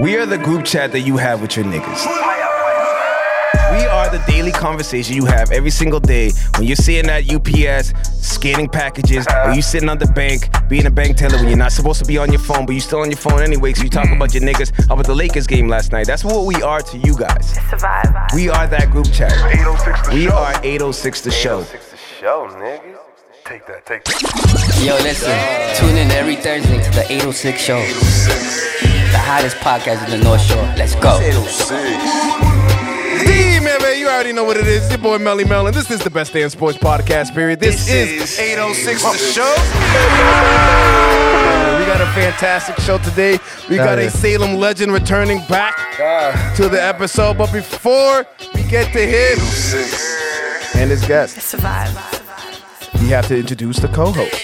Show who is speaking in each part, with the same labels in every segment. Speaker 1: We are the group chat that you have with your niggas. We are the daily conversation you have every single day when you're sitting at UPS scanning packages, or you sitting on the bank being a bank teller when you're not supposed to be on your phone, but you still on your phone anyway. So you talk about your niggas about the Lakers game last night. That's what we are to you guys.
Speaker 2: Survive.
Speaker 1: We are that group chat.
Speaker 3: 806 the
Speaker 1: We
Speaker 3: show.
Speaker 1: are 806 the show.
Speaker 3: 806 the show, nigga. Take that, take that.
Speaker 4: Yo, listen. Tune in every Thursday to the 806 show. The hottest podcast in the North Shore. Let's go.
Speaker 5: D, man, man, you already know what it is. It's your boy Melly Mel, and this is the Best Damn Sports Podcast, period. This, is 806 The Show. We got a fantastic show today. We got a Salem legend returning back to the episode. But before we get to him and his guest,
Speaker 2: Survive.
Speaker 5: we have to introduce the co-host.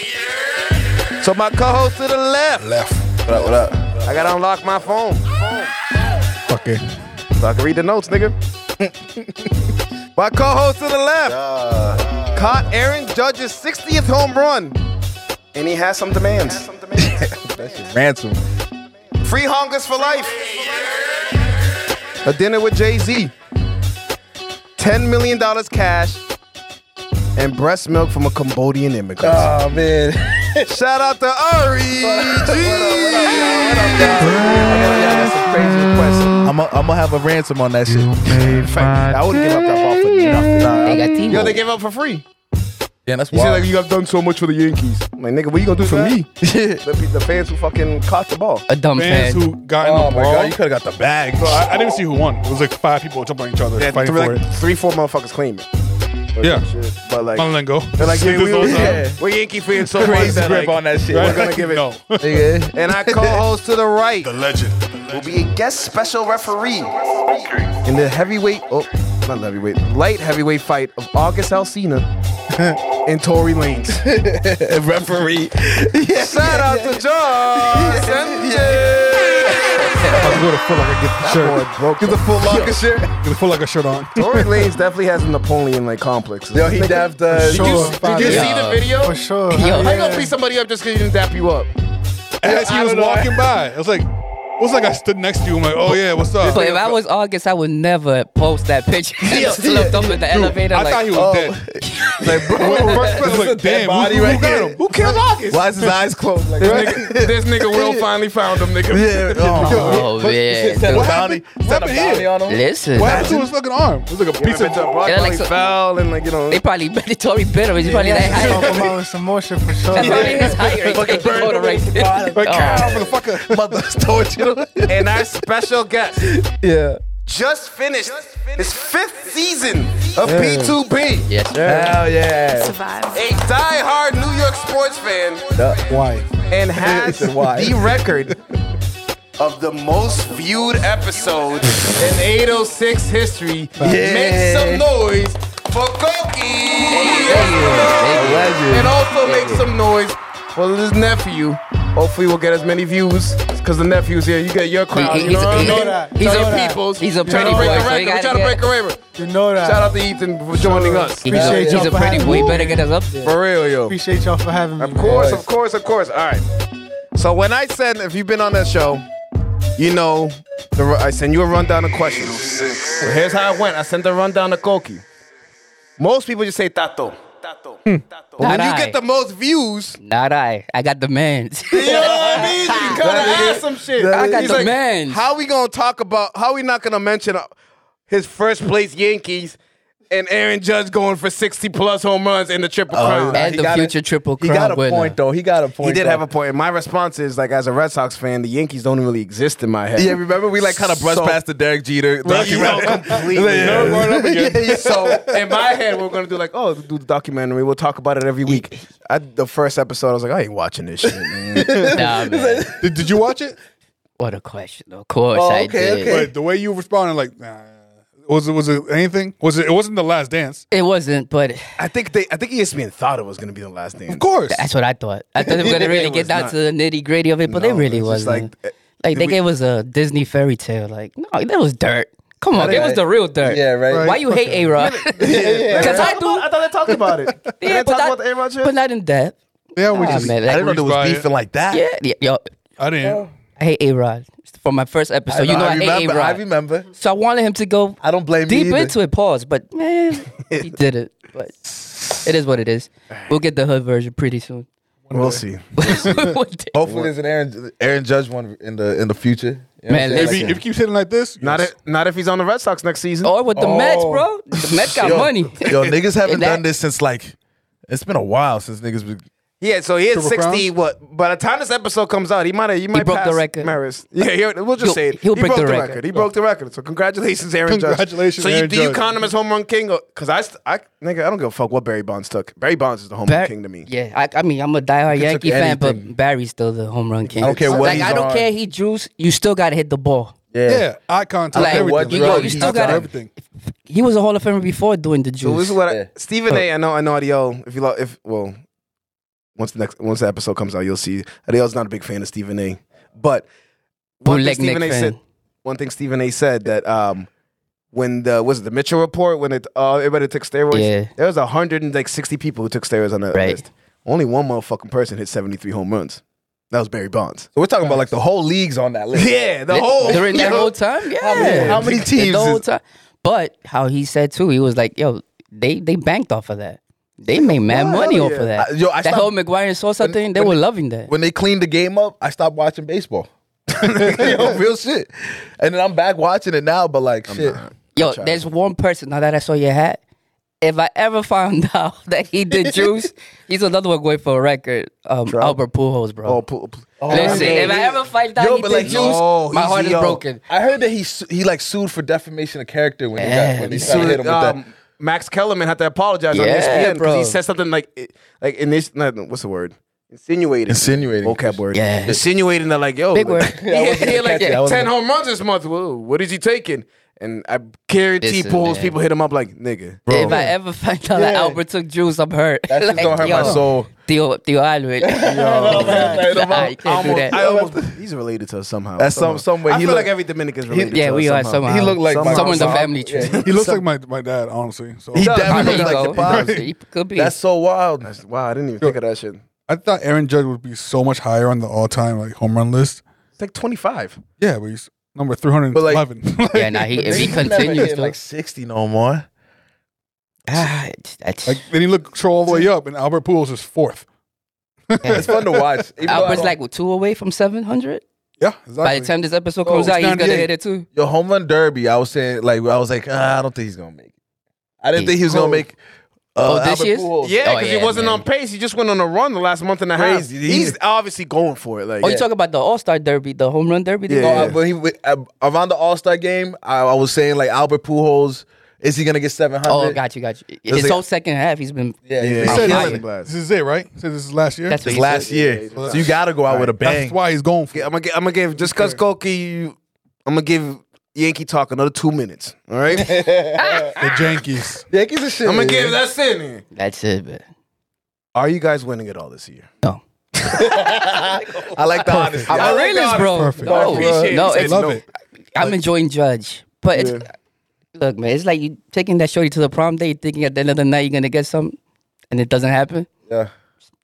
Speaker 5: So my co-host to the left. Left. What up, what up? I gotta unlock my phone.
Speaker 6: Fucker.
Speaker 5: So I can read the notes, nigga. My co-host to the left caught Aaron Judge's 60th home run, and he has some demands.
Speaker 6: Ransom.
Speaker 5: Free hongers for life. A dinner with Jay Z. Ten million dollars cash, and breast milk from a Cambodian immigrant.
Speaker 6: Oh man.
Speaker 5: Shout out to E Ari G.
Speaker 6: I'm gonna have a ransom on that shit.
Speaker 5: I wouldn't give up that ball for nothing.
Speaker 4: Yo,
Speaker 5: gave up for free.
Speaker 6: Yeah, that's
Speaker 5: You
Speaker 6: wild.
Speaker 5: said like you have done so much for the Yankees. Like nigga, what you gonna do for me? the, pe- the fans who fucking caught the ball.
Speaker 4: a dumb
Speaker 7: fans
Speaker 4: fan.
Speaker 7: who got in
Speaker 6: oh
Speaker 7: the
Speaker 6: my
Speaker 7: brawl.
Speaker 6: god, you could have got the bag.
Speaker 7: Bro, I, I didn't see who won. It was like five people jumping on each other
Speaker 5: Yeah,
Speaker 7: fighting
Speaker 5: three,
Speaker 7: for
Speaker 5: like, three, four motherfuckers claim it.
Speaker 7: it. Yeah,
Speaker 5: But like,
Speaker 7: I'm gonna let go.
Speaker 5: they're like, yeah,
Speaker 7: Save
Speaker 5: we,
Speaker 7: this all time.
Speaker 5: yeah. uh, we're Yankee fans so much
Speaker 6: Crazy
Speaker 5: that
Speaker 6: grip
Speaker 5: like,
Speaker 6: on that shit.
Speaker 5: we're gonna give it.
Speaker 7: No,
Speaker 6: Nigga.
Speaker 5: And our co-host to the right
Speaker 7: the legend.
Speaker 5: will be a guest special referee in the heavyweight, oh, not heavyweight, light heavyweight fight of August Alsina and Tory Lanez.
Speaker 6: referee.
Speaker 5: Shout out to John Sanchez.
Speaker 7: I'm going to full like get the shirt.
Speaker 5: Boy, broke
Speaker 6: Get the full locker shit.
Speaker 7: Get the full like a shirt on.
Speaker 5: Tory Lanez definitely has a Napoleon like complex.
Speaker 6: Yo, he
Speaker 5: Nigga,
Speaker 6: dapped uh,
Speaker 5: Did you,
Speaker 6: sure.
Speaker 5: did you see the video?
Speaker 6: For sure.
Speaker 4: Yo,
Speaker 5: How you gonna beat somebody up just because he didn't dap you up?
Speaker 7: As he was walking by, it was like, it was like I stood next to you. I'm like, oh yeah, what's up?
Speaker 4: But if I was August, I would never post that picture. I just slipped up in the elevator.
Speaker 7: I
Speaker 4: like,
Speaker 7: thought he was dead.
Speaker 6: Like, bro, this
Speaker 7: First
Speaker 6: is
Speaker 7: question,
Speaker 6: a
Speaker 7: like,
Speaker 6: dead
Speaker 7: damn,
Speaker 6: body
Speaker 7: who, who,
Speaker 6: right
Speaker 7: got
Speaker 6: here.
Speaker 7: him? Who killed August?
Speaker 6: Why is his eyes closed? Like,
Speaker 5: this nigga Will finally found him, nigga.
Speaker 6: yeah. Oh,
Speaker 4: oh man.
Speaker 6: Set a
Speaker 4: Dude,
Speaker 6: bounty. Set a
Speaker 7: happened here?
Speaker 6: bounty on him.
Speaker 4: Listen.
Speaker 7: What happened to his fucking arm? It was like a piece of.
Speaker 4: Yeah, like, so-
Speaker 5: fell and like you know.
Speaker 4: They probably bet Tory better. He's probably that high.
Speaker 6: some more shit for sure.
Speaker 4: That's probably his higher. Fucking
Speaker 6: Bird
Speaker 4: right
Speaker 6: the
Speaker 4: there.
Speaker 6: bottom.
Speaker 7: Like,
Speaker 4: Oh.
Speaker 7: cow, motherfucker.
Speaker 6: Mother's torture.
Speaker 5: And our special guest
Speaker 6: Yeah.
Speaker 5: just finished his fifth season of P2P.
Speaker 4: Yes.
Speaker 6: Hell yeah.
Speaker 2: Survive.
Speaker 5: A die-hard New York sports fan
Speaker 6: Why?
Speaker 5: and has
Speaker 6: It's a why.
Speaker 5: the record of the most viewed episode in 806 history. Make some noise for
Speaker 4: Oh,
Speaker 5: Koki. And also make some noise for his nephew. Hopefully we'll get as many views because the nephew's here. You get your crowd.
Speaker 4: He-
Speaker 5: you know
Speaker 4: he's-
Speaker 5: what I
Speaker 4: he-
Speaker 5: mean?
Speaker 4: know he's
Speaker 5: Tell
Speaker 4: a-
Speaker 5: your peoples.
Speaker 4: he's a
Speaker 5: trying
Speaker 4: pretty
Speaker 5: to break
Speaker 4: boy,
Speaker 5: a
Speaker 4: so he
Speaker 5: record. We're
Speaker 4: gotta
Speaker 5: trying to
Speaker 4: get-
Speaker 5: break a record.
Speaker 8: You know that.
Speaker 5: Shout out to Ethan for joining us.
Speaker 4: He's
Speaker 8: Appreciate
Speaker 4: a, he's
Speaker 8: y'all
Speaker 4: a
Speaker 8: for
Speaker 4: pretty
Speaker 8: having
Speaker 4: boy.
Speaker 8: me.
Speaker 4: Better get us up there.
Speaker 5: For real, yo.
Speaker 8: Appreciate y'all for having me.
Speaker 5: Of course, of course, of course. All right. So when I said, if you've been on that show, you know, the, ru- I send you a rundown of questions. So here's how it went. I sent a rundown to Koki. Most people just say Tato. Tato. Tato. But when you
Speaker 4: Tarai.
Speaker 5: get the most views,
Speaker 4: Not I. I got demands.
Speaker 5: you know what I mean? You gotta ask some shit.
Speaker 4: I got
Speaker 5: He's like,
Speaker 4: demands.
Speaker 5: How we gonna talk about? How we not gonna mention uh, his first place Yankees and Aaron Judge going for sixty plus home runs in the triple crown?
Speaker 4: And
Speaker 6: He
Speaker 4: the
Speaker 6: got a-
Speaker 4: future triple
Speaker 6: He
Speaker 4: crown
Speaker 6: got a
Speaker 4: winner.
Speaker 6: point though. He got a point.
Speaker 5: He did
Speaker 6: though.
Speaker 5: have a point. My response is like, as a Red Sox fan, the Yankees don't really exist in my head.
Speaker 6: Yeah, remember we like kind of brushed
Speaker 5: So-
Speaker 6: past the Derek Jeter documentary.
Speaker 5: completely.
Speaker 6: Yeah.
Speaker 7: Nerd word up again.
Speaker 5: So in my head, we're gonna do like, oh, do the documentary. We'll talk about it every week. I, the first episode, I was like, I ain't watching this shit. Man.
Speaker 4: Nah, man.
Speaker 7: Did, did you watch it?
Speaker 4: What a question. Of course
Speaker 6: Oh,
Speaker 4: I
Speaker 6: okay,
Speaker 4: did.
Speaker 6: okay.
Speaker 7: Wait, the way you responded, like, nah. Was it was it anything? Was it? It wasn't the last dance.
Speaker 4: It wasn't, but
Speaker 5: I think they, I think E ESPN thought it was gonna be the last thing.
Speaker 7: Of course.
Speaker 4: that's what I thought. I thought they were gonna really get
Speaker 5: was
Speaker 4: down
Speaker 5: not.
Speaker 4: to the nitty gritty of it, but
Speaker 5: No,
Speaker 4: they really
Speaker 5: it's just
Speaker 4: wasn't.
Speaker 5: like,
Speaker 4: Like,
Speaker 5: uh,
Speaker 4: they
Speaker 5: we-
Speaker 4: gave us a Disney fairy tale. Like, no, that was dirt. Come on, give us the real dirt.
Speaker 6: Yeah, right.
Speaker 4: Why you hate A Rod? Because I do.
Speaker 5: I thought they talked about it. they
Speaker 4: Yeah, but,
Speaker 5: talk
Speaker 4: I-
Speaker 5: about the A-Rod shit?
Speaker 4: but not in depth.
Speaker 7: Yeah, we
Speaker 4: Nah,
Speaker 7: just.
Speaker 4: man,
Speaker 6: I
Speaker 4: that-
Speaker 6: didn't know there
Speaker 7: By
Speaker 6: was
Speaker 7: it.
Speaker 6: beefing like that.
Speaker 4: Yeah, yeah, yo,
Speaker 7: I didn't.
Speaker 4: I hate A Rod from my first episode. you know I, hate
Speaker 6: remember.
Speaker 4: A
Speaker 6: I
Speaker 4: Rod.
Speaker 6: remember.
Speaker 4: So I wanted him to go
Speaker 6: I don't blame
Speaker 4: deep
Speaker 6: you either.
Speaker 4: into it. Pause, but man, he did it. But it is what it is. We'll get the hood version pretty soon.
Speaker 5: We'll see.
Speaker 4: One day.
Speaker 6: Hopefully, there's an Aaron Aaron Judge one in the in the future. You know
Speaker 4: Man,
Speaker 6: what I'm
Speaker 4: listen.
Speaker 7: If he,
Speaker 6: saying?
Speaker 7: if he keeps hitting like this,
Speaker 5: Not
Speaker 7: yes.
Speaker 5: if, not if he's on the Red Sox next season.
Speaker 4: Or with the Mets, bro. The Mets got
Speaker 6: Oh. yo,
Speaker 4: money.
Speaker 6: yo, niggas haven't
Speaker 4: And that-
Speaker 6: done this since like it's been a while since niggas. Been,
Speaker 5: Yeah, so he had
Speaker 7: Triple
Speaker 5: 60. What? By the time this episode comes out, he might have. He might
Speaker 4: broke the
Speaker 5: pass
Speaker 4: record.
Speaker 5: Maris. Yeah, he, we'll just
Speaker 4: He'll-
Speaker 5: say it.
Speaker 4: he'll
Speaker 5: he
Speaker 4: break
Speaker 5: broke
Speaker 4: the
Speaker 5: the
Speaker 4: record.
Speaker 5: record. He broke the record. So congratulations, Aaron Judge.
Speaker 7: Congratulations,
Speaker 5: So you,
Speaker 7: Aaron
Speaker 5: do you
Speaker 7: Judge.
Speaker 5: count him as home run king? Because I, st- I, nigga, I don't give a fuck what Barry Bonds took. Barry Bonds is the home
Speaker 4: Bar-
Speaker 5: run king to me.
Speaker 4: Yeah, I, I mean, I'm a diehard
Speaker 6: took
Speaker 4: Yankee fan,
Speaker 6: anything.
Speaker 4: but Barry's still the home run king.
Speaker 6: I don't care what
Speaker 4: Like,
Speaker 6: he's
Speaker 4: I don't
Speaker 6: on.
Speaker 4: care. He drews. You still got to hit the ball.
Speaker 6: yeah.
Speaker 7: yeah, eye contact,
Speaker 4: Like,
Speaker 7: everything.
Speaker 6: what
Speaker 4: you,
Speaker 6: drug
Speaker 4: yo,
Speaker 6: he
Speaker 4: you still
Speaker 6: took
Speaker 4: got
Speaker 6: out.
Speaker 4: everything. He was a Hall of Famer before doing the
Speaker 5: So this
Speaker 4: juice.
Speaker 5: is what I,
Speaker 6: Yeah.
Speaker 5: Stephen A. I know. I know. Adiel. If you lo- if well, once the next once the episode comes out, you'll see. Adiel's not a big fan of Stephen A. But one thing
Speaker 4: Bootleg
Speaker 5: Stephen A.
Speaker 4: Nick
Speaker 5: said.
Speaker 4: fan.
Speaker 5: One thing Stephen A. said that um, when the was it the Mitchell report when it uh, everybody took steroids.
Speaker 4: Yeah.
Speaker 5: There was hundred and like sixty people who took steroids on that
Speaker 4: Right.
Speaker 5: list. Only one motherfucking person hit seventy three home runs. That was Barry Bonds.
Speaker 6: So we're talking about like the whole league's on that list.
Speaker 5: Yeah, the whole
Speaker 4: during that whole time. Yeah,
Speaker 6: how many
Speaker 4: The
Speaker 6: teams
Speaker 4: whole
Speaker 6: is-
Speaker 4: time. But how he said too, he was like, "Yo, they they banked off of that. They made mad money off of that.
Speaker 6: I- yo, I
Speaker 4: that
Speaker 6: stopped-
Speaker 4: whole McGuire and Sosa thing, they
Speaker 6: when
Speaker 4: were
Speaker 6: they-
Speaker 4: loving that.
Speaker 6: When they cleaned the game up, I stopped watching baseball. Yo, real shit. And then I'm back watching it now, but like shit.
Speaker 4: Yo, there's one person now that I saw your hat. If I ever found out that he did juice, he's another one going for a record. Um, Albert Pujols, bro.
Speaker 5: Oh, pu- pu-
Speaker 4: Listen,
Speaker 6: yeah,
Speaker 4: if I
Speaker 6: yeah.
Speaker 4: ever find out
Speaker 6: Yo,
Speaker 4: he
Speaker 6: but
Speaker 4: did
Speaker 6: like, oh,
Speaker 4: juice,
Speaker 5: yo, Oh,
Speaker 4: my
Speaker 5: he's-
Speaker 4: heart is
Speaker 5: yo.
Speaker 4: broken.
Speaker 6: I heard that he su- he like sued for defamation of character when he
Speaker 4: Yeah,
Speaker 6: got when
Speaker 4: he
Speaker 6: they tried to hit him with that.
Speaker 5: um, Max Kellerman had to apologize on E
Speaker 4: Yeah,
Speaker 5: ESPN because
Speaker 4: bro.
Speaker 5: he said something like, it- like in this, not, what's the word? Insinuating.
Speaker 6: Insinuating.
Speaker 5: Vocab word.
Speaker 4: Yeah.
Speaker 5: Insinuating that like, yo,
Speaker 4: Big
Speaker 5: like,
Speaker 4: word. Yeah, I wasn't gonna
Speaker 5: yeah, like,
Speaker 6: catch it. I wasn't
Speaker 5: ten
Speaker 6: gonna-
Speaker 5: home runs this month. Whoa, what is he taking? And I guarantee
Speaker 4: Listen,
Speaker 5: pools
Speaker 4: man.
Speaker 5: people hit him up like, nigga,
Speaker 4: if I ever find out that
Speaker 6: Yeah.
Speaker 4: Albert took juice, I'm hurt.
Speaker 6: That shit's gonna hurt my soul.
Speaker 4: Theo, Theo Albert. Nah, you can't do that.
Speaker 5: I almost, he's related to us somehow.
Speaker 6: That's some- some way.
Speaker 5: I
Speaker 6: He
Speaker 5: feel
Speaker 6: look-
Speaker 5: like every Dominican's related.
Speaker 4: yeah,
Speaker 5: to us
Speaker 4: we are
Speaker 5: somehow.
Speaker 4: somehow.
Speaker 6: He looked like my-
Speaker 4: someone in the
Speaker 6: somehow.
Speaker 4: family tree.
Speaker 6: Yeah.
Speaker 7: He looks like my, my dad, honestly. So
Speaker 6: He
Speaker 4: I
Speaker 6: definitely
Speaker 4: mean,
Speaker 6: looked like
Speaker 4: though,
Speaker 6: the pops.
Speaker 4: he could be.
Speaker 6: That's so wild.
Speaker 5: That's- Wow, I didn't even think of that shit. It's
Speaker 7: I thought Aaron Judge would be so much higher on the all time like home run list.
Speaker 5: like twenty five.
Speaker 7: Yeah, but he's number three hundred
Speaker 6: But, like-
Speaker 7: eleven.
Speaker 4: yeah, nah, he, if he
Speaker 6: He's never
Speaker 4: continues,
Speaker 6: hitting,
Speaker 4: though,
Speaker 6: like sixty no more.
Speaker 4: ah, it's- that's-
Speaker 7: Like then he looked troll all the way up, and Albert Pujols is fourth.
Speaker 6: It's fun to watch. Even though I
Speaker 4: Albert's
Speaker 6: don't-
Speaker 4: like two away from 700.
Speaker 7: Yeah, exactly.
Speaker 4: By the time this episode comes
Speaker 6: Oh,
Speaker 7: it's
Speaker 4: out, he's gonna
Speaker 7: 98.
Speaker 4: hit it too.
Speaker 6: your home run derby. I was saying like I was like ah, I don't think he's gonna make it. I didn't
Speaker 4: Yeah.
Speaker 6: think he was gonna make. Uh,
Speaker 4: Oh, this
Speaker 6: Albert
Speaker 4: year's?
Speaker 6: Pujols.
Speaker 5: Yeah,
Speaker 4: Oh,
Speaker 5: because
Speaker 4: yeah,
Speaker 5: he wasn't
Speaker 4: man.
Speaker 5: on pace. He just went on a run the last month and a half.
Speaker 6: Crazy.
Speaker 5: He's, obviously going for it. Like,
Speaker 4: Oh, you talking about the All Star Derby, the home run derby?
Speaker 5: Yeah.
Speaker 6: No, I- but he uh, around the All Star game. I, I was saying like Albert Pujols. Is he gonna get seven hundred?
Speaker 4: Oh, got you, got you. His
Speaker 6: like-
Speaker 4: whole second half, he's been.
Speaker 6: Yeah, yeah.
Speaker 7: he
Speaker 5: Yeah.
Speaker 6: yeah.
Speaker 7: said,
Speaker 4: I'm
Speaker 7: like,
Speaker 5: lying.
Speaker 7: this is it, right? He said this is last year.
Speaker 4: That's what
Speaker 6: It's
Speaker 4: he
Speaker 6: last
Speaker 4: said.
Speaker 6: year, so you gotta go out with a bang.
Speaker 7: That's why he's going for.
Speaker 5: Yeah,
Speaker 7: it.
Speaker 5: I'm gonna give, I'm gonna give just cause Goki, I'm gonna give Yankee talk another two minutes. All right, I'm
Speaker 7: The Yankees.
Speaker 6: Yankees and shit.
Speaker 5: gonna give that's in here.
Speaker 4: That's it, man.
Speaker 5: Are you guys winning it all this year?
Speaker 4: No.
Speaker 6: I like the honesty.
Speaker 4: I'm
Speaker 6: I
Speaker 4: a
Speaker 6: like
Speaker 4: realist,
Speaker 6: the
Speaker 4: bro.
Speaker 7: perfect.
Speaker 4: No,
Speaker 5: appreciate
Speaker 4: no,
Speaker 5: it.
Speaker 4: it's,
Speaker 7: Love
Speaker 5: no.
Speaker 7: it.
Speaker 4: I'm enjoying Judge, but it's, look, man, it's like you taking that shorty to the prom date, thinking at the end of the night you're gonna get something, and it doesn't happen.
Speaker 6: Yeah.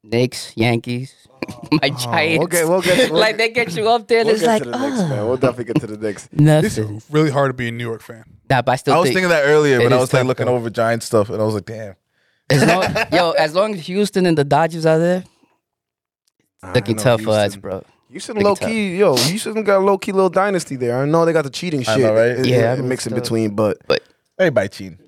Speaker 4: Knicks, Yankees, my Giants.
Speaker 5: Oh, we'll get- we'll get- we'll
Speaker 4: like they get you up there, and it's like oh,
Speaker 5: Knicks, man. We'll definitely get to the Knicks.
Speaker 7: It's
Speaker 4: nothing.
Speaker 7: really hard to be a New York fan.
Speaker 4: Nah, but I still
Speaker 6: I was
Speaker 4: think,
Speaker 6: thinking that earlier when
Speaker 4: It
Speaker 6: I
Speaker 4: is
Speaker 6: was like
Speaker 4: tough,
Speaker 6: looking
Speaker 4: though.
Speaker 6: over Giant stuff, and I was like, damn.
Speaker 4: As long, yo, as long as Houston and the Dodgers are there, looking
Speaker 5: know
Speaker 4: tough for us,
Speaker 5: Houston.
Speaker 4: bro.
Speaker 5: Houston
Speaker 4: Big
Speaker 5: low key, yo. Houston got a low key little dynasty there. I know they got the cheating
Speaker 6: I
Speaker 5: shit,
Speaker 6: know, right?
Speaker 5: and-
Speaker 4: Yeah,
Speaker 5: and
Speaker 4: I mean,
Speaker 5: mix in
Speaker 4: still.
Speaker 5: between, but
Speaker 4: But
Speaker 6: Everybody cheating.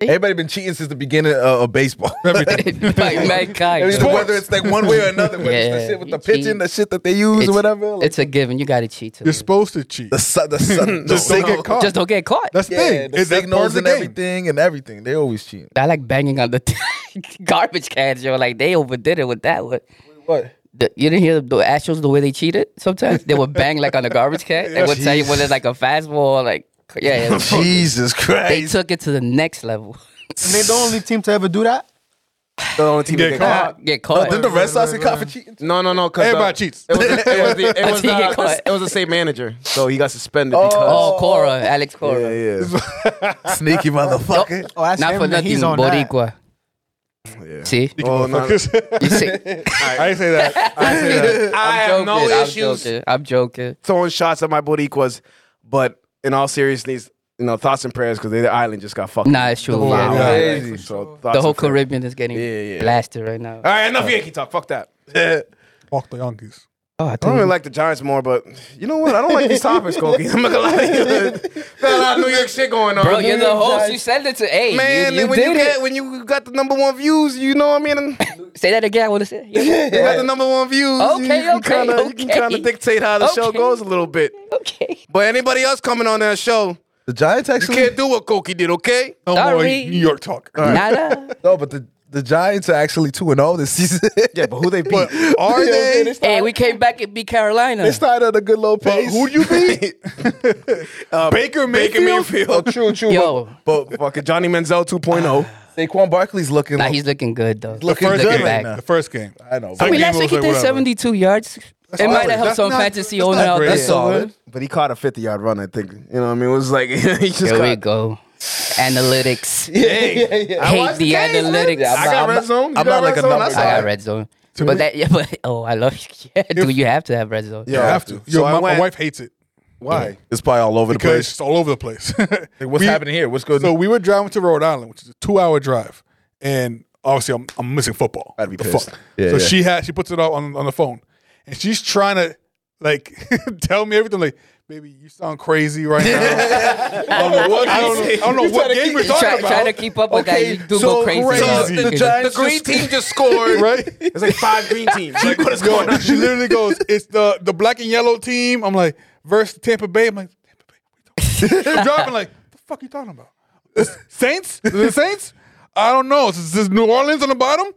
Speaker 6: Everybody been cheating since the beginning of, of baseball.
Speaker 7: Everything.
Speaker 4: like mankind,
Speaker 6: Everything,
Speaker 4: bro.
Speaker 6: whether it's like one way or another, whether it's
Speaker 4: Yeah.
Speaker 6: the shit with
Speaker 4: You
Speaker 6: the pitching,
Speaker 4: cheat.
Speaker 6: the shit that they use,
Speaker 4: It's-
Speaker 6: or whatever. Like,
Speaker 4: it's a given. You got to cheat. To
Speaker 7: You're
Speaker 4: lose.
Speaker 7: supposed to cheat.
Speaker 6: the sun, the sun,
Speaker 7: Just
Speaker 6: the
Speaker 7: don't get caught.
Speaker 4: Just don't get caught.
Speaker 7: That's the
Speaker 6: Yeah,
Speaker 7: thing.
Speaker 6: the
Speaker 7: It's that's part of
Speaker 6: signals
Speaker 7: the
Speaker 6: and
Speaker 7: game.
Speaker 6: everything and everything. They always cheating.
Speaker 4: I like banging on the garbage cans, yo. Like they overdid it with that one.
Speaker 6: What?
Speaker 4: The, you didn't hear the Astros the way they cheated. Sometimes they would bang like on the garbage can. They would tell you whether it's like a fastball, like yeah, yeah.
Speaker 6: Jesus
Speaker 4: They
Speaker 6: Christ!
Speaker 4: took it to the next level.
Speaker 9: And they the only team to ever do that.
Speaker 5: the only team that get
Speaker 7: Get
Speaker 5: caught.
Speaker 4: get caught.
Speaker 6: Didn't Oh, the Red Sox get caught for cheating?
Speaker 5: No, no, no. 'cause, uh,
Speaker 7: Everybody cheats.
Speaker 5: It was, it was, the, it was,
Speaker 4: He get
Speaker 5: the-
Speaker 4: caught.
Speaker 5: it was the same manager, so he got suspended because.
Speaker 4: oh, Cora, Alex Cora.
Speaker 5: Yeah, yeah.
Speaker 6: Sneaky motherfucker!
Speaker 9: Oh, that's
Speaker 4: Not
Speaker 9: him,
Speaker 4: for
Speaker 9: and
Speaker 4: nothing,
Speaker 9: He's on that.
Speaker 4: Boricua. See?
Speaker 5: Oh,
Speaker 7: You motherfuckers.
Speaker 4: You see?
Speaker 7: I didn't say that. I didn't say that.
Speaker 5: I
Speaker 4: I'm
Speaker 5: have
Speaker 4: joking.
Speaker 5: no
Speaker 4: I'm
Speaker 5: issues
Speaker 4: joking. I'm joking.
Speaker 5: throwing shots at my Boricuas, but in all seriousness, you know, thoughts and prayers because the island just got fucked.
Speaker 4: Nah, it's true.
Speaker 5: Wow,
Speaker 4: yeah, nah.
Speaker 5: crazy. So thoughts
Speaker 4: The whole
Speaker 5: and prayers.
Speaker 4: Caribbean is getting
Speaker 5: Yeah, yeah.
Speaker 4: blasted right now.
Speaker 5: All right, enough Yankee talk. Fuck that.
Speaker 7: Fuck the Yankees.
Speaker 4: Oh, I
Speaker 5: I don't
Speaker 4: think-
Speaker 5: really like the Giants more, but you know what? I don't like these topics, Koki. I'm not gonna lie. There's a lot of New York shit going on.
Speaker 4: Bro, you're the host.
Speaker 6: Giants.
Speaker 4: You said it to A.
Speaker 5: Man,
Speaker 4: you, you
Speaker 5: and when
Speaker 4: did
Speaker 5: you
Speaker 4: it.
Speaker 5: get when you got the number one views, you know what I mean. And you
Speaker 4: Say that again. I want to say. it.
Speaker 5: got the number one views. you,
Speaker 4: Okay,
Speaker 5: you
Speaker 4: okay,
Speaker 5: can kinda, You can
Speaker 4: okay.
Speaker 5: kind of dictate how the show
Speaker 4: Okay.
Speaker 5: goes a little bit.
Speaker 4: okay.
Speaker 5: But anybody else coming on that show,
Speaker 6: The Giants
Speaker 5: you
Speaker 6: actually
Speaker 5: can't do what Koki did, okay?
Speaker 7: No more
Speaker 4: Sorry.
Speaker 7: New York talk.
Speaker 4: Nada.
Speaker 6: no, but the the Giants are actually two and zero this season.
Speaker 5: Yeah, but who they beat?
Speaker 7: But are
Speaker 6: they,
Speaker 7: they?
Speaker 6: they
Speaker 4: hey, we came back and beat Carolina.
Speaker 6: started at a good low pace.
Speaker 7: Who do you beat? Baker Mayfield.
Speaker 5: Uh, Baker Mayfield.
Speaker 6: Oh, true, true.
Speaker 4: Yo.
Speaker 6: but, but
Speaker 5: Fucking Johnny Manziel
Speaker 7: oh.
Speaker 5: 2.0
Speaker 6: fuck, Saquon Barkley's looking.
Speaker 4: Nah,
Speaker 6: like-
Speaker 4: he's looking good though.
Speaker 7: The
Speaker 4: he's
Speaker 7: first
Speaker 4: looking
Speaker 7: game.
Speaker 4: back.
Speaker 6: now.
Speaker 7: The first game.
Speaker 6: I know.
Speaker 7: Second
Speaker 4: I mean,
Speaker 7: game
Speaker 4: last
Speaker 7: was
Speaker 4: week he
Speaker 7: like
Speaker 4: did
Speaker 7: whatever.
Speaker 4: 72 yards. it might have helped
Speaker 7: That's
Speaker 4: some
Speaker 7: not-
Speaker 4: fantasy
Speaker 7: that's
Speaker 4: owner
Speaker 7: not
Speaker 4: out
Speaker 7: great.
Speaker 4: there
Speaker 7: That's
Speaker 4: somewhere.
Speaker 5: but he caught a 50 yard run, I think. You know what I mean? It was like, he just
Speaker 4: Here we
Speaker 5: got,
Speaker 4: go. Analytics.
Speaker 5: Dang. I
Speaker 4: Hate
Speaker 5: watched
Speaker 4: the
Speaker 5: games, man.
Speaker 4: analytics.
Speaker 5: I got
Speaker 6: I'm
Speaker 5: red
Speaker 6: not-
Speaker 5: zone. You
Speaker 6: I'm
Speaker 5: got
Speaker 6: not
Speaker 5: red
Speaker 6: like a
Speaker 5: zone?
Speaker 6: number
Speaker 5: That's
Speaker 4: I
Speaker 5: all
Speaker 4: got
Speaker 5: right.
Speaker 4: red zone. But that, yeah, but oh, I love you. Yeah, dude, you have to have red zone.
Speaker 7: You have to. Yo,
Speaker 5: So I
Speaker 7: my, my
Speaker 5: went-
Speaker 7: wife hates it
Speaker 5: Why?
Speaker 6: It's probably all over the
Speaker 7: because
Speaker 6: place.
Speaker 7: it's all over the place.
Speaker 6: What's
Speaker 7: We-
Speaker 6: happening here? What's good?
Speaker 7: So we were driving to Rhode Island, which is a two-hour drive, and obviously I'm, I'm missing football.
Speaker 6: I'd be
Speaker 7: The
Speaker 6: pissed.
Speaker 7: fuck.
Speaker 6: Yeah,
Speaker 7: so
Speaker 6: yeah.
Speaker 7: she had she puts it out on on the phone, and she's trying to like tell me everything. Like, baby, you sound crazy right now. I don't know what, I don't know, I don't know what game you're talking
Speaker 4: Try,
Speaker 7: about.
Speaker 4: try to keep up with that. You do go crazy.
Speaker 7: crazy.
Speaker 4: Okay.
Speaker 6: The Giants
Speaker 5: The green
Speaker 6: just-
Speaker 5: team just scored.
Speaker 7: right?
Speaker 5: It's like five green teams. Like, what is
Speaker 7: Yo,
Speaker 5: going on?
Speaker 7: She literally goes, "It's the the black and yellow team." I'm like, versus Tampa Bay. I'm like, Tampa Bay. What are you talking about? I'm driving like, the fuck you talking about? Saints? Is it Saints? I don't know. Is this New Orleans on the bottom?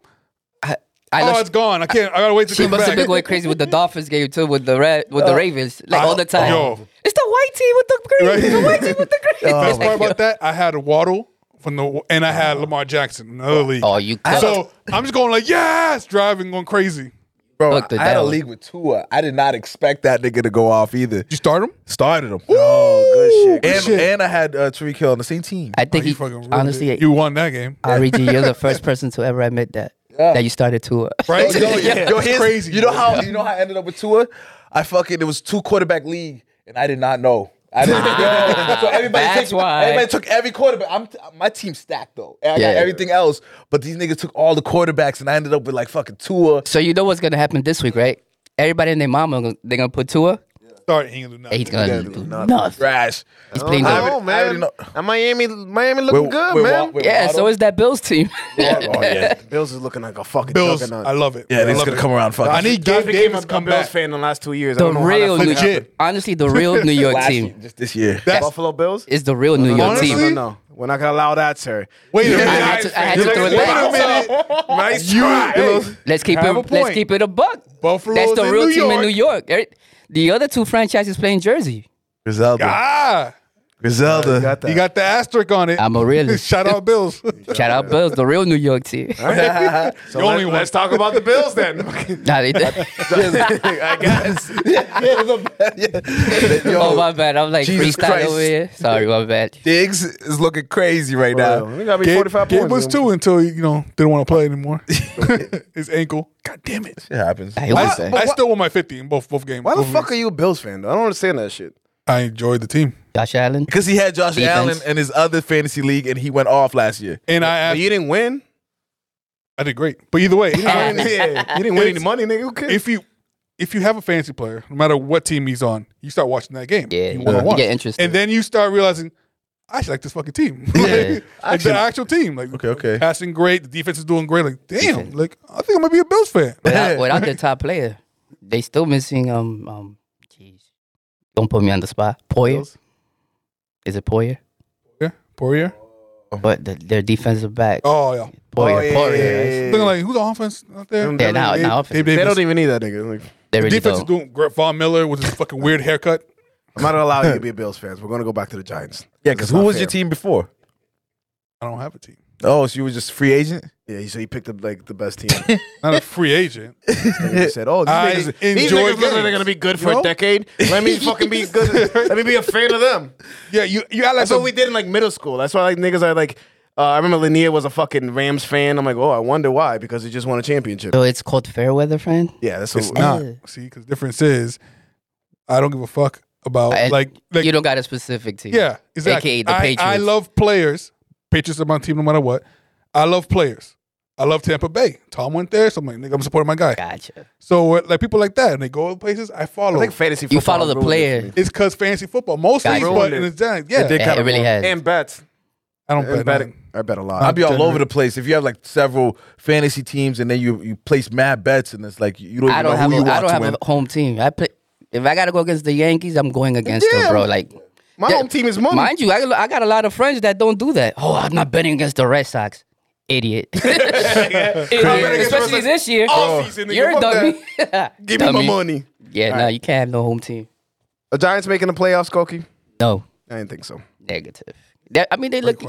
Speaker 4: I
Speaker 7: Oh,
Speaker 4: know
Speaker 7: it's gone. I can't. I gotta wait to
Speaker 4: she
Speaker 7: come
Speaker 4: must
Speaker 7: back.
Speaker 4: have been going crazy with the Dolphins game too, with the red, with the Ravens, like all the time.
Speaker 7: yo.
Speaker 4: It's the white team with the green.
Speaker 7: Right.
Speaker 4: It's the white team with the green.
Speaker 7: Best part about that, I had Waddle from the and I had Lamar Jackson, another league.
Speaker 4: Oh, you cooked.
Speaker 7: so I'm just going like, yes, driving, going crazy.
Speaker 6: Bro,
Speaker 4: Look, the
Speaker 6: I had a
Speaker 4: Dallas.
Speaker 6: league with Tua. I did not expect that nigga to go off either.
Speaker 7: You start him?
Speaker 6: Started him.
Speaker 5: Oh, good shit.
Speaker 6: and, and I had uh, Tariq Hill on the same team.
Speaker 4: I think
Speaker 7: you
Speaker 4: he,
Speaker 7: fucking ruined
Speaker 4: honestly,
Speaker 7: it. you won that game,
Speaker 4: REG, you're the first person to ever admit that that you started to.
Speaker 7: right?
Speaker 6: yo, yo,
Speaker 7: It's
Speaker 6: here's-
Speaker 7: crazy.
Speaker 6: You know how you know how I ended up with Tua? I fucking it was two quarterback league, and I did not know. I didn't know. So everybody
Speaker 4: that's
Speaker 6: took,
Speaker 4: why.
Speaker 6: everybody took every quarterback. I'm my team stacked though. And I
Speaker 4: Yeah.
Speaker 6: got everything else, but these niggas took all the quarterbacks, and I ended up with like fucking Tua.
Speaker 4: So you know what's gonna happen this week, right? Everybody and their mama, they're gonna put Tua.
Speaker 7: start hanging
Speaker 4: and
Speaker 7: nothing.
Speaker 4: He's gonna do nothing.
Speaker 6: Trash.
Speaker 4: He's playing
Speaker 5: I
Speaker 6: already-
Speaker 4: the.
Speaker 5: don't know,
Speaker 6: I
Speaker 5: man.
Speaker 6: already know.
Speaker 5: And Miami, Miami looking
Speaker 6: With-
Speaker 5: good,
Speaker 6: with
Speaker 5: man.
Speaker 6: Wa- with
Speaker 4: Yeah, so
Speaker 6: Waddle.
Speaker 4: it's that Bills team.
Speaker 6: Oh, yeah.
Speaker 5: Bills is looking like a fucking
Speaker 7: Bills,
Speaker 5: juggernaut.
Speaker 7: I love it.
Speaker 6: Yeah,
Speaker 7: I
Speaker 6: they're
Speaker 7: love
Speaker 6: just gonna
Speaker 7: it.
Speaker 6: come around fucking.
Speaker 7: I need
Speaker 5: I
Speaker 7: Gabe
Speaker 5: became a
Speaker 7: Davis to come
Speaker 5: Bills
Speaker 7: back.
Speaker 5: fan in the last two years. I
Speaker 4: The
Speaker 5: don't know how that
Speaker 4: real
Speaker 5: fucking
Speaker 4: New
Speaker 5: happened.
Speaker 7: Legit.
Speaker 4: honestly, the real New York
Speaker 6: Last year,
Speaker 4: team
Speaker 6: just this year.
Speaker 5: Buffalo Bills?
Speaker 4: is the real New York
Speaker 7: Honestly,
Speaker 5: No, no,
Speaker 4: team.
Speaker 5: no. We're not going to allow that, sir.
Speaker 7: Wait a minute.
Speaker 4: I had to, I had to
Speaker 5: You're
Speaker 4: throw
Speaker 5: like,
Speaker 4: it
Speaker 5: wait
Speaker 4: back.
Speaker 5: a minute. Nice
Speaker 7: You-
Speaker 5: try.
Speaker 7: Hey.
Speaker 4: Let's keep
Speaker 7: Have a
Speaker 4: it. Let's
Speaker 7: point.
Speaker 4: keep it a buck.
Speaker 7: Buffalo
Speaker 4: That's
Speaker 7: is
Speaker 4: the
Speaker 7: in
Speaker 4: real
Speaker 7: New
Speaker 4: team in
Speaker 7: York.
Speaker 4: New York. Er- The other two franchises play in Jersey.
Speaker 6: Griselda.
Speaker 7: Ah,
Speaker 6: Griselda.
Speaker 5: got that.
Speaker 7: you got the asterisk on it.
Speaker 4: I'm a realist.
Speaker 7: Shout out Bills.
Speaker 4: Shout out Bills, the real New York team.
Speaker 5: So
Speaker 7: The
Speaker 5: let,
Speaker 7: only one.
Speaker 5: let's talk about the Bills then.
Speaker 4: Nah, they-
Speaker 5: I guess.
Speaker 6: Yo,
Speaker 4: oh my bad, I'm like
Speaker 6: Jesus
Speaker 4: freestyle
Speaker 6: Christ.
Speaker 4: over here. Sorry, my bad.
Speaker 6: Diggs is looking crazy right now.
Speaker 5: we got to be
Speaker 7: Gabe,
Speaker 5: 45
Speaker 7: Gabe
Speaker 5: points.
Speaker 7: was two until you know didn't want to play anymore. His ankle. God damn it.
Speaker 6: It happens.
Speaker 4: Hey, what
Speaker 7: I,
Speaker 4: is that?
Speaker 7: I still won my fifty in both both games.
Speaker 5: Why the
Speaker 7: Both
Speaker 5: fuck
Speaker 7: weeks.
Speaker 5: are you a Bills fan, though? I don't understand that shit.
Speaker 7: I enjoyed the team,
Speaker 4: Josh Allen.
Speaker 6: Because he had Josh
Speaker 4: Defense.
Speaker 6: Allen in his other fantasy league and he went off last year.
Speaker 7: and I
Speaker 5: But
Speaker 7: asked,
Speaker 5: you didn't win.
Speaker 7: I did great. But either way, I-
Speaker 5: yeah. You didn't win any money, nigga. Who cares?
Speaker 7: if you if you have a fantasy player, no matter what team he's on, you start watching that game.
Speaker 4: Yeah,
Speaker 7: you
Speaker 4: you
Speaker 7: wanna watch.
Speaker 4: get interested.
Speaker 7: and then you start realizing. I actually like this fucking team. like, like the actual team. Like
Speaker 6: Okay, okay.
Speaker 7: Passing great, the defense is doing great. Like, damn, like I think I'm gonna be a Bills fan.
Speaker 4: Without, without the top player, they still missing. Um, um, jeez, don't put me on the spot. Poyer, is it Poyer?
Speaker 7: Yeah. Poirier.
Speaker 4: But the, their defensive back,
Speaker 7: Oh yeah.
Speaker 4: Poyer, Poyer. right?
Speaker 7: Thinking like who's the offense out there?
Speaker 4: Yeah, now-
Speaker 7: Dave-
Speaker 4: now offense.
Speaker 7: Dave
Speaker 5: They
Speaker 7: Davis.
Speaker 5: don't even need that nigga. Like,
Speaker 4: They really
Speaker 7: defense is
Speaker 4: don't.
Speaker 7: doing great. Von Miller with his fucking weird haircut.
Speaker 5: I'm not gonna allow you to be a Bills fan. We're gonna go back to the Giants.
Speaker 6: Yeah, because
Speaker 5: It's
Speaker 6: who
Speaker 5: not
Speaker 6: was
Speaker 5: fair.
Speaker 6: your team before?
Speaker 7: I don't have a team.
Speaker 6: Oh, so you were just free agent?
Speaker 5: Yeah, he said he picked up like the best team. This
Speaker 7: Not a free agent.
Speaker 5: nigga said, "Oh, these
Speaker 7: I
Speaker 5: niggas, these
Speaker 7: enjoy
Speaker 5: niggas look like
Speaker 7: games.
Speaker 5: they're gonna be good for
Speaker 7: You know?
Speaker 5: a decade. Let me fucking be good. Let me be a fan of them."
Speaker 7: Yeah, you you act like
Speaker 5: That's what we did in like middle school. That's why like niggas are like, Uh, I remember Lanier was a fucking Rams fan. I'm like, oh, I wonder why because he just won a championship.
Speaker 4: So it's called fair weather, friend.
Speaker 5: Yeah, that's
Speaker 7: It's
Speaker 5: what,
Speaker 7: not.
Speaker 4: Ugh.
Speaker 7: See, because difference is, I don't give a fuck about
Speaker 4: I-
Speaker 7: Oh, like like
Speaker 4: you don't got a specific team.
Speaker 7: yeah, exactly.
Speaker 4: AKA the
Speaker 7: I,
Speaker 4: Patriots.
Speaker 7: I love players. Patriots are my team no matter what. I love players. I love Tampa Bay. Tom went there, so I'm like, nigga, I'm supporting my guy.
Speaker 4: Gotcha.
Speaker 7: So uh, like people like that, and they go other places. I follow.
Speaker 5: I think fantasy.
Speaker 4: You
Speaker 5: football
Speaker 4: follow the
Speaker 5: ruined it
Speaker 4: player.
Speaker 5: for me.
Speaker 7: it's because fantasy football mostly,
Speaker 4: Gotcha.
Speaker 7: but
Speaker 5: Ruined
Speaker 7: in
Speaker 5: it.
Speaker 7: the giant, yeah,
Speaker 5: It did
Speaker 4: Yeah,
Speaker 5: kinda
Speaker 4: it really
Speaker 5: ruin
Speaker 4: has.
Speaker 5: And bets.
Speaker 7: I don't
Speaker 5: And
Speaker 7: bet.
Speaker 5: bet.
Speaker 7: bet
Speaker 5: I bet a lot.
Speaker 6: I'd be all
Speaker 7: generally-
Speaker 6: over the place. If you have like several fantasy teams and then you you place mad bets and it's like you don't even
Speaker 4: I don't
Speaker 6: know
Speaker 4: have.
Speaker 6: who you
Speaker 4: A, I
Speaker 6: want
Speaker 4: don't
Speaker 6: to
Speaker 4: have
Speaker 6: win.
Speaker 4: a home team. I play. If I gotta go against the Yankees, I'm going against
Speaker 5: Yeah.
Speaker 4: them, bro. Like
Speaker 5: My
Speaker 4: Yeah.
Speaker 5: home team is money.
Speaker 4: Mind you, I, I got a lot of friends that don't do that. Oh, I'm not betting against the Red Sox. Idiot. Idiot.
Speaker 5: against the Red
Speaker 4: Especially
Speaker 5: Sox
Speaker 4: this year.
Speaker 5: all season, nigga.
Speaker 4: You're a
Speaker 5: Fuck
Speaker 4: dummy.
Speaker 5: Give me my
Speaker 4: Dummy.
Speaker 5: money.
Speaker 4: Yeah, no, you can't have no home team.
Speaker 5: Are Giants making the playoffs, Koki?
Speaker 4: No,
Speaker 5: I didn't think so.
Speaker 4: negative. That- I mean, they look.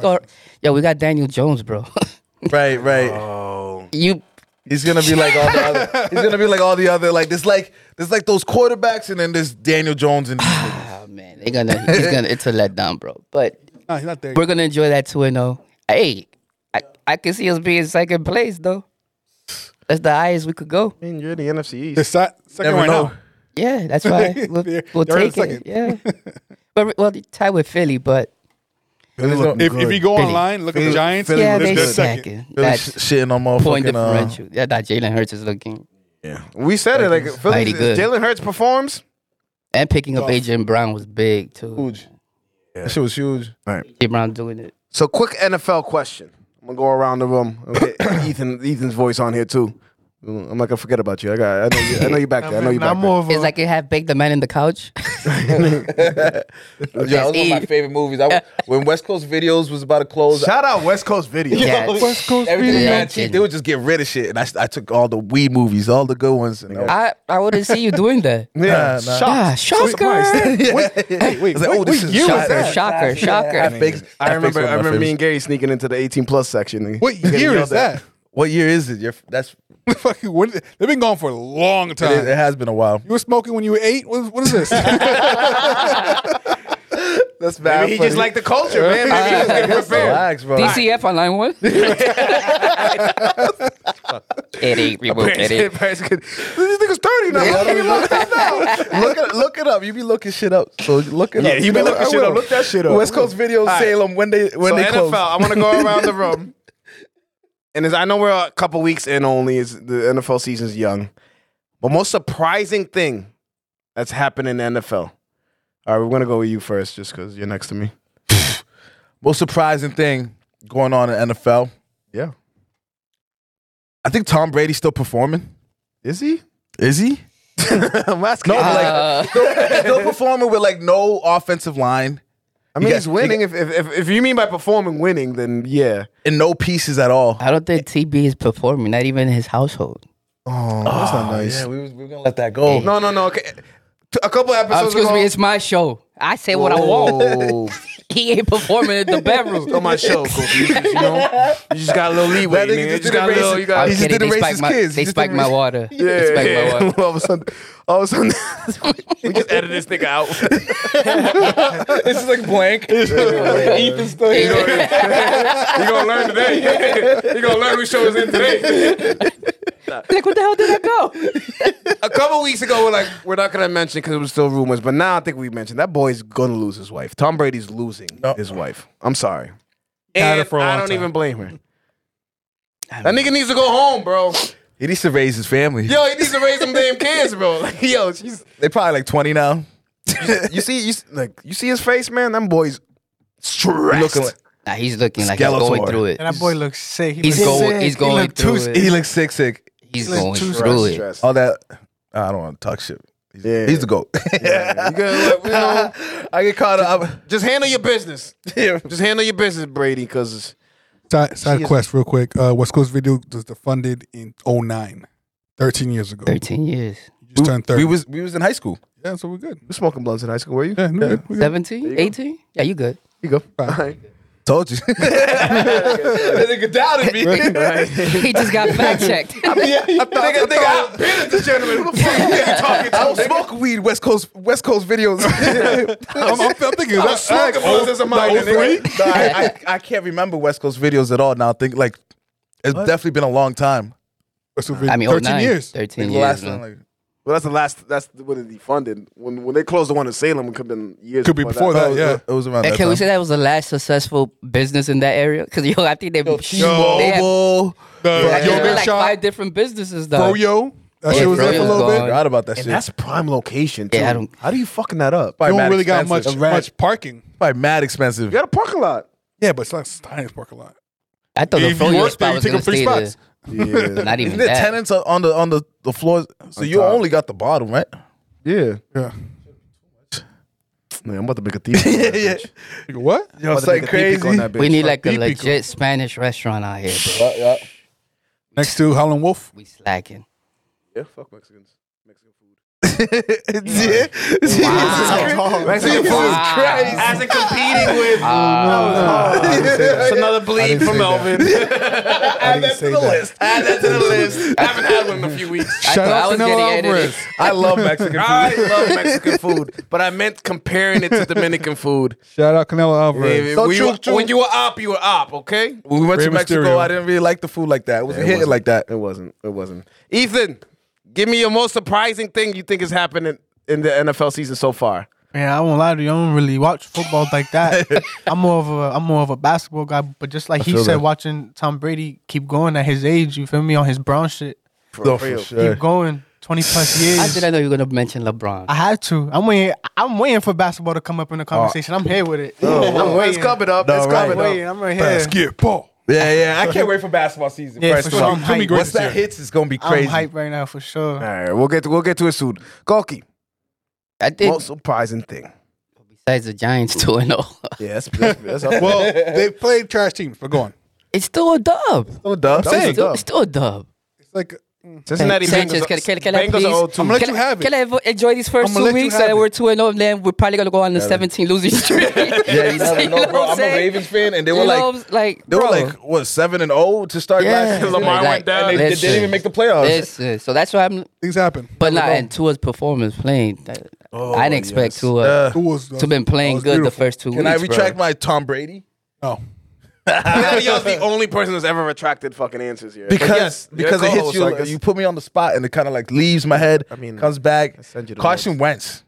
Speaker 4: Yo, we got Daniel Jones, bro.
Speaker 6: Right, right.
Speaker 5: Oh.
Speaker 4: you
Speaker 6: He's gonna be like all the other. He's gonna be like all the other. Like there's like there's like those quarterbacks and then there's Daniel Jones and
Speaker 4: Oh man, they're gonna he's gonna it's a letdown, bro. But
Speaker 7: No, he's not there.
Speaker 4: we're gonna enjoy that two and zero. Hey, I, I can see us being second place though. That's the highest we could go.
Speaker 5: Man, you're the NFC
Speaker 7: The
Speaker 5: East.
Speaker 7: si- second
Speaker 6: Never
Speaker 7: right
Speaker 6: know.
Speaker 7: now.
Speaker 4: Yeah, that's why we'll,
Speaker 7: They're-
Speaker 4: we'll
Speaker 7: they're in
Speaker 4: take it. Yeah, but well, they tie with Philly, but
Speaker 7: If, if you go
Speaker 4: Philly.
Speaker 7: online, look at the
Speaker 6: Philly-
Speaker 7: Giants.
Speaker 6: Philly
Speaker 4: yeah,
Speaker 7: they're,
Speaker 4: they
Speaker 7: they're
Speaker 6: looks
Speaker 7: second.
Speaker 4: second.
Speaker 6: Really
Speaker 4: That's
Speaker 6: shitting on motherfucking
Speaker 4: point
Speaker 6: uh,
Speaker 4: differential. yeah, that Jalen Hurts is looking
Speaker 5: We said it. Like Philly,
Speaker 4: Mighty good.
Speaker 5: Jalen Hurts performs.
Speaker 4: and picking up AJ Brown was big too.
Speaker 6: uh, huge. That shit was huge.
Speaker 4: AJ Brown doing it.
Speaker 5: So, quick NFL question. I'm gonna go around the room. Okay, Ethan, Ethan's voice on here too. Mm, I'm not gonna forget about you. I got. I know you. I know you back there. I know you
Speaker 10: Nah,
Speaker 5: back
Speaker 10: I'm
Speaker 5: there.
Speaker 10: more of a.
Speaker 4: It's like it had baked the man in the couch.
Speaker 6: Yeah, that was one of my
Speaker 4: Eve.
Speaker 6: favorite movies. I, when West Coast Videos was about to close,
Speaker 5: Shout out West Coast Video.
Speaker 4: yeah,
Speaker 7: West Coast
Speaker 6: everything
Speaker 4: Yeah.
Speaker 6: mad cheap. They would just get rid of shit, and I, s- I took all the Wii movies, all the good ones. And I,
Speaker 4: I I wouldn't see you doing that.
Speaker 5: Yeah,
Speaker 6: nah.
Speaker 4: Ah, shocker.
Speaker 7: Wait, wait,
Speaker 6: was like, oh,
Speaker 7: wait,
Speaker 6: this
Speaker 7: wait,
Speaker 6: is
Speaker 7: year was
Speaker 6: shot.
Speaker 7: that?
Speaker 4: Shocker, shocker.
Speaker 6: Fakes-
Speaker 5: I
Speaker 6: that
Speaker 5: remember.
Speaker 6: fakes
Speaker 5: I
Speaker 6: one of my
Speaker 5: remember me
Speaker 6: favorites.
Speaker 5: and Gary sneaking into the 18 plus section.
Speaker 7: What
Speaker 5: Getting
Speaker 7: year
Speaker 5: yelled
Speaker 7: is
Speaker 5: at.
Speaker 7: that?
Speaker 6: What year is it? You're, that's
Speaker 7: Fucking, when, they've been gone for a long
Speaker 6: it, it
Speaker 7: time.
Speaker 6: has been a while.
Speaker 7: You were smoking when you were eight. What, what is this?
Speaker 6: That's bad.
Speaker 5: Maybe he just liked the culture, man. Maybe he was getting prepared.
Speaker 6: Relax, bro.
Speaker 4: DCF on line one. it ain't removed. It ain't.
Speaker 5: Paris could- This nigga's 30 now.
Speaker 6: Yeah, I don't look, look, it, look it up. You be looking shit up. So look it up.
Speaker 5: Yeah, you be looking shit up. Look that shit up.
Speaker 6: West Coast Video
Speaker 5: right.
Speaker 6: Salem when they when
Speaker 5: so
Speaker 6: they
Speaker 5: NFL,
Speaker 6: close.
Speaker 5: I want to go around the room. And as I know we're a couple weeks in only, is the NFL season's young. But most surprising thing that's happened in the NFL. All right, we're gonna go with you first, just because you're next to me.
Speaker 6: Most surprising thing going on in NFL.
Speaker 5: Yeah,
Speaker 6: I think Tom Brady's still performing.
Speaker 5: is he?
Speaker 6: Is he?
Speaker 5: I'm asking.
Speaker 6: No, but like
Speaker 4: Uh,
Speaker 6: still, still performing with like no offensive line
Speaker 5: I mean,
Speaker 6: you
Speaker 5: he's
Speaker 6: got-
Speaker 5: winning. If, if if if you mean by performing winning, then yeah.
Speaker 6: and no pieces at all.
Speaker 4: I don't think TB is performing. Not even his household.
Speaker 5: Oh, that's not nice.
Speaker 6: we, was, we were gonna let that go.
Speaker 5: No, no, no. Okay, T- a couple
Speaker 4: Uh,
Speaker 5: episodes
Speaker 4: excuse
Speaker 5: ago.
Speaker 4: me, it's my show. I say what I want.
Speaker 5: Whoa.
Speaker 4: He ain't performing in the bedroom.
Speaker 5: on my show, Kofi. You just, you know, you just got a little leeway,
Speaker 6: That nigga
Speaker 5: man. You
Speaker 6: just
Speaker 5: just
Speaker 6: did
Speaker 5: got
Speaker 6: a
Speaker 5: a little.
Speaker 6: racist-
Speaker 5: You
Speaker 4: I'm
Speaker 5: got
Speaker 6: He just
Speaker 4: kidding.
Speaker 6: did
Speaker 4: They
Speaker 6: a racist
Speaker 4: spiked my,
Speaker 6: kids.
Speaker 4: they
Speaker 6: He just
Speaker 4: spiked
Speaker 6: did a
Speaker 4: my
Speaker 6: racist-
Speaker 4: water.
Speaker 5: yeah,
Speaker 4: They spiked my
Speaker 5: yeah.
Speaker 4: water.
Speaker 5: all of a sudden, all of a sudden, we just edited this nigga out.
Speaker 6: It's just like blank.
Speaker 5: Ethan's still here. You gonna learn today. You gonna learn who show is in today.
Speaker 4: Like, what the hell did I go?
Speaker 5: A couple weeks ago, we're like, we're not gonna mention because it was still rumors, but now I think we mentioned that boy's gonna lose his wife. Tom Brady's losing his wife. I'm sorry.
Speaker 7: Had her
Speaker 5: And
Speaker 7: for a
Speaker 5: I
Speaker 7: long
Speaker 5: don't
Speaker 7: time.
Speaker 5: even blame her. That nigga needs to go home, bro.
Speaker 6: He needs to raise his family.
Speaker 5: Yo, he needs to raise some damn kids, bro. Like, yo, she's
Speaker 6: They probably like twenty now.
Speaker 5: you see, you s- like you see his face, man. Them boys stressed.
Speaker 6: Looking like
Speaker 4: Nah, he's looking like he's
Speaker 6: Skeletor.
Speaker 4: going through it.
Speaker 10: and that boy looks sick. He
Speaker 4: He's
Speaker 10: looks
Speaker 4: going-
Speaker 10: sick.
Speaker 4: he's
Speaker 10: He
Speaker 4: going
Speaker 10: looked too
Speaker 4: through
Speaker 10: sick.
Speaker 6: he looks sick, sick.
Speaker 4: He's
Speaker 10: looks
Speaker 4: going
Speaker 10: too
Speaker 4: through it.
Speaker 5: stressed.
Speaker 6: All that. I don't want to talk shit. He's,
Speaker 5: Yeah.
Speaker 6: he's the goat.
Speaker 5: You gotta, like, you know,
Speaker 6: I get caught up.
Speaker 5: just handle your business. Just handle your business, Brady. Because
Speaker 7: Side, side quest, real quick. Uh, West Coast Video was defunded in 09, 13 years ago. You
Speaker 4: 13 years.
Speaker 7: just turned 30.
Speaker 6: We was we was in high school.
Speaker 7: yeah, so we're good.
Speaker 5: you smoking blunts in high school, were you?
Speaker 7: Yeah, no, we're good.
Speaker 4: 17? 18? Yeah, you good.
Speaker 5: You go.
Speaker 7: Fine.
Speaker 5: All right.
Speaker 6: Told you. that nigga doubted me.
Speaker 4: he just got fact checked.
Speaker 6: nigga, nigga, I've been at this gentleman. Who the fuck you nigga talking to? I was smoking weed, West Coast, West Coast videos.
Speaker 7: I'm, I'm, I'm thinking
Speaker 6: I
Speaker 7: that
Speaker 6: was smoking ones as a minor,
Speaker 7: Oh, three?
Speaker 6: nigga. Nah, I, I, I can't remember West Coast videos at all now. I think like it's definitely been a long time.
Speaker 4: I mean,
Speaker 7: 13
Speaker 4: 09,
Speaker 7: years.
Speaker 4: 13
Speaker 6: Like,
Speaker 4: years.
Speaker 6: last
Speaker 4: man.
Speaker 6: time, like,
Speaker 5: Well, that's the last. That's what it defunded. When when they closed the one in Salem, it could have been years.
Speaker 7: Could be before that,
Speaker 6: it-
Speaker 7: yeah.
Speaker 6: it was around
Speaker 4: And
Speaker 6: that
Speaker 4: can we
Speaker 6: time.
Speaker 4: say that was the last successful business in that area? Because yo, I think they
Speaker 7: Yo,
Speaker 4: they had,
Speaker 6: Mobile.
Speaker 7: The
Speaker 4: like,
Speaker 7: Yo
Speaker 4: there were,
Speaker 7: Big
Speaker 4: like
Speaker 7: Shot,
Speaker 4: five different businesses though.
Speaker 7: Bro Yo. That
Speaker 4: Yeah,
Speaker 7: shit was
Speaker 4: Bro
Speaker 7: there for a
Speaker 4: Yo's
Speaker 7: little
Speaker 4: gone.
Speaker 7: bit.
Speaker 4: Bro,
Speaker 6: Forgot about that
Speaker 5: And
Speaker 6: shit.
Speaker 5: that's prime location too.
Speaker 4: Yeah, I don't-
Speaker 5: How do you fucking that up?
Speaker 6: Probably
Speaker 7: You
Speaker 6: mad
Speaker 7: don't really got much
Speaker 6: expensive.
Speaker 7: much parking.
Speaker 6: Probably mad expensive.
Speaker 5: You got a parking lot.
Speaker 7: Yeah, but it's like Stein's parking lot.
Speaker 4: I thought the
Speaker 7: If you
Speaker 4: Froyo
Speaker 7: work
Speaker 4: spot
Speaker 7: there, you
Speaker 4: was
Speaker 7: take
Speaker 4: gonna
Speaker 7: up three
Speaker 4: stay there.
Speaker 7: spots.
Speaker 5: Yeah,
Speaker 4: Not even
Speaker 6: Even the
Speaker 4: that.
Speaker 6: tenants are on the on the the floors. So you
Speaker 5: top.
Speaker 6: only got the bottom, right?
Speaker 5: yeah.
Speaker 7: Yeah.
Speaker 5: Man, I'm about to make a thief. yeah,
Speaker 7: You go, what?
Speaker 6: Yo, it's like crazy.
Speaker 5: On that bitch.
Speaker 4: We need like a
Speaker 7: Deep
Speaker 4: legit
Speaker 7: Eco.
Speaker 4: Spanish restaurant out here, bro.
Speaker 6: Yeah, yeah.
Speaker 7: Next to Howlin' Wolf.
Speaker 4: We slacking.
Speaker 5: yeah, fuck Mexicans. Mexican food.
Speaker 6: Yeah.
Speaker 5: Mexican food
Speaker 4: Wow.
Speaker 5: crazy. As in competing with. It's another bleed from Melvin.
Speaker 7: I didn't say that.
Speaker 5: Add that to the list. I haven't had one in a few weeks.
Speaker 4: I
Speaker 7: Shout
Speaker 4: thought I
Speaker 7: out
Speaker 4: was
Speaker 7: to
Speaker 4: getting
Speaker 7: Nella
Speaker 4: edited.
Speaker 7: Alvarez.
Speaker 6: I love Mexican food.
Speaker 5: I love Mexican food, but I meant comparing it to Dominican food.
Speaker 7: Shout out Canelo Alvarez.
Speaker 5: If
Speaker 6: So
Speaker 5: we-
Speaker 6: true, true.
Speaker 5: When you were op, you were op, okay?
Speaker 6: When we went
Speaker 7: Rey
Speaker 6: to Mexico,
Speaker 7: Mysterio.
Speaker 6: I didn't really like the food like that. It wasn't hitting
Speaker 5: wasn't.
Speaker 6: like that.
Speaker 5: It wasn't. It wasn't. Ethan, give me your most surprising thing you think has happened in, in the NFL season so far.
Speaker 11: Man, I won't lie to you. I don't really watch football like that. I'm more of a I'm more of a basketball guy. But just like he
Speaker 6: feel
Speaker 11: said,
Speaker 6: that.
Speaker 11: watching Tom Brady keep going at his age, you feel me on his brown shit.
Speaker 6: No, for sure.
Speaker 11: Keep going, twenty plus
Speaker 4: I
Speaker 11: years.
Speaker 4: didn't know you were gonna mention LeBron.
Speaker 11: I had to. I'm waiting. I'm waiting for basketball to come up in the conversation. I'm here with it. Oh, I'm
Speaker 5: Oh, It's coming up.
Speaker 6: No,
Speaker 5: it's
Speaker 6: right.
Speaker 5: coming
Speaker 11: waiting.
Speaker 5: up.
Speaker 11: I'm right here.
Speaker 7: Skip Paul.
Speaker 6: Yeah, yeah. I can't wait for basketball season.
Speaker 11: Yeah,
Speaker 6: first
Speaker 11: for
Speaker 6: of
Speaker 11: sure.
Speaker 6: all.
Speaker 11: I'm
Speaker 7: It's gonna be
Speaker 11: hyped.
Speaker 7: great
Speaker 6: Once
Speaker 7: this
Speaker 6: that
Speaker 7: year.
Speaker 6: hits, it's gonna be
Speaker 11: I'm
Speaker 6: crazy.
Speaker 11: hype right now for sure.
Speaker 5: All right, we'll get to, we'll get to it soon. Golky,
Speaker 4: I think
Speaker 5: most surprising thing.
Speaker 4: besides the Giants two and zero,
Speaker 5: Yeah, that's, that's, that's up.
Speaker 7: Well, they played trash teams, but go on.
Speaker 4: it's still a dub.
Speaker 6: Oh, duh. That was
Speaker 7: saying.
Speaker 6: a
Speaker 4: Still,
Speaker 6: duh.
Speaker 4: still a dub.
Speaker 7: It's like
Speaker 5: Cincinnati
Speaker 4: Sanchez,
Speaker 5: Bengals-
Speaker 4: can, can, can I
Speaker 5: Bengals
Speaker 4: please?
Speaker 5: are 0-2.
Speaker 7: I'm gonna let
Speaker 4: can
Speaker 7: you
Speaker 4: I-
Speaker 7: have it.
Speaker 4: Can I evo- enjoy these
Speaker 7: I'm
Speaker 4: first
Speaker 7: gonna
Speaker 4: two
Speaker 7: let you
Speaker 4: weeks
Speaker 7: have
Speaker 4: that
Speaker 7: it.
Speaker 4: we're two and zero, and then we're probably gonna go on the seventeen losing streak.
Speaker 6: Yeah, you never know, bro. I'm a Ravens fan, and they were like,
Speaker 4: like,
Speaker 6: they were
Speaker 4: bro.
Speaker 6: like, what seven and zero to start
Speaker 4: Yeah.
Speaker 6: last year.
Speaker 4: Lamar
Speaker 6: Like,
Speaker 4: went down.
Speaker 6: And they, they
Speaker 4: Listen.
Speaker 6: didn't even make the playoffs.
Speaker 4: Listen, so that's why I'm.
Speaker 7: things happen.
Speaker 4: But not and Tua's performance playing. That,
Speaker 6: Oh,
Speaker 4: I didn't expect Tua
Speaker 6: Uh,
Speaker 7: Who was
Speaker 4: to been playing
Speaker 7: was
Speaker 4: good the
Speaker 7: beautiful. Oh.
Speaker 4: first two
Speaker 6: Can I
Speaker 4: weeks.
Speaker 6: retract my Tom Brady?
Speaker 7: No.
Speaker 5: Danielle's the only person who's ever retracted fucking answers here. But
Speaker 6: Because
Speaker 5: yes, your
Speaker 6: because it hits
Speaker 5: co-host,
Speaker 6: you,
Speaker 5: I guess.
Speaker 6: you put me on the spot, and it kind of like leaves my head. I
Speaker 5: mean,
Speaker 6: mean, comes back.
Speaker 5: send you the
Speaker 6: Carson Wentz.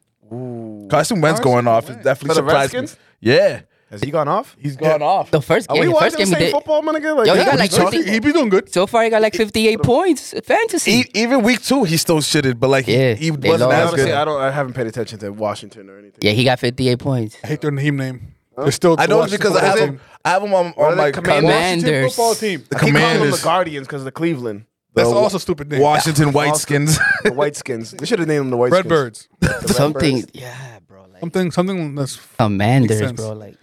Speaker 6: Carson Wentz
Speaker 7: Carson
Speaker 6: going off is definitely
Speaker 5: For the
Speaker 6: surprised me.
Speaker 5: Redskins?
Speaker 6: Yeah,
Speaker 5: Has he gone off?
Speaker 6: he's gone off.
Speaker 4: The first
Speaker 5: Are
Speaker 4: game,
Speaker 5: we
Speaker 4: the
Speaker 5: watching
Speaker 4: first game
Speaker 5: the
Speaker 4: he
Speaker 5: same
Speaker 4: did.
Speaker 5: football, my nigga? Like,
Speaker 4: Yo, he
Speaker 5: yeah,
Speaker 4: got
Speaker 5: we
Speaker 4: like
Speaker 5: talking-
Speaker 7: He,
Speaker 4: 50,
Speaker 7: he be doing good.
Speaker 4: so far he got like fifty-eight points fantasy.
Speaker 6: E- even week two, he still shitted, but like
Speaker 4: Yeah,
Speaker 6: he
Speaker 4: they
Speaker 6: wasn't
Speaker 4: lost.
Speaker 6: as
Speaker 5: Honestly,
Speaker 6: good.
Speaker 5: I don't. I haven't paid attention to Washington or anything.
Speaker 4: yeah, he got fifty-eight points.
Speaker 7: I hate their team name. They're still.
Speaker 6: I know it's
Speaker 7: the
Speaker 6: because I
Speaker 7: football
Speaker 6: have
Speaker 7: team.
Speaker 6: him. I have him on,
Speaker 5: Or
Speaker 6: on
Speaker 5: the
Speaker 6: my
Speaker 5: Commanders.
Speaker 7: Washington
Speaker 4: Commanders.
Speaker 7: football team.
Speaker 6: The
Speaker 5: I keep calling them the
Speaker 6: Commanders,
Speaker 5: Guardians because the Cleveland,
Speaker 7: That's
Speaker 6: The
Speaker 7: also a stupid name.
Speaker 6: Washington Whiteskins.
Speaker 5: the Whiteskins. They should have named them the Whiteskins.
Speaker 7: Redbirds.
Speaker 4: Something, yeah, bro. Like
Speaker 7: Something. Something that's.
Speaker 4: Commanders,
Speaker 7: sense.
Speaker 4: bro. Like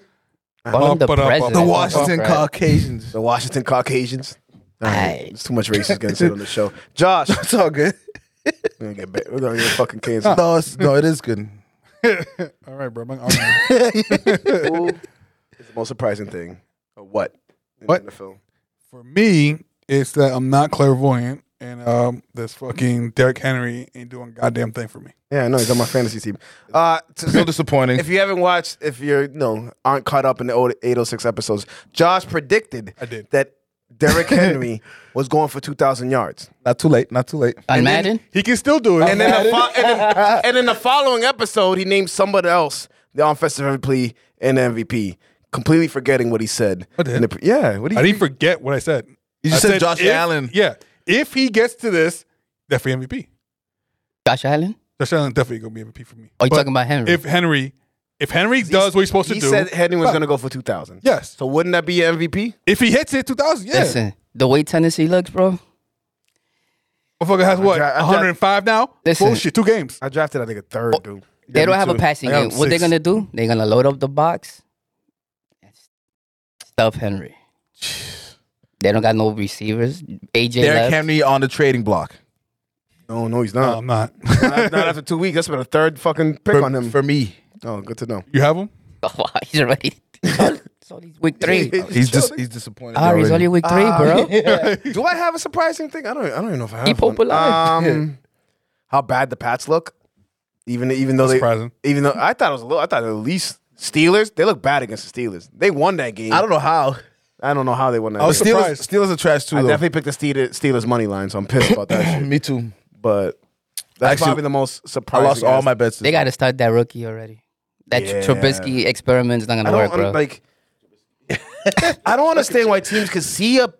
Speaker 4: call him the
Speaker 7: Up, up, up, up.
Speaker 4: president.
Speaker 7: The
Speaker 4: Fuck
Speaker 6: Washington
Speaker 4: right.
Speaker 6: Caucasians.
Speaker 5: The Washington Caucasians. All right.
Speaker 4: Aight.
Speaker 5: It's too much racist getting said on the show. Josh,
Speaker 6: It's all good.
Speaker 5: we're gonna get, ba- we're gonna get fucking canceled.
Speaker 6: No, it's, no, it is good.
Speaker 7: All right, bro. I'm- I'm-
Speaker 5: Who is the most surprising thing? Or what? In
Speaker 7: What?
Speaker 5: The NFL?
Speaker 7: For me, it's that I'm not clairvoyant, and um, this fucking Derrick Henry ain't doing goddamn thing for me.
Speaker 5: Yeah, I know he's on my fantasy team. Uh, t- so
Speaker 6: disappointing.
Speaker 5: if you haven't watched, if you're no aren't caught up in the old 806 episodes, Josh predicted
Speaker 7: I did.
Speaker 5: that Derrick Henry was going for 2,000 yards.
Speaker 6: Not too late. Not too late.
Speaker 4: On Madden,
Speaker 7: He can still do it.
Speaker 5: And then, the fo- and, then, and then the following episode, he named somebody else the offensive MVP and MVP, completely forgetting what he said.
Speaker 7: I did.
Speaker 5: In the pre- yeah, what do
Speaker 7: I
Speaker 5: you?
Speaker 7: didn't forget what I said.
Speaker 6: You just
Speaker 7: I
Speaker 6: said, Josh
Speaker 7: if-
Speaker 6: Allen.
Speaker 7: Yeah, if he gets to this, definitely MVP.
Speaker 4: Josh Allen.
Speaker 7: Josh Allen definitely gonna be MVP for me.
Speaker 4: Are Oh, you
Speaker 7: But
Speaker 4: talking about Henry?
Speaker 7: If Henry, if Henry does what he's supposed to
Speaker 5: he
Speaker 7: do,
Speaker 5: said Henry was going to go for 2,000.
Speaker 7: yes.
Speaker 5: So wouldn't that be your MVP?
Speaker 7: If he hits it, two thousand, yeah.
Speaker 4: Listen, the way Tennessee looks, bro.
Speaker 7: Motherfucker has what?
Speaker 5: dra- I dra-
Speaker 7: 105 now?
Speaker 4: Listen.
Speaker 7: Bullshit, two games.
Speaker 5: I drafted that nigga third, dude.
Speaker 4: They
Speaker 6: Yeah,
Speaker 4: don't
Speaker 6: me
Speaker 4: have a
Speaker 6: too.
Speaker 4: passing
Speaker 7: I got
Speaker 4: game.
Speaker 7: him
Speaker 4: What they're
Speaker 7: six.
Speaker 4: gonna do? They're gonna load up the box and stuff Henry. They don't got no receivers. AJ
Speaker 6: Derrick
Speaker 4: left.
Speaker 6: Henry on the trading block.
Speaker 5: No, no, he's
Speaker 7: No,
Speaker 5: not.
Speaker 7: I'm not.
Speaker 5: not, not after two weeks. That's been a third fucking pick
Speaker 6: For,
Speaker 5: on him.
Speaker 6: for me.
Speaker 5: oh, good to know.
Speaker 7: you have him?
Speaker 4: Oh, wow, he's already It's only week three.
Speaker 6: He's just he's disappointed.
Speaker 4: Ari, it's only
Speaker 6: already.
Speaker 4: week three, bro.
Speaker 5: Ah. Do I have a surprising thing? I don't. I don't even know if I have.
Speaker 4: Keep
Speaker 5: one.
Speaker 4: hope alive.
Speaker 5: Um, how bad the Pats look. Even even though they
Speaker 7: Surprising.
Speaker 5: even though I thought it was a little. I thought at least Steelers. They look bad against the Steelers. They won that game.
Speaker 6: I don't know how.
Speaker 5: I don't know how they won that.
Speaker 7: I was
Speaker 5: game.
Speaker 6: Steelers,
Speaker 7: surprised.
Speaker 6: Steelers are trash too.
Speaker 5: I
Speaker 6: though.
Speaker 5: definitely picked the Steelers, Steelers money line, so I'm pissed about that. shit.
Speaker 6: Me too.
Speaker 5: But that's
Speaker 6: Actually,
Speaker 5: probably the most
Speaker 6: I
Speaker 5: surprising.
Speaker 6: lost all my bets.
Speaker 4: They got to start that rookie already. That
Speaker 5: Yeah.
Speaker 4: Trubisky experiment's not
Speaker 5: I
Speaker 4: gonna
Speaker 5: don't
Speaker 4: work,
Speaker 5: un-
Speaker 4: bro.
Speaker 5: like. I don't understand why teams could see a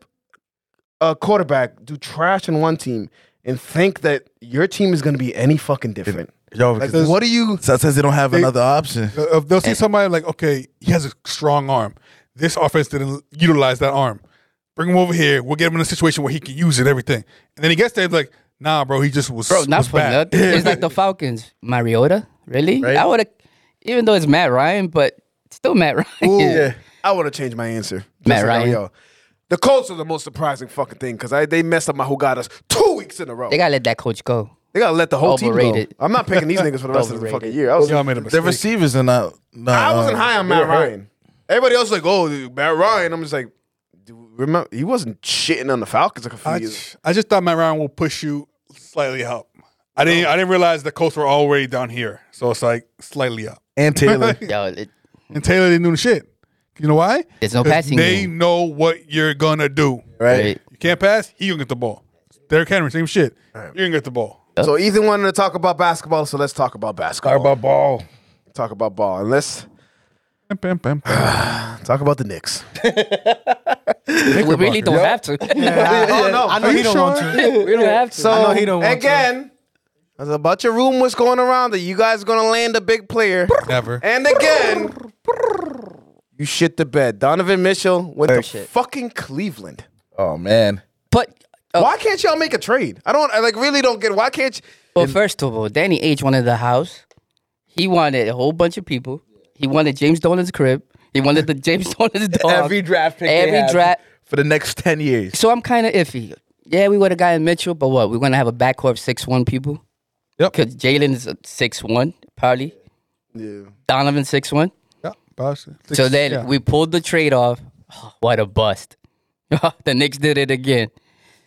Speaker 5: a quarterback do trash in one team and think that your team is going to be any fucking different.
Speaker 6: Yo, because
Speaker 5: What do you?
Speaker 6: so it says they don't have another option.
Speaker 7: Uh, If they'll see somebody like, okay, he has a strong arm. This offense didn't utilize that arm. Bring him over here. We'll get him in a situation where he can use it, and everything. And then he gets there, it's like, nah, bro, he just was.
Speaker 4: Bro, not
Speaker 7: was
Speaker 4: for
Speaker 7: bad.
Speaker 4: nothing. It's like the Falcons. Mariota, really? I would have, even though it's Matt Ryan, but still Matt Ryan.
Speaker 5: I would have changed my answer. Just
Speaker 4: Matt
Speaker 5: like
Speaker 4: Ryan.
Speaker 5: Ariel. The Colts are the most surprising fucking thing because they messed up my Hugadas two weeks in a row.
Speaker 4: They gotta let that coach go.
Speaker 5: They gotta let the whole team
Speaker 4: Overrated.
Speaker 5: go. I'm not picking these niggas for the rest of the
Speaker 4: Overrated.
Speaker 5: fucking year. I was,
Speaker 7: Y'all made a
Speaker 6: Their
Speaker 7: mistake.
Speaker 6: receivers are not. not
Speaker 5: I wasn't
Speaker 6: uh,
Speaker 5: high on Matt Ryan. Everybody else was like, oh, dude, Matt Ryan. I'm just like, dude, remember he wasn't shitting on the Falcons like a few
Speaker 7: I,
Speaker 5: years.
Speaker 7: ju- I just thought Matt Ryan will push you slightly up. I didn't. I didn't realize the Colts were already down here, so it's like slightly up.
Speaker 6: And Taylor.
Speaker 4: Yo, it,
Speaker 7: And Taylor didn't do the shit. You know why?
Speaker 4: There's no
Speaker 7: 'Cause
Speaker 4: passing
Speaker 7: They
Speaker 4: game.
Speaker 7: know what you're gonna do.
Speaker 4: right.
Speaker 7: You can't pass. He gonna get the ball. Derrick Henry, same shit. You're gonna get the ball.
Speaker 5: So Ethan wanted to talk about basketball, so let's talk about basketball.
Speaker 6: Talk about ball.
Speaker 5: Talk about ball, and let's
Speaker 7: Bam, bam, bam, bam.
Speaker 5: talk about the Knicks.
Speaker 4: We really don't have to.
Speaker 5: oh no,
Speaker 11: I know he don't want to.
Speaker 4: we don't have to.
Speaker 5: So
Speaker 11: I know he don't want to.
Speaker 5: again, there's a bunch of rumors going around that you guys gonna land a big player.
Speaker 7: Never.
Speaker 5: And again, you shit the bed. Donovan Mitchell went to
Speaker 4: shit.
Speaker 5: fucking Cleveland.
Speaker 6: Oh man.
Speaker 4: but
Speaker 11: Oh.
Speaker 4: uh,
Speaker 5: Why can't y'all make a trade? I don't. I like really don't get. Why can't? You,
Speaker 4: Well, first of all, Danny H wanted the house. He wanted a whole bunch of people. He wanted James Dolan's crib. He wanted the James Dolan's dog.
Speaker 6: Every draft pick. they
Speaker 4: Every
Speaker 6: have
Speaker 4: draft.
Speaker 6: for the next ten years.
Speaker 4: So I'm kind of iffy. Yeah, we want a guy in Mitchell, but what? We're gonna have a backcourt of six one people.
Speaker 7: Yep.
Speaker 4: Because Jalen is six one, probably. Yeah. Donovan six one.
Speaker 7: Yeah, boss. Six-
Speaker 4: So then
Speaker 7: yeah.
Speaker 4: we pulled the trade off. what a bust! the Knicks did it again.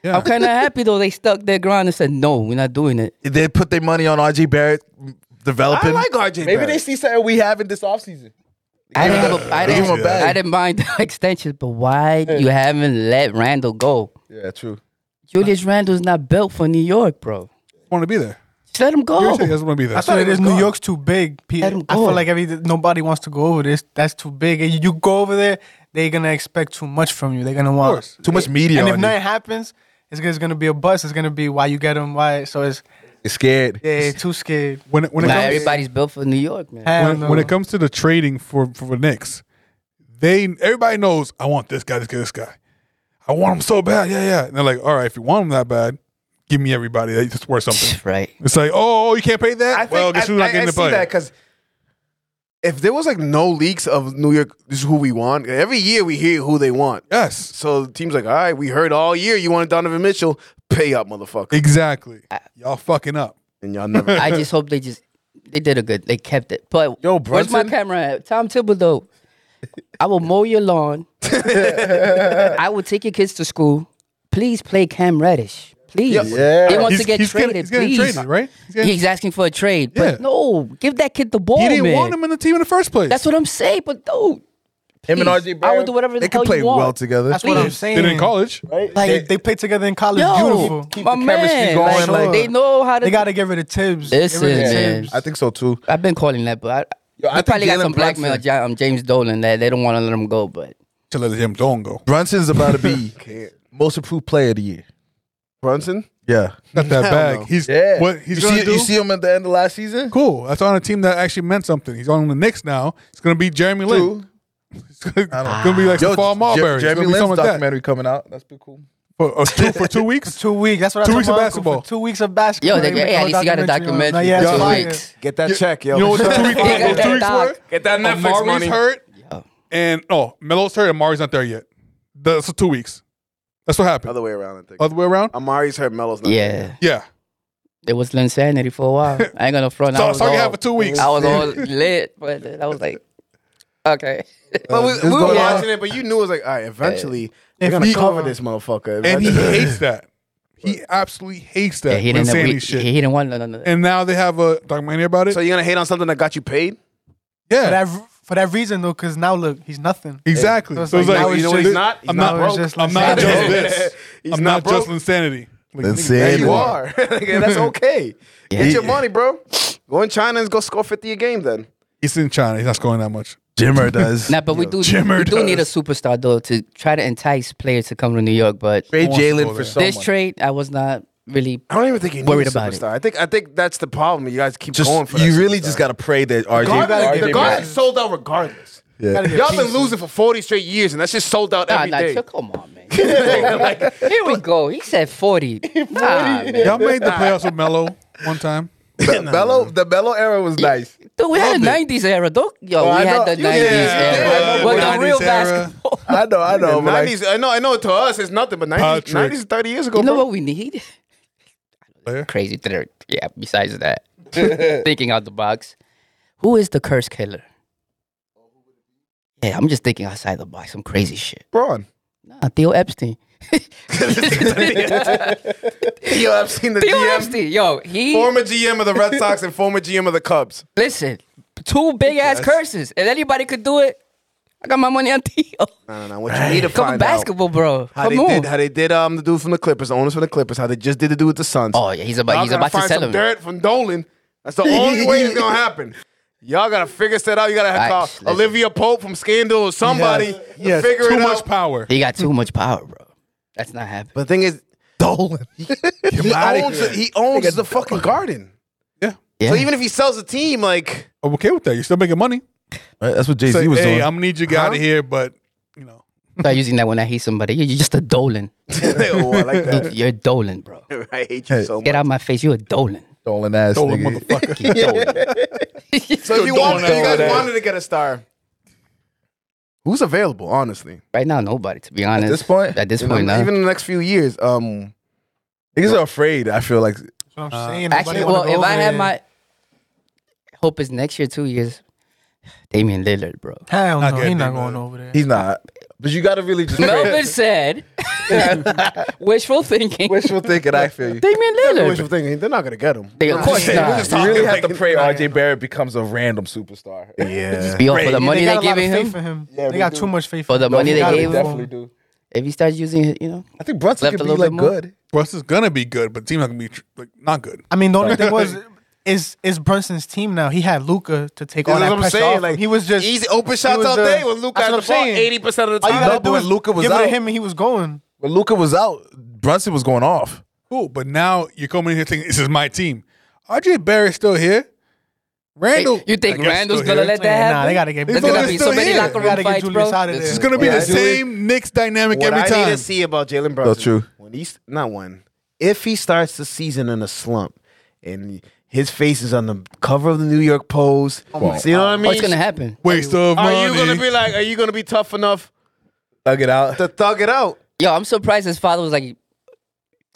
Speaker 7: Yeah.
Speaker 4: I'm kind of happy though. They stuck their ground and said, "No, we're not doing it."
Speaker 6: They put their money on RJ Barrett
Speaker 5: I
Speaker 6: developing.
Speaker 5: like RJ.
Speaker 6: Maybe
Speaker 5: Barrett.
Speaker 6: they see something we have in this offseason.
Speaker 4: I didn't have a, I
Speaker 6: They give
Speaker 4: didn't,
Speaker 6: him a bag.
Speaker 4: I didn't mind the extensions, but why you haven't let Randall go?
Speaker 6: Yeah, true.
Speaker 4: Julius Randall's not built for New York, bro.
Speaker 7: want to be there.
Speaker 4: Just let him
Speaker 7: Oh.
Speaker 4: go.
Speaker 7: He doesn't want to be there.
Speaker 11: That's what it is. New York's too big. Pe- I
Speaker 4: Let 'em go.
Speaker 11: feel like every nobody wants to go over this. That's too big. And you go over there, they're gonna expect too much from you. They're gonna want
Speaker 6: Too much media.
Speaker 11: And
Speaker 6: on
Speaker 11: if
Speaker 6: you.
Speaker 11: nothing happens, it's, it's gonna be a bust. It's gonna be why you get them. Why? So it's
Speaker 6: You're scared.
Speaker 11: yeah, too scared.
Speaker 7: When it, when, it
Speaker 4: Not
Speaker 7: comes,
Speaker 4: everybody's built for New York, man.
Speaker 11: Hell
Speaker 7: when,
Speaker 11: no.
Speaker 7: when it comes to the trading for for the Knicks, they everybody knows I want this guy, this guy, this guy. I want him so bad. Yeah, yeah. And they're like, all right, if you want him that bad, give me everybody. They just worth something.
Speaker 4: Right.
Speaker 7: It's like, oh, you can't pay that.
Speaker 5: I think,
Speaker 7: well, guess
Speaker 5: I,
Speaker 7: who's not
Speaker 5: I-
Speaker 7: getting
Speaker 5: I
Speaker 7: the
Speaker 5: see
Speaker 7: play?
Speaker 5: that because if there was like no leaks of New York, this is who we want. Every year we hear who they want.
Speaker 7: Yes,
Speaker 5: So the team's like, all right, we heard all year you wanted Donovan Mitchell. Pay up, motherfucker.
Speaker 7: exactly. Y'all fucking up.
Speaker 5: And y'all never.
Speaker 4: I just hope they just they did a good. They kept it. But Yo, where's my
Speaker 6: Brunson?
Speaker 4: camera at? Tom Thibodeau. I will mow your lawn. I will take your kids to school. Please play Cam Reddish. Please.
Speaker 6: Yeah.
Speaker 4: He wants
Speaker 7: He's-
Speaker 4: to get
Speaker 7: he's getting-
Speaker 4: traded.
Speaker 7: he's getting
Speaker 4: please.
Speaker 7: traded, right? He's
Speaker 4: He's,
Speaker 7: getting-
Speaker 4: asking for a trade.
Speaker 7: Yeah.
Speaker 4: But no, give that kid the ball.
Speaker 7: He didn't
Speaker 4: Oh, man.
Speaker 7: want him in the team in the first place.
Speaker 4: That's what I'm saying. But dude,
Speaker 6: Him and
Speaker 4: please,
Speaker 6: RJ Barrett.
Speaker 4: I will do whatever the
Speaker 6: They
Speaker 4: hell
Speaker 6: can
Speaker 4: Oh, you
Speaker 6: play
Speaker 4: want.
Speaker 6: well together.
Speaker 11: That's what I'm
Speaker 7: they
Speaker 11: saying.
Speaker 7: did in college.
Speaker 11: Like they, play together in college.
Speaker 4: Yo,
Speaker 11: beautiful.
Speaker 4: my
Speaker 6: the chemistry
Speaker 4: man,
Speaker 6: going,
Speaker 4: like,
Speaker 6: like-
Speaker 4: they know how to.
Speaker 11: They gotta get rid of Tibbs. Get
Speaker 4: Listen,
Speaker 11: rid of
Speaker 4: man.
Speaker 11: Tibbs.
Speaker 6: I think so too.
Speaker 4: I've been calling that, but I,
Speaker 6: Yo, I
Speaker 4: I
Speaker 6: think
Speaker 4: probably got
Speaker 6: Jalen
Speaker 4: some blackmail.
Speaker 6: Brunson-
Speaker 4: Ja- um, James Dolan that they don't want to let him go, but
Speaker 7: To let him don't go.
Speaker 6: Brunson's about to be most improved player of the year.
Speaker 5: Brunson?
Speaker 6: Yeah.
Speaker 7: Not that bag. He's
Speaker 6: Yeah.
Speaker 7: what he's
Speaker 6: you,
Speaker 7: gonna
Speaker 6: see,
Speaker 7: do.
Speaker 6: you see him at the end of last season?
Speaker 7: cool. That's on a team that actually meant something. He's on the Knicks now. It's gonna be Jeremy Lin. It's gonna, gonna be like Stephon
Speaker 6: Jeremy
Speaker 7: Marbury. it's gonna
Speaker 6: Lin's
Speaker 7: be something like that.
Speaker 6: documentary coming out. That's pretty cool.
Speaker 7: For, uh, two, for two weeks.
Speaker 11: Two weeks. That's what
Speaker 7: Two
Speaker 11: I told
Speaker 7: weeks of
Speaker 11: my uncle,
Speaker 7: basketball.
Speaker 11: for Two weeks of basketball.
Speaker 4: Yo, they-
Speaker 11: They
Speaker 4: hey, at
Speaker 11: make
Speaker 4: least you got a
Speaker 11: on
Speaker 4: documentary
Speaker 11: it.
Speaker 4: for
Speaker 11: Yeah,
Speaker 4: two
Speaker 11: it's
Speaker 4: weeks.
Speaker 11: fire.
Speaker 5: Get that check, yo.
Speaker 7: You know what those two weeks,
Speaker 4: They got
Speaker 7: those two
Speaker 4: that
Speaker 7: weeks
Speaker 4: doc.
Speaker 7: were?
Speaker 5: Get that Netflix
Speaker 7: Amari's
Speaker 5: money.
Speaker 7: hurt, and oh, Melo's hurt, and Mari's not there yet. That's the two weeks. That's what happened.
Speaker 5: Other way around, I think.
Speaker 7: Other way around.
Speaker 6: Oh.
Speaker 5: Amari's hurt. Melo's not.
Speaker 4: yeah,
Speaker 7: Yeah.
Speaker 4: it was insanity for a while. I ain't gonna front. I
Speaker 7: So
Speaker 4: was
Speaker 7: so you
Speaker 4: all-
Speaker 7: have for two weeks.
Speaker 4: I was all lit, but I was like, Okay.
Speaker 5: But we, we
Speaker 6: is
Speaker 5: were
Speaker 6: going on.
Speaker 5: watching it, but you knew it was like, all right, eventually they're
Speaker 11: If
Speaker 5: gonna
Speaker 11: he-
Speaker 5: cover this motherfucker.
Speaker 7: and he hates that. He absolutely hates that.
Speaker 4: Yeah, he didn't.
Speaker 7: Insanity
Speaker 4: We,
Speaker 7: shit.
Speaker 4: He, he didn't want none of that.
Speaker 7: and now they have a documentary about it.
Speaker 5: so you're gonna hate on something that got you paid?
Speaker 11: For
Speaker 7: yeah,
Speaker 11: that, for that reason, though, because now look, he's nothing.
Speaker 7: exactly.
Speaker 11: So it's
Speaker 7: So it's
Speaker 11: like,
Speaker 7: like,
Speaker 11: now he's
Speaker 7: you know what
Speaker 11: just-
Speaker 7: he's not? He's
Speaker 5: I'm
Speaker 7: not
Speaker 5: not
Speaker 11: now it's
Speaker 5: broke.
Speaker 11: just
Speaker 7: I'm
Speaker 11: like-
Speaker 7: not
Speaker 5: He's
Speaker 7: just
Speaker 5: not
Speaker 7: this.
Speaker 5: broke.
Speaker 7: I'm not just insanity. Like,
Speaker 6: That's
Speaker 7: nigga, there
Speaker 6: it.
Speaker 5: You are. Nigga, That's okay. Get your money, bro. Go in China and go score 50 a game then.
Speaker 7: He's in China. He's not scoring that much.
Speaker 6: Jimmer does.
Speaker 4: Nah, but we do
Speaker 7: Jimmer
Speaker 4: we do need a
Speaker 7: does.
Speaker 4: superstar though to try to entice players to come to New York. But
Speaker 6: Trade
Speaker 7: wants to go
Speaker 6: Jalen for
Speaker 7: there.
Speaker 6: someone.
Speaker 4: this trade, I was not really.
Speaker 5: I don't even think you need
Speaker 4: Worried
Speaker 5: a
Speaker 4: about it.
Speaker 5: superstar. I think I think that's the problem. You guys keep
Speaker 6: just
Speaker 5: going for
Speaker 6: you
Speaker 5: that
Speaker 6: really
Speaker 5: superstar.
Speaker 6: just gotta pray that RJ.
Speaker 5: Regardless, the
Speaker 6: RJ
Speaker 5: guard
Speaker 6: Barrett-
Speaker 5: is sold out regardless.
Speaker 6: Yeah.
Speaker 11: Gotta get
Speaker 5: Y'all been
Speaker 11: pieces.
Speaker 5: losing for 40 straight years, and that's just sold out
Speaker 4: Nah,
Speaker 5: every
Speaker 4: nah,
Speaker 5: day.
Speaker 4: chill- come on, man. Here we go. He said forty. Nah, man.
Speaker 7: Y'all made the playoffs with Melo one time.
Speaker 6: Be- Bello, the Bello era was nice.
Speaker 4: Dude, we had
Speaker 7: Love
Speaker 4: the
Speaker 7: it.
Speaker 4: nineties era, though. Yo,
Speaker 6: Oh,
Speaker 4: we
Speaker 6: I
Speaker 4: had
Speaker 6: know.
Speaker 4: the
Speaker 6: You
Speaker 4: nineties
Speaker 6: did.
Speaker 4: era.
Speaker 7: Yeah.
Speaker 4: But the
Speaker 7: 90s
Speaker 4: real
Speaker 7: era.
Speaker 4: basketball.
Speaker 6: I know, I know.
Speaker 5: The
Speaker 6: but like,
Speaker 5: 90s, I know, I know to us it's nothing, but 90s,
Speaker 7: Patrick.
Speaker 5: 90s 30 years ago,
Speaker 4: You know
Speaker 5: bro.
Speaker 4: what we need?
Speaker 7: Player?
Speaker 4: Crazy thinner. Yeah. Besides that, thinking out the box. Who is the curse killer? Yeah, I'm just thinking outside the box. Some crazy shit.
Speaker 5: Braun.
Speaker 4: Nah, Theo Epstein.
Speaker 5: Yo, I've seen the
Speaker 4: Theo
Speaker 5: GM,
Speaker 4: Epstein. Yo, he
Speaker 5: former GM of the Red Sox and former GM of the Cubs.
Speaker 4: listen. Two big ass curses. If anybody could do it, I got my money on Theo.
Speaker 5: I don't know what you need to
Speaker 4: Cover
Speaker 5: find out.
Speaker 4: basketball, bro.
Speaker 5: How
Speaker 4: Come
Speaker 5: they
Speaker 4: on.
Speaker 5: did, how they did, um, the dude from the Clippers, the owners from the Clippers, how they just did the dude with the Suns.
Speaker 4: Oh yeah, he's about
Speaker 5: Y'all
Speaker 4: he's
Speaker 5: gotta
Speaker 4: about to
Speaker 5: find
Speaker 4: sell
Speaker 5: some
Speaker 4: him.
Speaker 5: dirt from Dolan. That's the only way it's gonna happen. Y'all gotta figure that out. You gotta have
Speaker 4: Right,
Speaker 5: call
Speaker 4: listen.
Speaker 5: Olivia Pope from Scandal or somebody to
Speaker 7: Yes,
Speaker 5: figure
Speaker 7: too
Speaker 5: it
Speaker 7: much
Speaker 5: out.
Speaker 7: power.
Speaker 4: He got too much power, bro. That's not happening.
Speaker 5: But the thing is,
Speaker 6: Dolan.
Speaker 5: he
Speaker 7: outta
Speaker 5: owns, the, he owns the fucking garden.
Speaker 4: Yeah.
Speaker 5: So even if he sells the team, like
Speaker 7: I'm okay with that. You're still making money.
Speaker 6: Right, that's what Jay
Speaker 7: Say,
Speaker 6: Z was
Speaker 7: hey,
Speaker 6: doing.
Speaker 7: I'm gonna need you out of here, but you know,
Speaker 4: Start using that when I hate somebody. You- You're just a Dolan.
Speaker 5: oh, I like that.
Speaker 4: You're a Dolan, bro.
Speaker 5: I hate you so much.
Speaker 4: Get out of my face. You're a Dolan.
Speaker 6: Dolan ass
Speaker 7: oh,
Speaker 6: nigga.
Speaker 7: motherfucker.
Speaker 5: So if you, want, if you guys
Speaker 6: that.
Speaker 5: wanted to get a star, who's available? Honestly,
Speaker 4: Right now, nobody, to be honest.
Speaker 6: this point?
Speaker 4: At this
Speaker 5: You know,
Speaker 4: point, nah.
Speaker 5: even in the next few years, um,
Speaker 6: Niggas are afraid. I feel like
Speaker 11: So I'm saying.
Speaker 4: Actually,
Speaker 11: nobody
Speaker 4: well,
Speaker 11: wanna
Speaker 4: if
Speaker 11: go
Speaker 4: I
Speaker 11: over
Speaker 4: had
Speaker 11: there.
Speaker 4: my hope is next year, two years, Damian Lillard, bro.
Speaker 11: Hell
Speaker 7: Not
Speaker 11: no,
Speaker 7: getting
Speaker 11: he's not
Speaker 7: it,
Speaker 11: going
Speaker 7: man.
Speaker 11: over there.
Speaker 6: he's not. But you gotta really just
Speaker 4: Melvin said, wishful thinking.
Speaker 6: wishful thinking. I feel you.
Speaker 4: Damian
Speaker 5: wishful
Speaker 4: Lillard.
Speaker 5: thinking they're not gonna get him.
Speaker 4: They, of course
Speaker 5: We're
Speaker 4: not.
Speaker 5: just
Speaker 6: You
Speaker 5: talking
Speaker 6: really have to
Speaker 5: like-
Speaker 6: pray RJ Barrett becomes a random superstar.
Speaker 5: Yeah,
Speaker 4: Be all for the
Speaker 11: Yeah,
Speaker 4: money
Speaker 11: they
Speaker 4: they're
Speaker 11: got a lot
Speaker 4: giving
Speaker 11: of faith
Speaker 4: him.
Speaker 11: in him.
Speaker 6: Yeah,
Speaker 11: they
Speaker 6: they
Speaker 11: got
Speaker 6: do.
Speaker 11: too much faith
Speaker 4: For
Speaker 11: in
Speaker 4: the
Speaker 11: him.
Speaker 4: money they
Speaker 6: Yeah,
Speaker 4: gave
Speaker 6: definitely
Speaker 4: him.
Speaker 6: do.
Speaker 4: If he starts using it, you know.
Speaker 6: I think Brunson
Speaker 4: Left
Speaker 6: could
Speaker 4: a
Speaker 6: be
Speaker 4: little
Speaker 6: like
Speaker 4: bit more.
Speaker 6: good.
Speaker 7: Russ is gonna be good, but the team's not gonna be tr- like not good.
Speaker 11: I mean, the only thing was is is Brunson's team now. He had Luca to take all
Speaker 5: That's
Speaker 11: that
Speaker 5: what I'm
Speaker 11: pressure
Speaker 5: saying.
Speaker 11: off.
Speaker 5: Like
Speaker 11: he was just
Speaker 5: easy open shots
Speaker 11: was
Speaker 5: all
Speaker 11: the-
Speaker 5: day with Luca.
Speaker 11: That's
Speaker 5: at
Speaker 11: what
Speaker 5: the
Speaker 11: I'm
Speaker 5: ball
Speaker 11: saying.
Speaker 5: Eighty percent of the
Speaker 11: all you
Speaker 5: time.
Speaker 11: gotta
Speaker 6: Double
Speaker 11: do
Speaker 6: when
Speaker 11: is
Speaker 6: Luka was
Speaker 11: give it
Speaker 6: out.
Speaker 11: to him and he was going.
Speaker 6: When Luca was out, Brunson was going off.
Speaker 7: Cool, but now you're coming in here thinking this is my team. RJ Barrett's still here.
Speaker 4: Hey,
Speaker 7: Randall,
Speaker 4: you think
Speaker 7: I guess,
Speaker 4: Randall's
Speaker 7: still
Speaker 4: gonna
Speaker 7: here.
Speaker 4: let that
Speaker 11: Yeah,
Speaker 4: happen?
Speaker 11: nah, they gotta get.
Speaker 4: There's
Speaker 7: These
Speaker 4: gonna
Speaker 7: niggas
Speaker 4: be
Speaker 7: still
Speaker 4: so many
Speaker 7: here.
Speaker 4: locker
Speaker 11: Gotta
Speaker 4: room
Speaker 11: get
Speaker 4: fights,
Speaker 11: Julius
Speaker 4: bro.
Speaker 11: out of there.
Speaker 7: It's gonna be
Speaker 6: What
Speaker 7: the
Speaker 6: I do
Speaker 7: same Knicks dynamic
Speaker 5: What
Speaker 7: every
Speaker 5: I need
Speaker 7: time.
Speaker 5: to see about Jalen Brunson.
Speaker 6: true.
Speaker 5: When he's not one, if he starts the season in a slump and his face is on the cover of the New York Post, so you know what I mean?
Speaker 4: What's Oh, gonna happen?
Speaker 7: Waste of
Speaker 5: Are
Speaker 7: money.
Speaker 5: you gonna be like? Are you gonna be tough enough
Speaker 6: Thug it out.
Speaker 5: to thug it out?
Speaker 4: Yo, I'm surprised his father was like,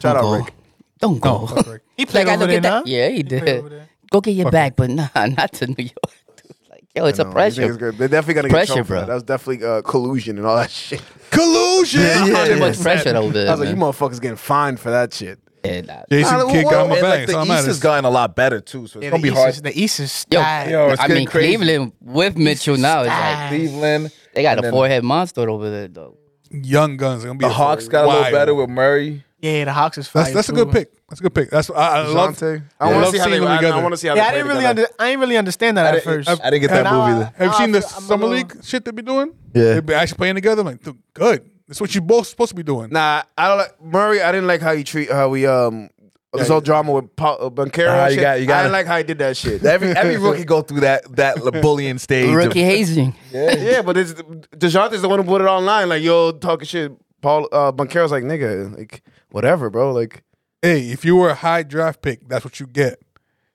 Speaker 5: Shout
Speaker 4: "Don't
Speaker 5: out,
Speaker 4: go.
Speaker 5: Rick.
Speaker 4: Don't go.
Speaker 11: He played
Speaker 4: I
Speaker 11: over there.
Speaker 4: look
Speaker 11: Now.
Speaker 4: at that. Yeah, he
Speaker 11: played
Speaker 4: did.
Speaker 11: over there.
Speaker 4: Go get your bag, but nah, not to New York. Dude, like, yo, it's a
Speaker 5: No, you think it's
Speaker 4: pressure.
Speaker 5: good? They're definitely gonna
Speaker 4: Pressure,
Speaker 5: get trouble for
Speaker 4: bro.
Speaker 5: That. that was definitely uh, collusion and all that shit.
Speaker 7: collusion?
Speaker 4: Too much pressure over there.
Speaker 5: I was like, you
Speaker 4: man.
Speaker 5: motherfuckers getting fined for that shit.
Speaker 4: Yeah, nah.
Speaker 7: Jason
Speaker 5: Nah,
Speaker 7: Kidd
Speaker 5: well,
Speaker 7: got my
Speaker 5: and, like,
Speaker 7: back.
Speaker 6: Like,
Speaker 7: so
Speaker 6: the
Speaker 7: I'm
Speaker 6: East
Speaker 7: at
Speaker 6: has
Speaker 7: it.
Speaker 6: gotten a lot better too, so it's
Speaker 11: Yeah,
Speaker 6: gonna
Speaker 11: the
Speaker 6: be
Speaker 11: East
Speaker 6: hard.
Speaker 11: Is, the East is
Speaker 4: Yo,
Speaker 11: stacked.
Speaker 6: Yo, it's
Speaker 4: I
Speaker 6: getting
Speaker 4: mean,
Speaker 6: crazy.
Speaker 4: Cleveland with Mitchell now is like,
Speaker 6: Cleveland.
Speaker 4: they got
Speaker 6: And
Speaker 4: a
Speaker 6: then-
Speaker 4: forehead monster over there, though.
Speaker 7: Young guns. Gonna be
Speaker 6: The Hawks got a little better with Murray.
Speaker 11: Yeah, the Hawks is.
Speaker 7: That's
Speaker 11: fire,
Speaker 7: that's a
Speaker 11: too.
Speaker 7: good pick. That's a good pick. That's I, I love.
Speaker 5: Jonte. I
Speaker 7: I
Speaker 5: want to
Speaker 7: love
Speaker 5: see how they.
Speaker 7: seeing them
Speaker 5: I,
Speaker 7: together.
Speaker 5: I want to see how
Speaker 11: Yeah, I
Speaker 5: they
Speaker 11: didn't
Speaker 5: play
Speaker 11: really
Speaker 5: together.
Speaker 11: under, I didn't really understand that at first.
Speaker 6: I didn't get that
Speaker 11: Now I-
Speaker 6: movie either.
Speaker 7: Have you seen the
Speaker 11: I'm a
Speaker 7: summer
Speaker 11: little-
Speaker 7: league shit they've been doing?
Speaker 6: Yeah.
Speaker 7: they've been actually playing together. I'm like, dude, good. That's what you both supposed to be doing.
Speaker 5: Nah, I don't like Murray. I didn't like how you treat how we um this whole drama with Paul, uh, Banchero.
Speaker 6: Nah,
Speaker 5: and
Speaker 6: you
Speaker 5: shit.
Speaker 6: got- you got
Speaker 5: I didn't
Speaker 6: it.
Speaker 5: like how he did that shit.
Speaker 6: Every every rookie go through that that bullying stage. of-
Speaker 4: Rookie hazing.
Speaker 5: yeah, but it's Dejounte's the one who put it online. Like yo, talking shit. Paul uh, Banchero's like nigga, like whatever, bro. Like
Speaker 7: Hey, if you were a high draft pick, that's what you get.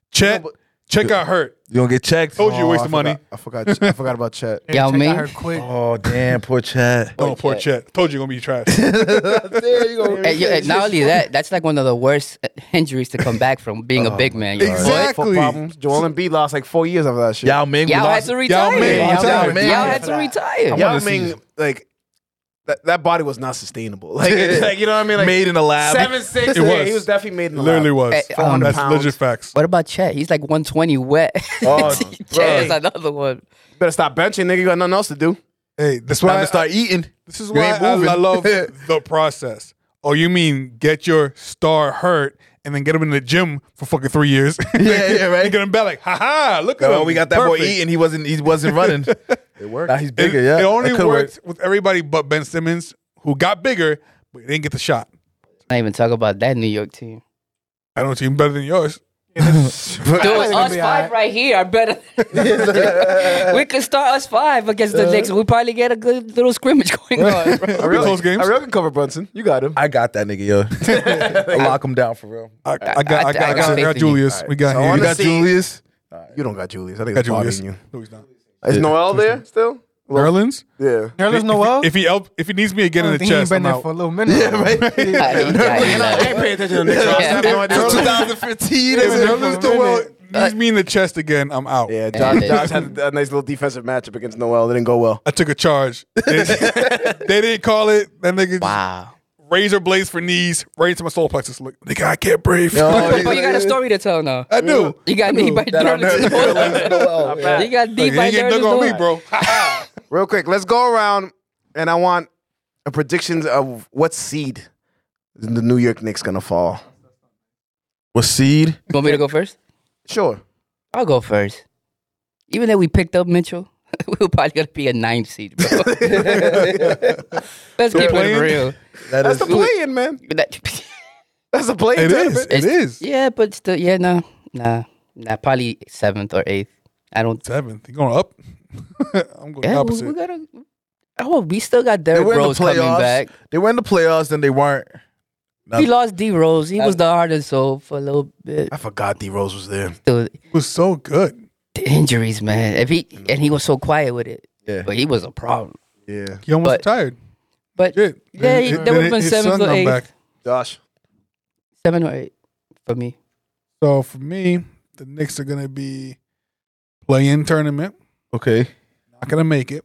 Speaker 7: Chet, Check out hurt.
Speaker 6: You gonna get checked?
Speaker 7: Told you, waste
Speaker 5: Oh, I
Speaker 7: of money.
Speaker 5: forgot- I forgot. I forgot about chat.
Speaker 11: Hey,
Speaker 4: Yao
Speaker 11: check out
Speaker 4: Ming?
Speaker 11: her quick.
Speaker 6: Oh damn, poor Chad.
Speaker 7: Oh, poor Chet. Told you gonna be trash.
Speaker 6: there you go.
Speaker 4: And you- and not only that, that's like one of the worst uh, injuries to come back from being a big man. yo.
Speaker 5: Foot
Speaker 7: exactly.
Speaker 5: problems. Joel Embiid lost like four years after that shit.
Speaker 6: Yao Ming.
Speaker 4: Yao had
Speaker 6: lost-
Speaker 4: to retire.
Speaker 7: Yao Ming
Speaker 4: Yao
Speaker 7: retired.
Speaker 4: Ming
Speaker 7: Yao
Speaker 4: had to retire.
Speaker 5: Yao
Speaker 6: wanna see
Speaker 5: Ming, like that, that body was not sustainable. Like, like, you know what I mean? Like
Speaker 6: Made in a lab.
Speaker 5: Seven six.
Speaker 7: It
Speaker 5: yeah,
Speaker 7: was.
Speaker 5: he was definitely made in the
Speaker 7: Literally
Speaker 5: lab.
Speaker 7: was.
Speaker 4: Hey,
Speaker 7: Um,
Speaker 5: 400
Speaker 7: That's
Speaker 5: pounds.
Speaker 7: legit facts.
Speaker 4: What about Chet? He's like 120 wet.
Speaker 6: Oh,
Speaker 4: Chet is another one.
Speaker 5: Better stop benching, nigga. You got nothing else to do.
Speaker 7: Hey, that's
Speaker 6: Time
Speaker 7: why.
Speaker 6: to start eating.
Speaker 7: this is
Speaker 6: You
Speaker 7: why
Speaker 6: ain't
Speaker 7: I,
Speaker 6: moving.
Speaker 7: I love the process. Oh, you mean get your star hurt and then get him in the gym for fucking three years?
Speaker 6: Yeah, yeah, right.
Speaker 7: and get him back like, ha ha, look at
Speaker 6: Oh,
Speaker 7: him.
Speaker 6: we got that boy
Speaker 7: Perfect.
Speaker 6: eating. He wasn't. He wasn't running. it worked. Now he's
Speaker 7: It,
Speaker 6: bigger. yeah,
Speaker 7: it only
Speaker 6: could work.
Speaker 7: worked with everybody but Ben Simmons, who got bigger, but he didn't get the shot.
Speaker 4: Not even talk about that New York team.
Speaker 7: I don't team better than yours.
Speaker 4: Dude, us five right here are better. we could start us five against the Knicks. We probably get a good little scrimmage going on. bro.
Speaker 7: Really? Close games.
Speaker 5: I really can cover Brunson. You got him.
Speaker 6: I got that nigga, yo. I lock him down for real.
Speaker 7: I, I got, I,
Speaker 4: I- I
Speaker 7: got, I
Speaker 4: got
Speaker 7: got,
Speaker 4: faith in you.
Speaker 7: Julius. We got
Speaker 5: So
Speaker 7: him.
Speaker 5: I
Speaker 7: We
Speaker 5: wanna
Speaker 7: got
Speaker 5: see-
Speaker 6: Julius,
Speaker 5: You don't got Julius. I think
Speaker 7: got
Speaker 5: it's bothering
Speaker 7: Julius.
Speaker 5: you.
Speaker 7: No, he's not.
Speaker 5: Is Noel there still?
Speaker 7: Nerlens?
Speaker 5: Yeah.
Speaker 11: Nerlens Noel?
Speaker 7: If he help, if he needs me again
Speaker 11: I
Speaker 7: in the
Speaker 11: don't think he's
Speaker 7: chest,
Speaker 11: been
Speaker 7: I'm
Speaker 11: there
Speaker 7: out.
Speaker 11: for a little minute. Yeah,
Speaker 4: Nah, he got it, man.
Speaker 5: ain't paying attention to the Knicks.
Speaker 4: I have no idea.
Speaker 6: 2015.
Speaker 7: If Nerlens
Speaker 11: for a
Speaker 7: Noel
Speaker 11: minute.
Speaker 7: needs me in the chest again, I'm out.
Speaker 5: Yeah,
Speaker 4: Yeah,
Speaker 5: Josh,
Speaker 4: they-
Speaker 5: Josh had a nice little defensive matchup against Noel. It didn't go well.
Speaker 7: I took a charge. They, they didn't call it. That nigga just
Speaker 4: Wow.
Speaker 7: razor blades for knees, right into my solar plexus. Like, nigga, I can't breathe.
Speaker 4: But you got a story to tell now.
Speaker 7: I do.
Speaker 4: You got beat by Nerlens Noel. You got
Speaker 7: Like,
Speaker 4: beat
Speaker 7: Oh, you
Speaker 4: by
Speaker 7: ain't get
Speaker 4: Nerlens
Speaker 7: dug on me,
Speaker 4: Noel.
Speaker 7: bro.
Speaker 5: Real quick, let's go around, and I want a predictions of what seed the New York Knicks gonna fall.
Speaker 6: What seed?
Speaker 4: You want me to go first?
Speaker 5: Sure.
Speaker 4: I'll go first. Even though we picked up Mitchell, we were probably gonna be a ninth seed, bro. Let's keep it
Speaker 7: playing?
Speaker 4: real.
Speaker 5: That's the play-in, man.
Speaker 4: That-
Speaker 5: That's the play-in.
Speaker 7: It
Speaker 5: tournament.
Speaker 7: is. It is.
Speaker 4: yeah, but still, yeah, no, nah, nah, probably seventh or eighth. I don't.
Speaker 7: Seventh. You going up? I'm going
Speaker 4: Yeah, we,
Speaker 7: opposite.
Speaker 4: we gotta. Oh, we still got
Speaker 6: They
Speaker 4: Derrick
Speaker 6: were in the
Speaker 4: Rose coming
Speaker 6: playoffs.
Speaker 4: back.
Speaker 6: They were in the playoffs, then they weren't.
Speaker 4: We lost D Rose. He was the heart and soul for a little bit.
Speaker 5: I forgot D Rose was there.
Speaker 4: Still,
Speaker 7: it was so good.
Speaker 4: the injuries, man. If he and he was so quiet with it,
Speaker 6: Yeah.
Speaker 4: but he was a problem.
Speaker 5: Yeah.
Speaker 7: He almost
Speaker 4: But-
Speaker 7: retired.
Speaker 4: But
Speaker 7: Shit.
Speaker 4: yeah, he,
Speaker 7: Then
Speaker 4: there would have
Speaker 7: his-
Speaker 4: been
Speaker 7: his
Speaker 4: seventh
Speaker 7: son
Speaker 4: or
Speaker 7: come
Speaker 4: eighth,
Speaker 7: back.
Speaker 5: Josh.
Speaker 4: seven or eight for me.
Speaker 7: So for me, the Knicks are gonna be play-in tournament.
Speaker 6: Okay.
Speaker 7: Not gonna make it.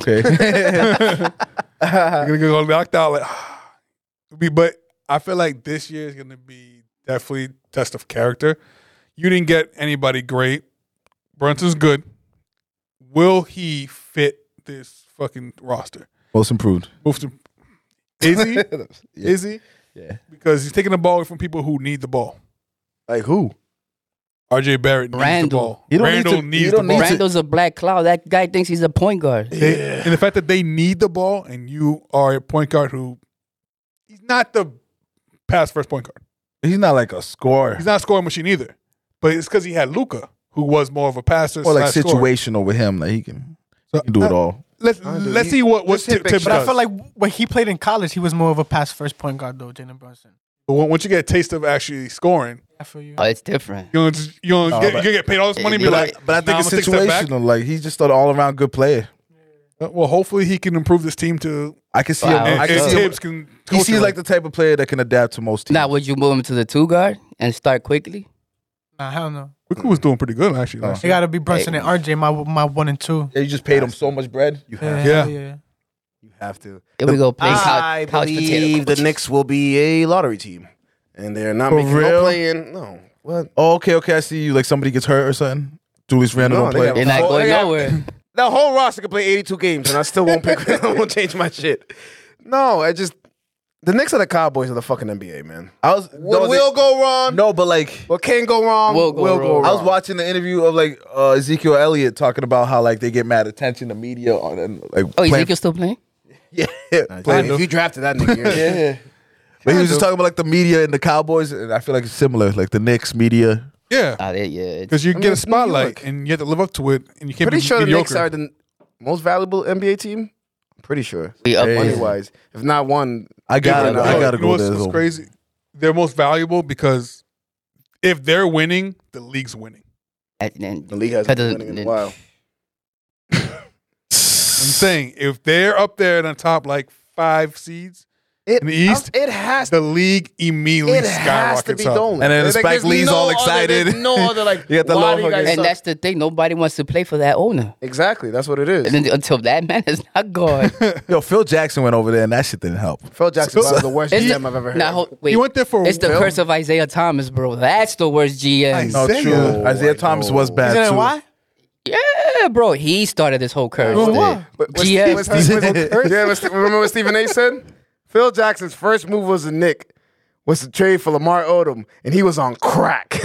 Speaker 6: Okay. Uh-huh.
Speaker 7: They're gonna go knocked out. Like, It'll be, but I feel like this year is gonna be definitely test of character. You didn't get anybody great. Brunson's good. Will he fit this fucking roster?
Speaker 6: Most improved.
Speaker 7: Move to is he?
Speaker 6: Yeah.
Speaker 7: Is he?
Speaker 6: Yeah.
Speaker 7: Because he's taking the ball away from people who need the ball.
Speaker 6: Like who?
Speaker 7: RJ Barrett needs
Speaker 4: Randall.
Speaker 7: the ball.
Speaker 6: You don't need
Speaker 7: Randall
Speaker 6: to- you
Speaker 7: needs the
Speaker 6: don't
Speaker 7: ball.
Speaker 6: need to-
Speaker 4: Randall's a black cloud. That guy thinks he's a point guard.
Speaker 7: They- And the fact that they need the ball and you are a point guard who he's not the pass first point guard.
Speaker 6: He's not like a scorer.
Speaker 7: He's not a scoring machine either. But it's because he had Luca, who was more of a passer.
Speaker 6: Or like
Speaker 7: slash scorer.
Speaker 6: situational with him. Like he can,
Speaker 7: So,
Speaker 6: he can do it all.
Speaker 7: Let's let's see what what Tip, Tip
Speaker 11: But I
Speaker 7: does.
Speaker 11: feel like when he played in college, he was more of a pass first point guard though, Jalen Brunson.
Speaker 7: But once you get a taste of actually scoring,
Speaker 11: I feel you.
Speaker 4: Oh, it's different.
Speaker 7: you know, just, you know, get, you get paid all this money. And be
Speaker 4: But I-
Speaker 7: like,
Speaker 6: But I
Speaker 7: nah,
Speaker 6: think it's
Speaker 7: I'ma take a step back. Uh,
Speaker 6: situational. Like he's just an all around good player.
Speaker 7: Well, hopefully he can improve this team to.
Speaker 6: I can see
Speaker 4: Wow.
Speaker 6: him.
Speaker 7: And,
Speaker 6: I
Speaker 7: and
Speaker 6: can see him.
Speaker 7: Tibbs can.
Speaker 6: He
Speaker 7: coach
Speaker 6: seems
Speaker 7: him.
Speaker 6: like the type of player that can adapt to most teams.
Speaker 4: Now, would you move him to the two guard and start quickly?
Speaker 11: Nah, hell no.
Speaker 7: Wicklow was doing pretty good actually. last
Speaker 11: It
Speaker 7: year.
Speaker 11: gotta be Brunson and RJ, my my one and two.
Speaker 6: Yeah, you just paid him so much bread. You have
Speaker 11: Yeah,
Speaker 7: Yeah.
Speaker 11: yeah. yeah.
Speaker 5: You have to.
Speaker 4: Here we go playing
Speaker 5: I
Speaker 4: college, college
Speaker 5: believe
Speaker 4: potato.
Speaker 5: the Knicks will be a lottery team, and they're not making
Speaker 6: real?
Speaker 5: no play-in. No. What?
Speaker 6: Oh, okay, okay. I see you. Like somebody gets hurt or something. Julius Randle
Speaker 5: No,
Speaker 6: don't
Speaker 5: they
Speaker 6: play.
Speaker 5: have-
Speaker 4: They're not
Speaker 5: Oh,
Speaker 4: going
Speaker 5: yeah.
Speaker 4: nowhere.
Speaker 5: The whole roster could play 82 games, and I still won't pick. I won't change my shit. No, I just the Knicks are the Cowboys of the fucking NBA, man.
Speaker 6: I was.
Speaker 5: What
Speaker 6: no,
Speaker 5: will go wrong?
Speaker 6: No, but like
Speaker 5: What can go wrong?
Speaker 4: Will go wrong.
Speaker 6: I was watching the interview of like uh, Ezekiel Elliott talking about how like they get mad attention to media on and like
Speaker 4: Oh,
Speaker 6: playing-
Speaker 4: Ezekiel's still playing?
Speaker 6: yeah.
Speaker 5: Damn, if you drafted that nigga, you're-
Speaker 6: yeah. But he was just talking about like the media and the Cowboys, and I feel like it's similar, like the Knicks media.
Speaker 7: yeah.
Speaker 4: Ah, they- yeah. it's-
Speaker 7: Because you get
Speaker 5: mean,
Speaker 7: a
Speaker 5: it's New York.
Speaker 7: spotlight and you have to live up to it, and you can't
Speaker 5: Pretty
Speaker 7: be
Speaker 5: sure the
Speaker 7: mediocre.
Speaker 5: Knicks are the most valuable NBA team. I'm pretty sure.
Speaker 4: We up
Speaker 5: Money
Speaker 4: on it.
Speaker 5: wise, if not one,
Speaker 6: I got,
Speaker 5: Yeah,
Speaker 6: to I
Speaker 5: no.
Speaker 6: got to
Speaker 7: You know
Speaker 6: go
Speaker 7: what's-
Speaker 6: there.
Speaker 7: what's
Speaker 6: though.
Speaker 7: crazy. They're most valuable because if they're winning, the league's winning.
Speaker 4: At, and,
Speaker 6: The league hasn't been winning in a while.
Speaker 7: I'm saying if they're up there in the top like five seeds
Speaker 5: It,
Speaker 7: in the East,
Speaker 5: it has
Speaker 7: the league immediately
Speaker 5: it has to
Speaker 7: skyrockets
Speaker 5: be
Speaker 7: up.
Speaker 5: Dolan.
Speaker 12: And then
Speaker 5: Like,
Speaker 12: Spike
Speaker 5: there's
Speaker 12: Lee's all
Speaker 5: other-
Speaker 12: excited.
Speaker 5: there's no other like.
Speaker 12: You got the
Speaker 5: why do you
Speaker 12: motherfucker-
Speaker 5: guys
Speaker 4: and
Speaker 5: suck?
Speaker 4: that's the thing. Nobody wants to play for that owner.
Speaker 5: exactly that's what it is.
Speaker 4: And then, until that man is not gone.
Speaker 6: Yo, Phil Jackson went over there and that shit didn't help.
Speaker 5: Phil Jackson's one of the worst GM I've ever heard.
Speaker 4: Nah, hold- wait.
Speaker 7: He went there for
Speaker 4: It's the
Speaker 7: Phil?
Speaker 4: curse of Isaiah Thomas, bro. That's the worst GM.
Speaker 7: Nice. Isaiah.
Speaker 6: true. Isaiah Thomas was bad
Speaker 11: Isn't it
Speaker 6: too.
Speaker 11: why?
Speaker 4: Yeah, bro. He started this whole curse.
Speaker 7: Doing
Speaker 4: thing.
Speaker 7: what?
Speaker 5: But what
Speaker 4: GM.
Speaker 5: Steve- what Steve- yeah, what Steve- remember what Stephen A. said? Phil Jackson's first move was a Nick. Was to trade for Lamar Odom, and he was on crack. Yo,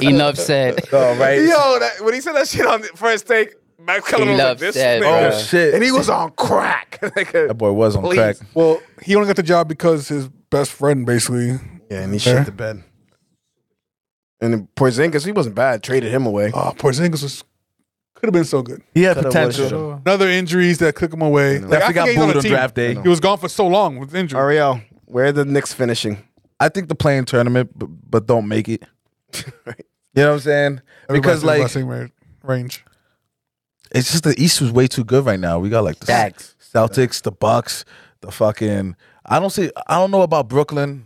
Speaker 4: Enough said.
Speaker 6: Oh, right.
Speaker 5: that, when he said that shit on the first take, Matt Cullen was like,
Speaker 4: loves
Speaker 5: "This
Speaker 4: that,
Speaker 5: nigga."
Speaker 6: Oh, shit.
Speaker 5: and he was on crack. Like, uh,
Speaker 6: That boy was on
Speaker 5: Please.
Speaker 6: crack.
Speaker 7: Well, Oh, he only got the job because his best friend basically.
Speaker 5: yeah, and he shit the bed. And then Porzingis, he wasn't bad. Traded him away.
Speaker 7: Oh, Porzingis was could have been so good.
Speaker 6: He had
Speaker 5: Coulda,
Speaker 6: potential.
Speaker 5: woulda.
Speaker 7: Another injuries that took him away. Like,
Speaker 6: Definitely got
Speaker 7: forget he's on
Speaker 6: booed
Speaker 7: the
Speaker 6: on
Speaker 7: team.
Speaker 6: draft day.
Speaker 7: He was gone for so long with injury.
Speaker 5: Ariel, where are the Knicks finishing?
Speaker 6: I think the playing tournament, but, but don't make it. You know what I'm saying? Because like
Speaker 7: Everybody's in the same ra- range.
Speaker 6: it's just the East was way too good right now. We got like the
Speaker 4: Facts.
Speaker 6: Celtics, the Bucks, the fucking. I don't see. I don't know about Brooklyn,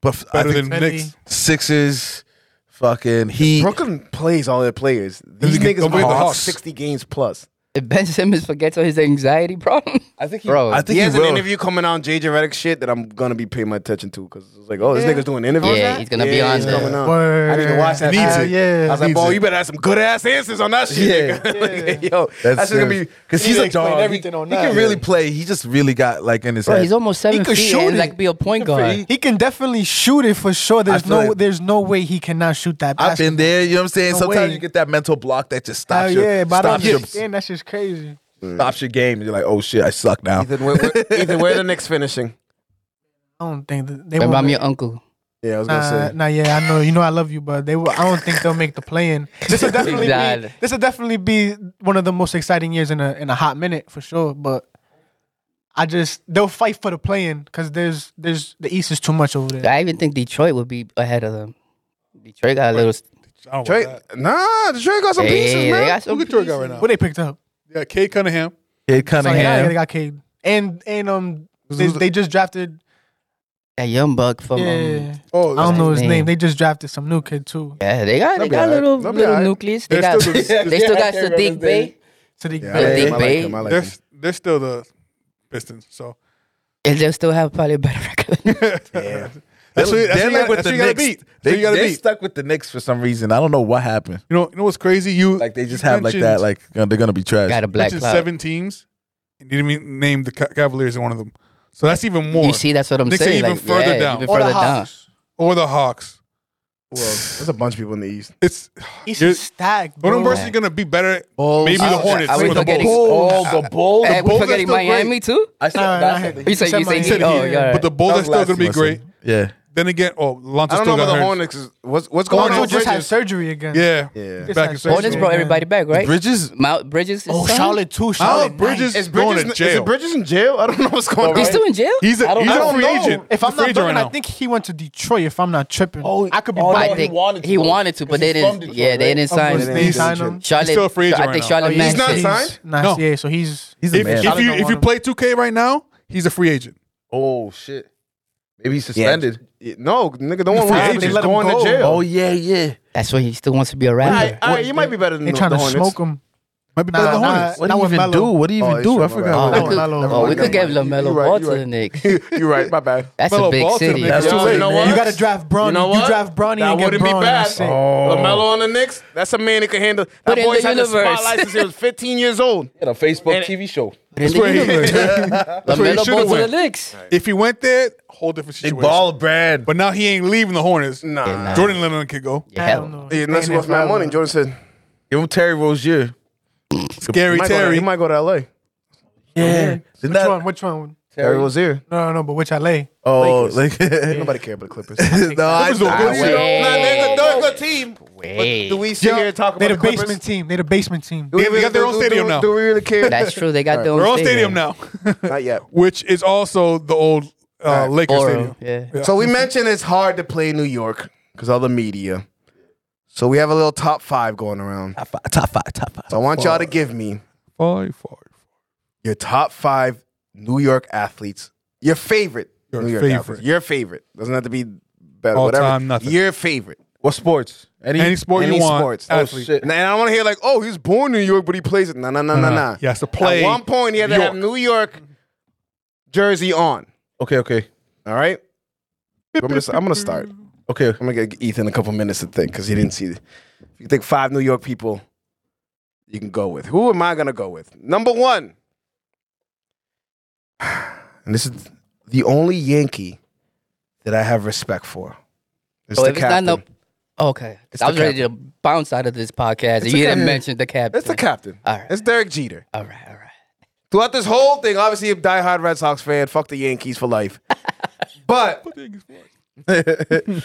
Speaker 6: but f- I
Speaker 7: Better
Speaker 6: think
Speaker 7: than
Speaker 11: Philly.
Speaker 7: Knicks.
Speaker 6: Sixers, fucking Heat.
Speaker 5: Brooklyn plays all their players. These
Speaker 7: get-
Speaker 5: niggas
Speaker 7: don't forget the
Speaker 5: are
Speaker 7: Hawks.
Speaker 5: sixty games plus.
Speaker 4: If Ben Simmons forgets all his anxiety problem, I think he, bro,
Speaker 6: I think
Speaker 5: he
Speaker 6: he,
Speaker 5: has an
Speaker 6: will.
Speaker 5: interview coming out on JJ Redick shit that I'm gonna be paying my attention to because it's like, oh, this nigga's doing interviews.
Speaker 4: Yeah, he's gonna be on
Speaker 5: he's
Speaker 4: there.
Speaker 5: coming out.
Speaker 11: Word.
Speaker 5: I need to watch that.
Speaker 7: Needs
Speaker 5: shit.
Speaker 7: it. Yeah,
Speaker 5: I was like,
Speaker 7: needs
Speaker 5: boy,
Speaker 7: it.
Speaker 5: you better have some good ass answers on that
Speaker 6: Yeah.
Speaker 5: shit. nigga. Like, yo, that's, just gonna be
Speaker 6: because he's a dog. Everything he, on he can really play. He just really got like in his
Speaker 4: bro
Speaker 6: head.
Speaker 4: he's almost seven
Speaker 11: could
Speaker 4: feet
Speaker 11: shoot
Speaker 4: and
Speaker 11: it.
Speaker 4: like be a point guard.
Speaker 11: He can definitely shoot it for sure. There's
Speaker 6: feel
Speaker 11: no,
Speaker 6: like-
Speaker 11: there's no way he cannot shoot that.
Speaker 6: I've been
Speaker 11: basketball.
Speaker 6: there. You know what I'm saying?
Speaker 11: No
Speaker 6: Sometimes
Speaker 11: way.
Speaker 6: you get that mental block that just
Speaker 11: Hell
Speaker 6: stops your
Speaker 11: yeah, but I
Speaker 6: stops
Speaker 11: don't
Speaker 6: your,
Speaker 11: understand. That's just crazy.
Speaker 6: stops your game. And you're like, oh shit, I suck now.
Speaker 5: Ethan, where, where, Ethan, where the Knicks finishing?
Speaker 11: I don't think that they
Speaker 4: Remember,
Speaker 11: won't
Speaker 4: I'm
Speaker 11: make-
Speaker 4: your uncle.
Speaker 5: Yeah, I was gonna
Speaker 11: Nah,
Speaker 5: say.
Speaker 11: nah, yeah, I know. You know, I love you, but they. Will, I don't think they'll make the play in. This will definitely be.
Speaker 4: Exactly.
Speaker 11: This will definitely be one of the most exciting years in a in a hot minute for sure. But I just they'll fight for the play in because there's there's the East is too much over there.
Speaker 4: I even think Detroit would be ahead of them. Detroit got a little.
Speaker 7: I don't
Speaker 5: Detroit,
Speaker 7: want that.
Speaker 5: nah, Detroit got some pieces,
Speaker 4: Hey, they
Speaker 5: man.
Speaker 4: got some
Speaker 7: Look at Detroit got right
Speaker 4: pieces.
Speaker 7: now.
Speaker 11: What they picked up?
Speaker 7: Yeah, Kate Cunningham.
Speaker 6: Kid
Speaker 11: So, yeah, they
Speaker 6: Cunningham.
Speaker 11: got Cade and and um they, they just drafted.
Speaker 4: That young buck from. um,
Speaker 11: Yeah,
Speaker 7: Oh,
Speaker 11: I don't know his
Speaker 4: name.
Speaker 11: name. They just drafted some new kid too.
Speaker 4: yeah, they got they got a little little nucleus. They
Speaker 7: They're
Speaker 4: got
Speaker 7: still the-
Speaker 4: they still got Sadiq Bay.
Speaker 11: So they,
Speaker 5: I like him, I like him, I like
Speaker 7: they're,
Speaker 5: him.
Speaker 7: s- they're still the Pistons. So
Speaker 4: And they'll still have probably a better record. than them.
Speaker 7: that's who, that's
Speaker 6: They're
Speaker 7: who you
Speaker 6: like
Speaker 7: got
Speaker 6: with
Speaker 7: that's
Speaker 6: the
Speaker 7: who you gotta
Speaker 6: Knicks.
Speaker 7: beat. That's who
Speaker 6: They,
Speaker 7: you gotta
Speaker 6: they
Speaker 7: beat.
Speaker 6: stuck with the Knicks for some reason. I don't know what happened.
Speaker 7: You know, you know what's crazy? You
Speaker 6: Like they just
Speaker 7: you
Speaker 6: have like that.
Speaker 7: mentioned-
Speaker 6: Like uh, they're gonna be trash.
Speaker 4: got a black
Speaker 7: mentioned
Speaker 4: cloud.
Speaker 7: seven teams, and you didn't even name the Ca- Cavaliers in one of them. So that's even more.
Speaker 4: You see, that's what I'm
Speaker 7: Knicks are
Speaker 4: saying.
Speaker 7: even
Speaker 4: like,
Speaker 7: further
Speaker 4: yeah,
Speaker 7: down.
Speaker 4: Even
Speaker 11: Or the
Speaker 4: further down.
Speaker 11: Hawks.
Speaker 7: or the Hawks.
Speaker 5: Well, there's a bunch of people in the East.
Speaker 7: It's
Speaker 11: East
Speaker 7: You're-
Speaker 11: is stacked.
Speaker 7: one of them
Speaker 11: bro.
Speaker 7: versus going to be better. Maybe the
Speaker 4: Oh,
Speaker 7: Hornets.
Speaker 4: I was
Speaker 7: or the
Speaker 4: forgetting-
Speaker 7: Bulls.
Speaker 6: oh, the Bulls.
Speaker 4: Hey,
Speaker 7: Bulls
Speaker 4: we
Speaker 7: are
Speaker 4: forgetting
Speaker 7: still great.
Speaker 4: Miami too.
Speaker 6: I said,
Speaker 11: Nah,
Speaker 6: that's
Speaker 11: nah.
Speaker 6: what they-
Speaker 4: You say
Speaker 11: said
Speaker 4: you say
Speaker 11: Miami.
Speaker 4: he- oh,
Speaker 11: Yeah.
Speaker 4: yeah.
Speaker 7: But the Bulls
Speaker 6: that
Speaker 7: are
Speaker 6: was
Speaker 7: still
Speaker 6: last
Speaker 7: going to be
Speaker 6: lesson.
Speaker 7: great.
Speaker 6: Yeah.
Speaker 7: Then again, oh,
Speaker 5: I
Speaker 7: Lonzo
Speaker 5: don't know
Speaker 7: still
Speaker 5: about
Speaker 7: got
Speaker 5: the
Speaker 7: hurt.
Speaker 5: Hornets. is- What's what's going
Speaker 11: Lonzo
Speaker 5: on?
Speaker 11: just had
Speaker 5: Bridges?
Speaker 11: surgery again.
Speaker 7: Yeah,
Speaker 5: Yeah.
Speaker 7: back in
Speaker 11: Just had
Speaker 7: session.
Speaker 4: Hornets brought everybody back, right?
Speaker 6: Bridges.
Speaker 4: Mount Bridges. Is
Speaker 11: Oh,
Speaker 4: signed?
Speaker 11: Charlotte too.
Speaker 7: Oh,
Speaker 11: Charlotte
Speaker 7: Bridges
Speaker 5: Is
Speaker 7: is going to
Speaker 5: Bridges is
Speaker 7: jail.
Speaker 5: it Bridges in jail? I don't know what's going on.
Speaker 4: He's still in jail.
Speaker 7: He's a, he's
Speaker 6: I
Speaker 7: a
Speaker 6: don't
Speaker 7: free
Speaker 6: know.
Speaker 7: agent.
Speaker 11: If I'm
Speaker 7: Free
Speaker 11: not
Speaker 7: agent
Speaker 11: bugging,
Speaker 7: right now.
Speaker 11: I think he went to Detroit. If I'm not tripping,
Speaker 6: Oh,
Speaker 11: I could be.
Speaker 6: oh,
Speaker 11: bugging.
Speaker 6: no,
Speaker 4: I
Speaker 6: he
Speaker 4: think
Speaker 6: wanted to
Speaker 4: he
Speaker 6: go.
Speaker 4: wanted to, but
Speaker 6: He's
Speaker 4: they
Speaker 6: from
Speaker 4: didn't.
Speaker 6: Detroit,
Speaker 4: yeah, they
Speaker 6: right?
Speaker 4: didn't
Speaker 11: Oh,
Speaker 4: sign
Speaker 11: but
Speaker 4: him.
Speaker 11: they
Speaker 5: He's
Speaker 11: signed
Speaker 5: legit.
Speaker 11: him.
Speaker 4: Charlotte,
Speaker 7: still a free agent
Speaker 4: I
Speaker 7: right
Speaker 4: think
Speaker 7: now.
Speaker 4: Charlotte
Speaker 11: Oh,
Speaker 4: Max
Speaker 5: he's not
Speaker 4: is-
Speaker 5: signed?
Speaker 11: Nah,
Speaker 7: No.
Speaker 11: yeah. So he's
Speaker 6: He's a
Speaker 7: if,
Speaker 6: man.
Speaker 7: if
Speaker 11: Charlotte
Speaker 7: you
Speaker 11: don't
Speaker 7: if
Speaker 11: want
Speaker 7: you
Speaker 11: him.
Speaker 7: play 2K right now, he's a free agent.
Speaker 6: oh shit. Maybe he's suspended.
Speaker 5: Yeah, No, nigga, don't want
Speaker 7: Free
Speaker 5: Rodgers
Speaker 7: agent.
Speaker 5: is
Speaker 7: Let him
Speaker 5: going to
Speaker 7: go.
Speaker 5: jail.
Speaker 6: Oh yeah, yeah.
Speaker 4: That's why he still wants to be a rapper.
Speaker 5: all right, all right, you might be better than
Speaker 11: they
Speaker 5: the,
Speaker 11: trying
Speaker 5: the
Speaker 11: to
Speaker 5: Hornets.
Speaker 11: smoke him.
Speaker 7: Might be
Speaker 11: Nah,
Speaker 7: better than
Speaker 11: nah,
Speaker 7: Hornets.
Speaker 6: What do
Speaker 11: Not
Speaker 6: you
Speaker 11: with
Speaker 6: even
Speaker 11: Melo.
Speaker 6: do? What do you even
Speaker 5: Oh, it's
Speaker 6: do? I
Speaker 5: Shamar.
Speaker 4: Oh,
Speaker 6: forgot.
Speaker 4: we
Speaker 11: Melo,
Speaker 4: could,
Speaker 11: Melo,
Speaker 4: oh,
Speaker 11: Melo.
Speaker 4: we could give LaMelo
Speaker 5: right,
Speaker 4: Ball
Speaker 5: you
Speaker 4: to the
Speaker 5: right.
Speaker 4: Knicks.
Speaker 5: You're right. My bad.
Speaker 4: That's
Speaker 7: Melo
Speaker 4: a big
Speaker 7: Ball to the
Speaker 4: city.
Speaker 7: Knicks. That's
Speaker 6: Yo, too late.
Speaker 5: you know what?
Speaker 11: You got to draft Bronny.
Speaker 5: You know what?
Speaker 11: draft Bronny
Speaker 5: That
Speaker 11: and get
Speaker 5: wouldn't be
Speaker 11: Bronny.
Speaker 5: bad. Oh.
Speaker 11: That's it.
Speaker 5: LaMelo on the Knicks, that's a man that can handle. That
Speaker 4: Put it in
Speaker 5: boy's
Speaker 4: the
Speaker 5: had a
Speaker 4: universe.
Speaker 5: spotlight since he was 15 years old.
Speaker 6: At a Facebook TV show.
Speaker 4: In the
Speaker 7: where he-
Speaker 4: universe.
Speaker 7: where he
Speaker 4: LaMelo
Speaker 7: should've
Speaker 4: Ball to the
Speaker 7: went.
Speaker 4: Knicks.
Speaker 7: If he went there, whole different
Speaker 6: Big
Speaker 7: situation.
Speaker 6: ball, Brad.
Speaker 7: But now he ain't leaving the Hornets.
Speaker 5: Nah. Yeah, nah.
Speaker 7: Jordan Lennon could go.
Speaker 4: Yeah,
Speaker 11: Hell
Speaker 4: hell
Speaker 11: no.
Speaker 5: Yeah, unless he wants my money. Jordan said,
Speaker 6: Give him Terry Rozier.
Speaker 7: Gary
Speaker 5: he might, go to,
Speaker 7: Terry.
Speaker 5: he might go to LA.
Speaker 11: Yeah.
Speaker 6: Didn't
Speaker 11: Which
Speaker 6: that-
Speaker 11: one? Which one?
Speaker 5: Terry was here.
Speaker 11: No, no, no. But which LA?
Speaker 6: Oh, like no,
Speaker 5: Nobody cared about the Clippers.
Speaker 6: I,
Speaker 7: Clippers are good.
Speaker 6: I,
Speaker 4: Wait.
Speaker 5: Nah, they're, they're a good team. But do we sit here and talk about
Speaker 11: They're the
Speaker 5: the Clippers?
Speaker 11: basement team. They're the basement team.
Speaker 5: Do we
Speaker 7: They- they got their own
Speaker 5: do-
Speaker 7: stadium
Speaker 5: do-
Speaker 7: now.
Speaker 5: Do we really care?
Speaker 4: That's true. They got their
Speaker 7: Their
Speaker 4: own
Speaker 7: own stadium now,
Speaker 5: Not yet.
Speaker 7: which is also the old uh, Lakers
Speaker 4: Borough,
Speaker 7: stadium.
Speaker 4: yeah.
Speaker 5: So we mentioned it's hard to play New York because all the media. So we have a little top five going around.
Speaker 6: Top five, top five, top five.
Speaker 5: So I want y'all to give me
Speaker 7: Five, five.
Speaker 5: your top five New York athletes. Your favorite
Speaker 7: Your
Speaker 5: New York
Speaker 7: favorite.
Speaker 5: athletes. Your favorite doesn't have to be better.
Speaker 7: All
Speaker 5: whatever.
Speaker 7: time, nothing.
Speaker 5: Your favorite.
Speaker 6: What sports?
Speaker 7: Any sport
Speaker 5: Any
Speaker 7: you want.
Speaker 5: sports.
Speaker 6: Oh
Speaker 7: athlete.
Speaker 6: shit!
Speaker 5: And I don't want to hear like, oh, he's born in New York, but he plays it. No, no, no, no,
Speaker 7: Nah,
Speaker 5: no.
Speaker 7: He has to play.
Speaker 5: At one point, he had to have
Speaker 7: York.
Speaker 5: New York jersey on.
Speaker 6: Okay, okay,
Speaker 5: All right. I'm gonna, I'm gonna start. I'm
Speaker 6: okay.
Speaker 5: gonna get Ethan a couple minutes to think because he didn't see. If you think five New York people, you can go with. Who am I gonna go with? Number one. And this is the only Yankee that I have respect for. It's
Speaker 4: So
Speaker 5: the
Speaker 4: Oh, if it's not
Speaker 5: captain.
Speaker 4: no, okay.
Speaker 5: It's
Speaker 4: I
Speaker 5: the
Speaker 4: was ready to bounce out of this podcast.
Speaker 5: It's
Speaker 4: if
Speaker 5: the
Speaker 4: you didn't
Speaker 5: captain.
Speaker 4: mention the captain.
Speaker 5: it's the captain.
Speaker 4: All right.
Speaker 5: It's Derek Jeter.
Speaker 4: All right, all right.
Speaker 5: Throughout this whole thing, obviously, a diehard Red Sox fan. Fuck the Yankees for life. But man,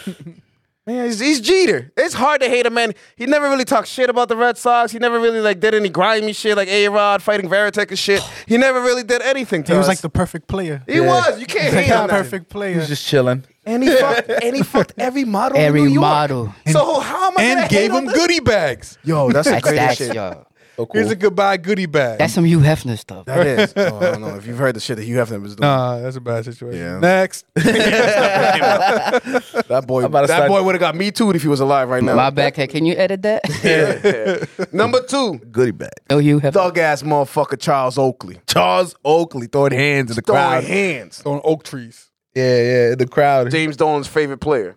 Speaker 5: he's, he's Jeter. It's hard to hate a man. He never really talked shit about the Red Sox. He never really like did any grimy shit like A Rod fighting Veritek and shit. He never really did anything to
Speaker 11: He
Speaker 5: us.
Speaker 11: was like the perfect player.
Speaker 5: he was. You can't hate
Speaker 11: Yeah,
Speaker 5: on that.
Speaker 11: perfect player.
Speaker 6: He's just chilling.
Speaker 5: And he fucked. And he fucked every model. in
Speaker 4: Every
Speaker 5: New York.
Speaker 4: model.
Speaker 5: So how am I gonna
Speaker 7: and
Speaker 5: hate
Speaker 7: gave
Speaker 5: on
Speaker 7: him
Speaker 5: this?
Speaker 7: goodie bags.
Speaker 5: Yo, that's the
Speaker 4: That's
Speaker 5: greatest
Speaker 4: that's
Speaker 5: shit.
Speaker 4: yo.
Speaker 5: Oh,
Speaker 6: So cool.
Speaker 7: Here's a goodbye goodie bag.
Speaker 4: That's some Hugh Hefner stuff.
Speaker 5: That is. Oh, I don't know if you've heard the shit that you have to doing.
Speaker 7: nah, that's a bad situation.
Speaker 5: Yeah.
Speaker 7: Next.
Speaker 5: That boy.
Speaker 6: about to
Speaker 5: That
Speaker 6: start-
Speaker 5: boy would have got me too if he was alive right now.
Speaker 4: My backhead. Can you edit that?
Speaker 5: Number two,
Speaker 6: goodie bag.
Speaker 4: no Hugh Hefner.
Speaker 5: thug ass motherfucker Charles Oakley.
Speaker 6: Charles Oakley throwing hands in the
Speaker 5: Throwing
Speaker 6: crowd.
Speaker 5: hands.
Speaker 7: on oak trees.
Speaker 6: Yeah, yeah, in the crowd.
Speaker 5: James Dolan's favorite player.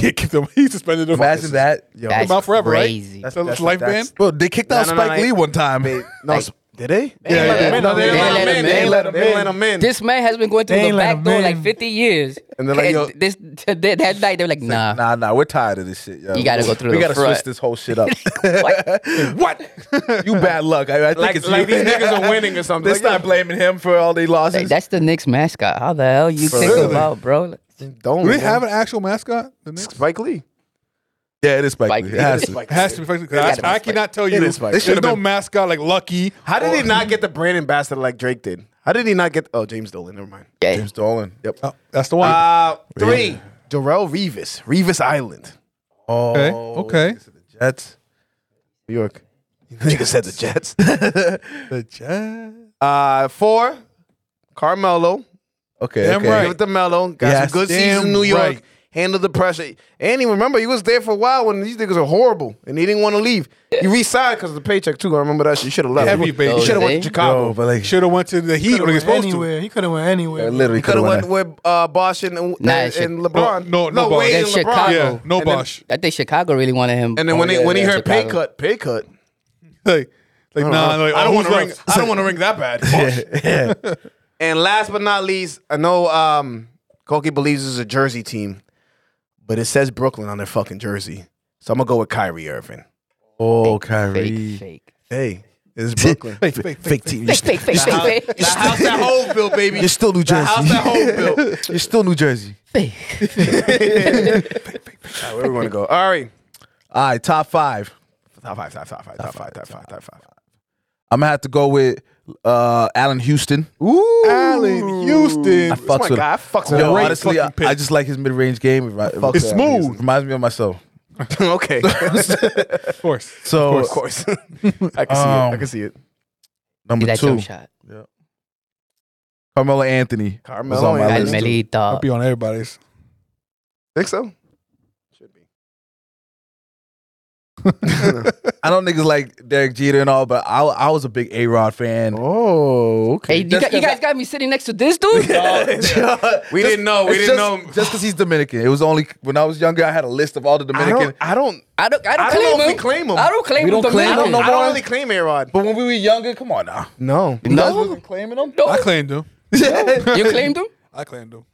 Speaker 7: Yeah, keep them. He suspended them.
Speaker 6: Imagine that.
Speaker 5: Yo,
Speaker 4: That's
Speaker 7: Him out forever, right?
Speaker 4: crazy.
Speaker 7: So it's life band.
Speaker 6: Bro, they kicked out
Speaker 5: No, no, no,
Speaker 6: Spike
Speaker 5: no.
Speaker 6: Lee one time.
Speaker 5: They, no,
Speaker 4: Like-
Speaker 5: sp- did they?
Speaker 4: Yeah, yeah.
Speaker 5: let him in.
Speaker 4: They
Speaker 5: they
Speaker 4: let
Speaker 5: didn't
Speaker 4: him in.
Speaker 5: let him in. They didn't let him in.
Speaker 4: This man has been going through
Speaker 11: They
Speaker 4: the
Speaker 11: ain't let
Speaker 4: back
Speaker 11: him
Speaker 4: door
Speaker 11: in.
Speaker 4: like 50 years.
Speaker 5: And they're like, yo-
Speaker 4: this, that, that night, they were like, nah.
Speaker 6: Nah, nah, we're tired of this shit. Yo.
Speaker 4: You gotta go through
Speaker 6: We
Speaker 4: the
Speaker 6: gotta
Speaker 4: front.
Speaker 6: switch this whole shit up.
Speaker 4: What?
Speaker 6: what? you bad luck. I, I think
Speaker 5: Like,
Speaker 6: it's
Speaker 5: like these
Speaker 6: you.
Speaker 5: niggas are winning or something.
Speaker 6: They
Speaker 5: Like,
Speaker 6: start blaming him for all they
Speaker 4: Like,
Speaker 6: losses.
Speaker 4: that's the Knicks mascot. How the hell you think
Speaker 7: Really?
Speaker 4: about, bro?
Speaker 5: Don't
Speaker 7: Do they
Speaker 5: man.
Speaker 7: have an actual mascot? The Knicks?
Speaker 5: Spike Lee?
Speaker 6: yeah, it is Spike,
Speaker 4: Spike
Speaker 6: Lee.
Speaker 4: Lee.
Speaker 6: It has
Speaker 4: It
Speaker 6: to.
Speaker 4: is
Speaker 7: It has to be Spike Lee, 'cause I-
Speaker 4: gotta be
Speaker 7: I,
Speaker 4: Spike Lee.
Speaker 7: cannot tell you.
Speaker 5: It is Spike Lee.
Speaker 7: There's
Speaker 5: Should've
Speaker 7: no
Speaker 5: been-
Speaker 7: mascot like Lucky.
Speaker 5: How did he not get the Brandon Bassett like Drake did? How did he not get? Oh, James Dolan. Never mind.
Speaker 4: Yeah.
Speaker 6: James Dolan. Yep.
Speaker 7: Oh, that's the one.
Speaker 5: Uh, three, Darrell Revis, Revis Island,
Speaker 6: Oh,
Speaker 7: okay. Okay.
Speaker 6: Jets.
Speaker 5: New York. Nigga said the Jets.
Speaker 7: The Jazz.
Speaker 5: Uh, four, Carmelo.
Speaker 6: Okay.
Speaker 7: Damn
Speaker 6: okay.
Speaker 7: right.
Speaker 5: Give it to Melo. Got
Speaker 6: Yes,
Speaker 5: some good
Speaker 7: damn
Speaker 5: season in New York.
Speaker 7: right.
Speaker 5: Handled the pressure. And he, remember, he was there for a while when these niggas are horrible and he didn't want to leave. He re-signed because of the paycheck, too. I remember that shit. You should have left.
Speaker 7: Every
Speaker 5: You
Speaker 7: baby.
Speaker 5: should have went to
Speaker 4: Yo,
Speaker 5: Chicago.
Speaker 6: Yo, but like,
Speaker 7: Should have went to the Heat
Speaker 11: He
Speaker 7: when he was
Speaker 11: could have went
Speaker 7: supposed to.
Speaker 11: anywhere. He could have went anywhere.
Speaker 6: I literally
Speaker 5: could
Speaker 6: could
Speaker 5: have went
Speaker 6: have won.
Speaker 5: with uh, Bosch and, and,
Speaker 4: Nah,
Speaker 5: and,
Speaker 4: shit.
Speaker 5: LeBron.
Speaker 7: No, no, no
Speaker 5: Wade and
Speaker 4: That's
Speaker 7: Bosch.
Speaker 5: LeBron.
Speaker 4: Chicago.
Speaker 7: Yeah, no
Speaker 5: And then-
Speaker 7: Bosch.
Speaker 4: I think Chicago really wanted him.
Speaker 5: And then
Speaker 4: Oh,
Speaker 5: when,
Speaker 4: yeah,
Speaker 5: he, when he
Speaker 4: yeah,
Speaker 5: heard pay
Speaker 4: Chicago.
Speaker 5: cut, pay cut. Uh-huh.
Speaker 7: Like, like nah, like,
Speaker 5: I
Speaker 7: oh,
Speaker 5: don't want to
Speaker 7: who's
Speaker 5: ring.
Speaker 7: left?
Speaker 5: I don't want to ring that bad. and last but not least, I know um, Koki believes this is a Jersey team, but it says Brooklyn on their fucking jersey, so I'm gonna go with Kyrie Irving.
Speaker 6: Oh,
Speaker 4: Fake,
Speaker 6: Kyrie.
Speaker 4: fake.
Speaker 5: Hey, it's Brooklyn.
Speaker 6: Fake, fake, fake team.
Speaker 4: Fake, fake, fake, fake, fake.
Speaker 5: the house that home built, baby.
Speaker 6: You're still
Speaker 5: the
Speaker 6: New Jersey.
Speaker 5: house that home built.
Speaker 6: You're still New Jersey.
Speaker 4: Fake.
Speaker 5: All right, where we gonna go? All right,
Speaker 6: All right, top five.
Speaker 5: top five, top five, top five, top five, top five, top five.
Speaker 6: I'm gonna have to go with uh, Allen Houston.
Speaker 5: Ooh,
Speaker 7: Allen
Speaker 6: I
Speaker 7: Houston.
Speaker 5: That's
Speaker 6: fucks
Speaker 5: my
Speaker 6: with
Speaker 5: guy. I
Speaker 6: him.
Speaker 5: fucks with
Speaker 6: Yo,
Speaker 5: him.
Speaker 6: honestly, I,
Speaker 7: fucking
Speaker 6: I
Speaker 7: pick.
Speaker 6: just like his mid-range game. It ri-
Speaker 5: Fucks
Speaker 6: it's
Speaker 5: with Allen
Speaker 6: smooth. Reminds me of myself.
Speaker 5: okay,
Speaker 7: Of course.
Speaker 6: So
Speaker 5: uh, of course. I can see it. I
Speaker 6: Um,
Speaker 5: can see it.
Speaker 6: number
Speaker 4: That's
Speaker 6: two,
Speaker 4: some shot.
Speaker 6: Carmelo Anthony. was
Speaker 5: Carmelo
Speaker 6: on my
Speaker 5: Anthony.
Speaker 6: list. too.
Speaker 7: I'll
Speaker 5: Uh,
Speaker 4: Melito.
Speaker 7: be on everybody's.
Speaker 5: Think so? Should be.
Speaker 6: I know niggas like Derek Jeter and all, but I, I was a big A Rod fan.
Speaker 5: Oh, okay.
Speaker 4: Hey, you, got, you guys got me sitting next to this dude?
Speaker 5: We didn't know. We
Speaker 6: It's
Speaker 5: didn't
Speaker 6: just,
Speaker 5: know.
Speaker 6: Just because he's Dominican. It was only when I was younger, I had a list of all the
Speaker 5: I
Speaker 6: Dominican.
Speaker 5: don't. I don't.
Speaker 4: I don't, I don't,
Speaker 5: I don't
Speaker 4: claim,
Speaker 5: know if
Speaker 4: him.
Speaker 5: we claim him.
Speaker 4: I don't claim
Speaker 6: We
Speaker 4: him.
Speaker 6: don't claim
Speaker 5: I
Speaker 6: him.
Speaker 5: don't, know. I
Speaker 4: Dominican.
Speaker 5: don't really claim A-Rod.
Speaker 6: But when we were younger, come on now.
Speaker 5: No.
Speaker 6: No,
Speaker 4: No.
Speaker 6: wasn't claiming him.
Speaker 7: I claimed him.
Speaker 4: You claimed him?
Speaker 7: I claimed him.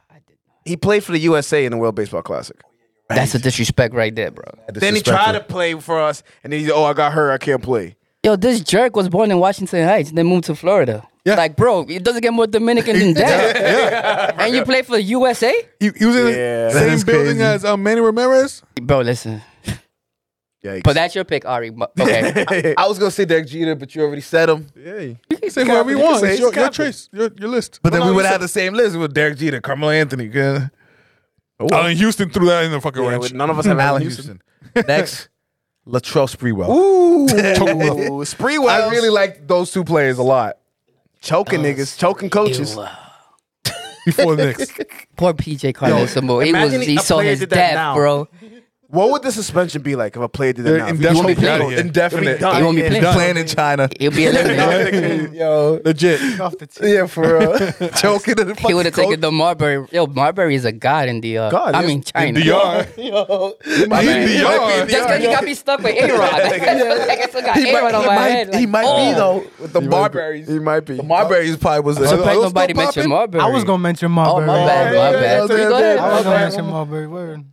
Speaker 5: He played for the USA in the World Baseball Classic.
Speaker 4: That's a disrespect right there, bro.
Speaker 5: Then he tried to play for us, and then he oh, I got hurt. I can't play.
Speaker 4: Yo, this jerk was born in Washington Heights, then moved to Florida.
Speaker 7: Yeah.
Speaker 4: Like, bro, it doesn't get more Dominican than that. And you play for USA?
Speaker 7: He, he was in
Speaker 5: Yeah. That
Speaker 7: the same
Speaker 6: is
Speaker 7: building
Speaker 6: crazy.
Speaker 7: as um, Manny Ramirez.
Speaker 4: Bro, listen.
Speaker 5: Yikes.
Speaker 4: But that's your pick, Ari. Mu- Okay.
Speaker 6: I was gonna say Derek Jeter, but you already said him.
Speaker 7: Say whoever you want.
Speaker 5: say
Speaker 7: It's
Speaker 5: he's
Speaker 7: your, your
Speaker 5: captain.
Speaker 7: choice. Your, your list.
Speaker 6: But then
Speaker 5: no,
Speaker 6: we
Speaker 5: you
Speaker 6: would
Speaker 5: said-
Speaker 6: have the same list with Derek Jeter, Carmelo Anthony, good.
Speaker 7: Allen Houston threw that in the fucking
Speaker 5: Yeah,
Speaker 7: wrench.
Speaker 5: with- none of us have
Speaker 6: Allen
Speaker 5: Allen Houston.
Speaker 6: Houston. Next, Latrell Sprewell.
Speaker 5: Ooh, Sprewell.
Speaker 6: I really like those two players a lot.
Speaker 5: choking niggas, choking coaches.
Speaker 4: Ew, uh,
Speaker 7: before next.
Speaker 4: Poor PJ Carlesimo. He was
Speaker 5: imagine
Speaker 4: he
Speaker 5: a
Speaker 4: saw
Speaker 5: player
Speaker 4: his
Speaker 5: did that
Speaker 4: death,
Speaker 5: now.
Speaker 4: bro.
Speaker 5: What would the suspension be like if a player did that?
Speaker 7: They're
Speaker 5: now?
Speaker 7: indefinite.
Speaker 5: You wanna be
Speaker 7: Outta
Speaker 5: penal-
Speaker 7: here.
Speaker 6: Indefinite.
Speaker 4: He won't be playing.
Speaker 6: Playing in China.
Speaker 4: He'll be eliminated.
Speaker 6: Yo,
Speaker 7: Legit.
Speaker 11: off the tee.
Speaker 6: yeah, for real. Choking in the
Speaker 4: he
Speaker 6: fucking
Speaker 4: would have taken the Marbury. Yo, Marbury is a god in the. Uh,
Speaker 5: God,
Speaker 4: I
Speaker 5: yes.
Speaker 4: mean China.
Speaker 7: DR.
Speaker 6: Yo,
Speaker 7: He
Speaker 6: man.
Speaker 4: Just
Speaker 7: DR.
Speaker 4: because he got me stuck with A Rod. I guess I got
Speaker 6: He
Speaker 4: A Rod
Speaker 6: might,
Speaker 4: on my
Speaker 6: he might,
Speaker 4: head.
Speaker 6: he
Speaker 4: like,
Speaker 6: might
Speaker 4: oh.
Speaker 6: be though with the Marberries.
Speaker 5: He might be.
Speaker 6: The Marberries probably was.
Speaker 4: I'm surprised
Speaker 7: Those
Speaker 4: nobody
Speaker 7: still
Speaker 4: mentioned
Speaker 7: popping?
Speaker 4: Marbury.
Speaker 11: I was gonna mention
Speaker 4: Oh,
Speaker 11: Marbury.
Speaker 4: my bad.
Speaker 6: Yeah,
Speaker 4: My
Speaker 6: yeah,
Speaker 4: bad.
Speaker 6: yeah,
Speaker 4: Go
Speaker 6: yeah,
Speaker 4: ahead.
Speaker 6: yeah.
Speaker 11: I was gonna
Speaker 6: Okay.
Speaker 11: mention Marbury. Word.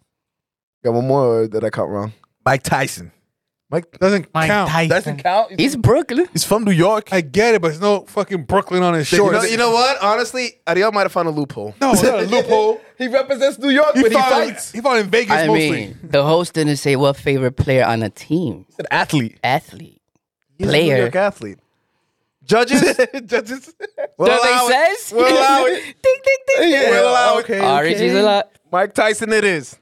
Speaker 5: Got one more that I caught wrong.
Speaker 6: Mike Tyson.
Speaker 7: Doesn't
Speaker 11: Mike
Speaker 7: count.
Speaker 11: Tyson.
Speaker 6: Doesn't count.
Speaker 4: He's Brooklyn.
Speaker 6: He's from New York.
Speaker 7: I get it, but it's no fucking Brooklyn on his
Speaker 5: You
Speaker 7: shorts.
Speaker 5: know, you know what? Honestly, Ariel might have found a loophole.
Speaker 7: no, it's not a loophole.
Speaker 6: He represents New York,
Speaker 7: He
Speaker 6: but he
Speaker 7: found, he,
Speaker 6: fights.
Speaker 7: found in Vegas
Speaker 4: I
Speaker 7: mostly.
Speaker 4: mean, the host didn't say what favorite player on a team.
Speaker 6: An athlete.
Speaker 4: Athlete.
Speaker 5: He's a New
Speaker 4: Player.
Speaker 5: York athlete. Judges.
Speaker 6: Judges.
Speaker 5: will allow it.
Speaker 4: they says?
Speaker 5: We'll allow it.
Speaker 4: ding, ding, ding.
Speaker 5: Yeah, we'll allow it.
Speaker 6: okay.
Speaker 4: Orange is a lot.
Speaker 5: Mike Tyson, it is.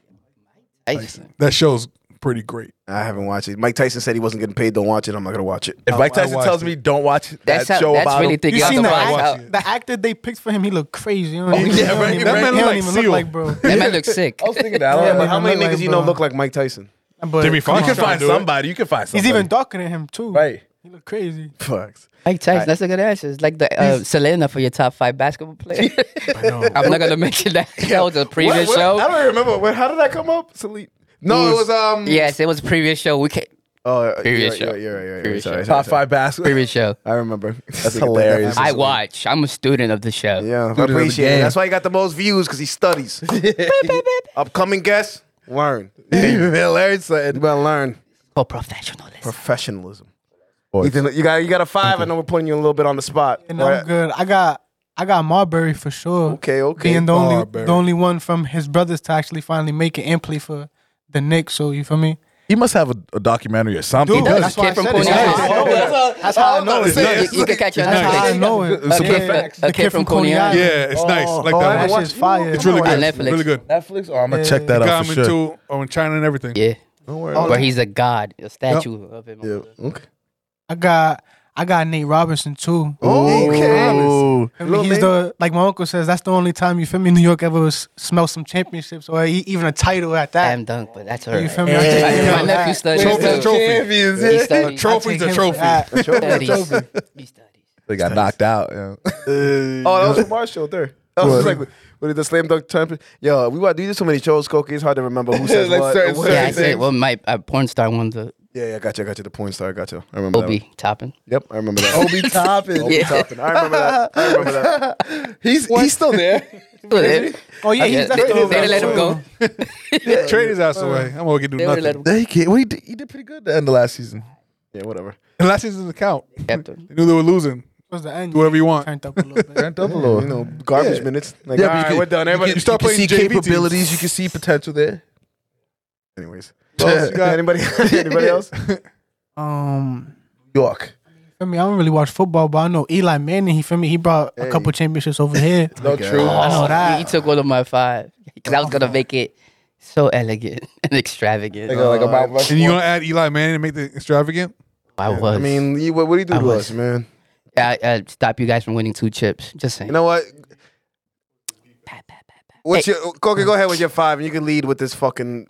Speaker 4: I just,
Speaker 7: That show's pretty great.
Speaker 5: I haven't watched it. Mike Tyson said he wasn't getting paid. Don't watch it. I'm not gonna watch it.
Speaker 6: If Mike
Speaker 7: I
Speaker 6: Tyson
Speaker 7: watched
Speaker 6: tells me don't watch
Speaker 4: that's
Speaker 6: that
Speaker 4: how,
Speaker 6: show
Speaker 4: that's
Speaker 6: about
Speaker 4: really
Speaker 6: him,
Speaker 4: thinking
Speaker 11: You
Speaker 4: out
Speaker 11: seen
Speaker 4: the
Speaker 11: the
Speaker 4: box.
Speaker 7: watch
Speaker 4: How-
Speaker 7: it.
Speaker 11: act, the actor they picked for him? He looked crazy. You know, he
Speaker 6: yeah,
Speaker 11: don't
Speaker 6: right,
Speaker 11: even,
Speaker 6: that man
Speaker 11: he
Speaker 7: look
Speaker 11: don't
Speaker 7: like
Speaker 11: even
Speaker 7: Seal.
Speaker 11: look like bro.
Speaker 4: That man looks sick.
Speaker 6: I was thinking that. I
Speaker 5: Yeah,
Speaker 6: don't
Speaker 5: but
Speaker 6: know.
Speaker 5: how many
Speaker 11: Like,
Speaker 5: niggas you know
Speaker 11: bro.
Speaker 5: look like Mike Tyson?
Speaker 11: But
Speaker 7: Jimmy
Speaker 11: come
Speaker 7: Fox
Speaker 11: on.
Speaker 7: can find
Speaker 6: Find somebody. You can find
Speaker 11: He's
Speaker 6: somebody.
Speaker 11: even darker than him too.
Speaker 6: right.
Speaker 11: He look crazy.
Speaker 5: Fucks.
Speaker 4: Mike Tyson, that's a good answer. It's like the uh, Selena for your top five basketball player. I'm not gonna mention that. That was a previous
Speaker 5: What?
Speaker 4: show.
Speaker 5: I don't remember. What, how did that come up? Salute. No, it was um.
Speaker 4: Yes, it was a previous show. We can
Speaker 5: Oh, you're
Speaker 4: Previous
Speaker 5: right, you're
Speaker 4: show.
Speaker 5: right, you're right, you're right.
Speaker 4: Previous
Speaker 5: Sorry,
Speaker 4: show.
Speaker 5: sorry,
Speaker 6: Top
Speaker 5: sorry.
Speaker 6: five basketball.
Speaker 4: previous show.
Speaker 5: I remember.
Speaker 6: That's hilarious.
Speaker 4: I watch. I'm a student of the show.
Speaker 5: Yeah, I
Speaker 6: Dude of the
Speaker 5: appreciate it.
Speaker 6: game.
Speaker 5: That's why he got the most views because he studies. Upcoming guest, learn.
Speaker 6: Larry said.
Speaker 5: You better learn
Speaker 4: For professionalism.
Speaker 5: professionalism. Ethan, you got you got a five. I know we're putting you a little bit on the spot.
Speaker 11: And
Speaker 5: Right.
Speaker 11: I'm good. I got I got Marbury for sure.
Speaker 5: Okay, okay.
Speaker 11: Being the only
Speaker 7: Marbury.
Speaker 11: the only one from his brothers to actually finally make it and play for the Knicks. So you feel me?
Speaker 6: He must have a, a documentary or something.
Speaker 11: Dude, that's why I said it.
Speaker 4: Coney
Speaker 11: That's
Speaker 4: Island.
Speaker 11: how I know it. That's how I know it.
Speaker 4: You, you can catch it on
Speaker 11: That's how I
Speaker 4: Netflix.
Speaker 11: know it.
Speaker 4: A kid
Speaker 11: Yeah.
Speaker 4: from- a
Speaker 11: The
Speaker 4: kid from Coney Island.
Speaker 7: Yeah, it's nice. I like
Speaker 5: oh, I haven't
Speaker 7: that
Speaker 11: That
Speaker 7: one.
Speaker 5: watched
Speaker 11: shit's fire.
Speaker 7: It's really
Speaker 4: On
Speaker 7: good.
Speaker 4: Netflix.
Speaker 7: Really good.
Speaker 6: Netflix. Oh, I'm gonna check that
Speaker 7: Got
Speaker 6: out
Speaker 7: him
Speaker 6: for sure.
Speaker 7: into oh, in China and everything.
Speaker 4: Yeah. But he's a god, a statue of him.
Speaker 5: Okay.
Speaker 11: I got I got Nate Robinson too.
Speaker 5: Oh, Okay.
Speaker 6: Ooh.
Speaker 11: I mean, he's the like my uncle says. That's the only time you feel me. New York ever s- smell some championships or e- even a title at
Speaker 4: I
Speaker 11: that.
Speaker 4: am dunk, but that's
Speaker 11: You
Speaker 4: alright.
Speaker 11: feel me? I take him
Speaker 4: My
Speaker 11: for
Speaker 4: nephew
Speaker 11: that.
Speaker 4: studies
Speaker 7: Trophy,
Speaker 4: too.
Speaker 7: trophy.
Speaker 6: Champions.
Speaker 4: He
Speaker 6: yeah.
Speaker 11: I
Speaker 4: studies.
Speaker 11: take
Speaker 7: Trophy's a
Speaker 11: him for
Speaker 7: trophy.
Speaker 11: that.
Speaker 4: He studies. He studies.
Speaker 6: They got knocked out. yeah.
Speaker 5: Oh, that was from our show there. That was like, what is the slam dunk champion? Yo, we watch, we do so many shows, Cokie. It's hard to remember who says
Speaker 6: Like
Speaker 5: what.
Speaker 6: certain-
Speaker 5: what.
Speaker 4: Yeah, I said, well, my uh, porn star won the
Speaker 5: Yeah, yeah, I got you. I got you. The point star. I got you. I remember that.
Speaker 4: Obi
Speaker 5: one.
Speaker 4: Toppin.
Speaker 5: Yep, I remember that.
Speaker 6: Obi Toppin.
Speaker 4: Yeah.
Speaker 5: Toppin. I remember that. I remember that.
Speaker 6: He's he's still there.
Speaker 11: Oh yeah,
Speaker 4: Yeah,
Speaker 11: he's
Speaker 4: they,
Speaker 11: that's the
Speaker 4: they
Speaker 11: only
Speaker 4: didn't let him go.
Speaker 7: Trade his ass away. I'm gonna get do
Speaker 4: They would let
Speaker 7: nothing.
Speaker 4: him go.
Speaker 6: Yeah, he, can't, well, he, did, he did pretty good the end of last season.
Speaker 5: Yeah, whatever.
Speaker 7: And last season's account,
Speaker 4: Kept him.
Speaker 7: they knew they were losing.
Speaker 11: was the end.
Speaker 7: Do whatever you want.
Speaker 11: Turned up a little bit.
Speaker 6: Double or
Speaker 5: You know, garbage
Speaker 6: Yeah.
Speaker 5: minutes. Like,
Speaker 6: Yeah,
Speaker 5: yeah,
Speaker 6: but
Speaker 5: all
Speaker 6: you
Speaker 5: right,
Speaker 6: could-
Speaker 5: we're done.
Speaker 6: You can,
Speaker 5: Everybody.
Speaker 6: you
Speaker 7: start
Speaker 6: can
Speaker 7: playing
Speaker 6: see
Speaker 7: JV teams.
Speaker 6: capabilities. You can see potential there.
Speaker 5: Anyways,
Speaker 7: What else you got?
Speaker 5: anybody? anybody else?
Speaker 11: Um,
Speaker 6: York.
Speaker 11: I mean, I don't really watch football, but I know Eli Manning. He feel me. He brought a couple championships over here.
Speaker 6: No true.
Speaker 11: I know
Speaker 4: He- He
Speaker 11: that.
Speaker 4: took one of my five because I was gonna make it so elegant and extravagant.
Speaker 6: like about
Speaker 7: And you gonna add Eli Manning and make the extravagant?
Speaker 4: Oh, I was.
Speaker 5: I mean, you, what, what do you do
Speaker 4: I
Speaker 5: to us,
Speaker 4: was-
Speaker 5: man?
Speaker 4: I, I stop you guys from winning two chips. Just saying.
Speaker 5: You know what?
Speaker 4: Pat, pat, pat, pat.
Speaker 5: What's
Speaker 4: Hey.
Speaker 5: your Cokie? Go ahead with your five, and you can lead with this fucking.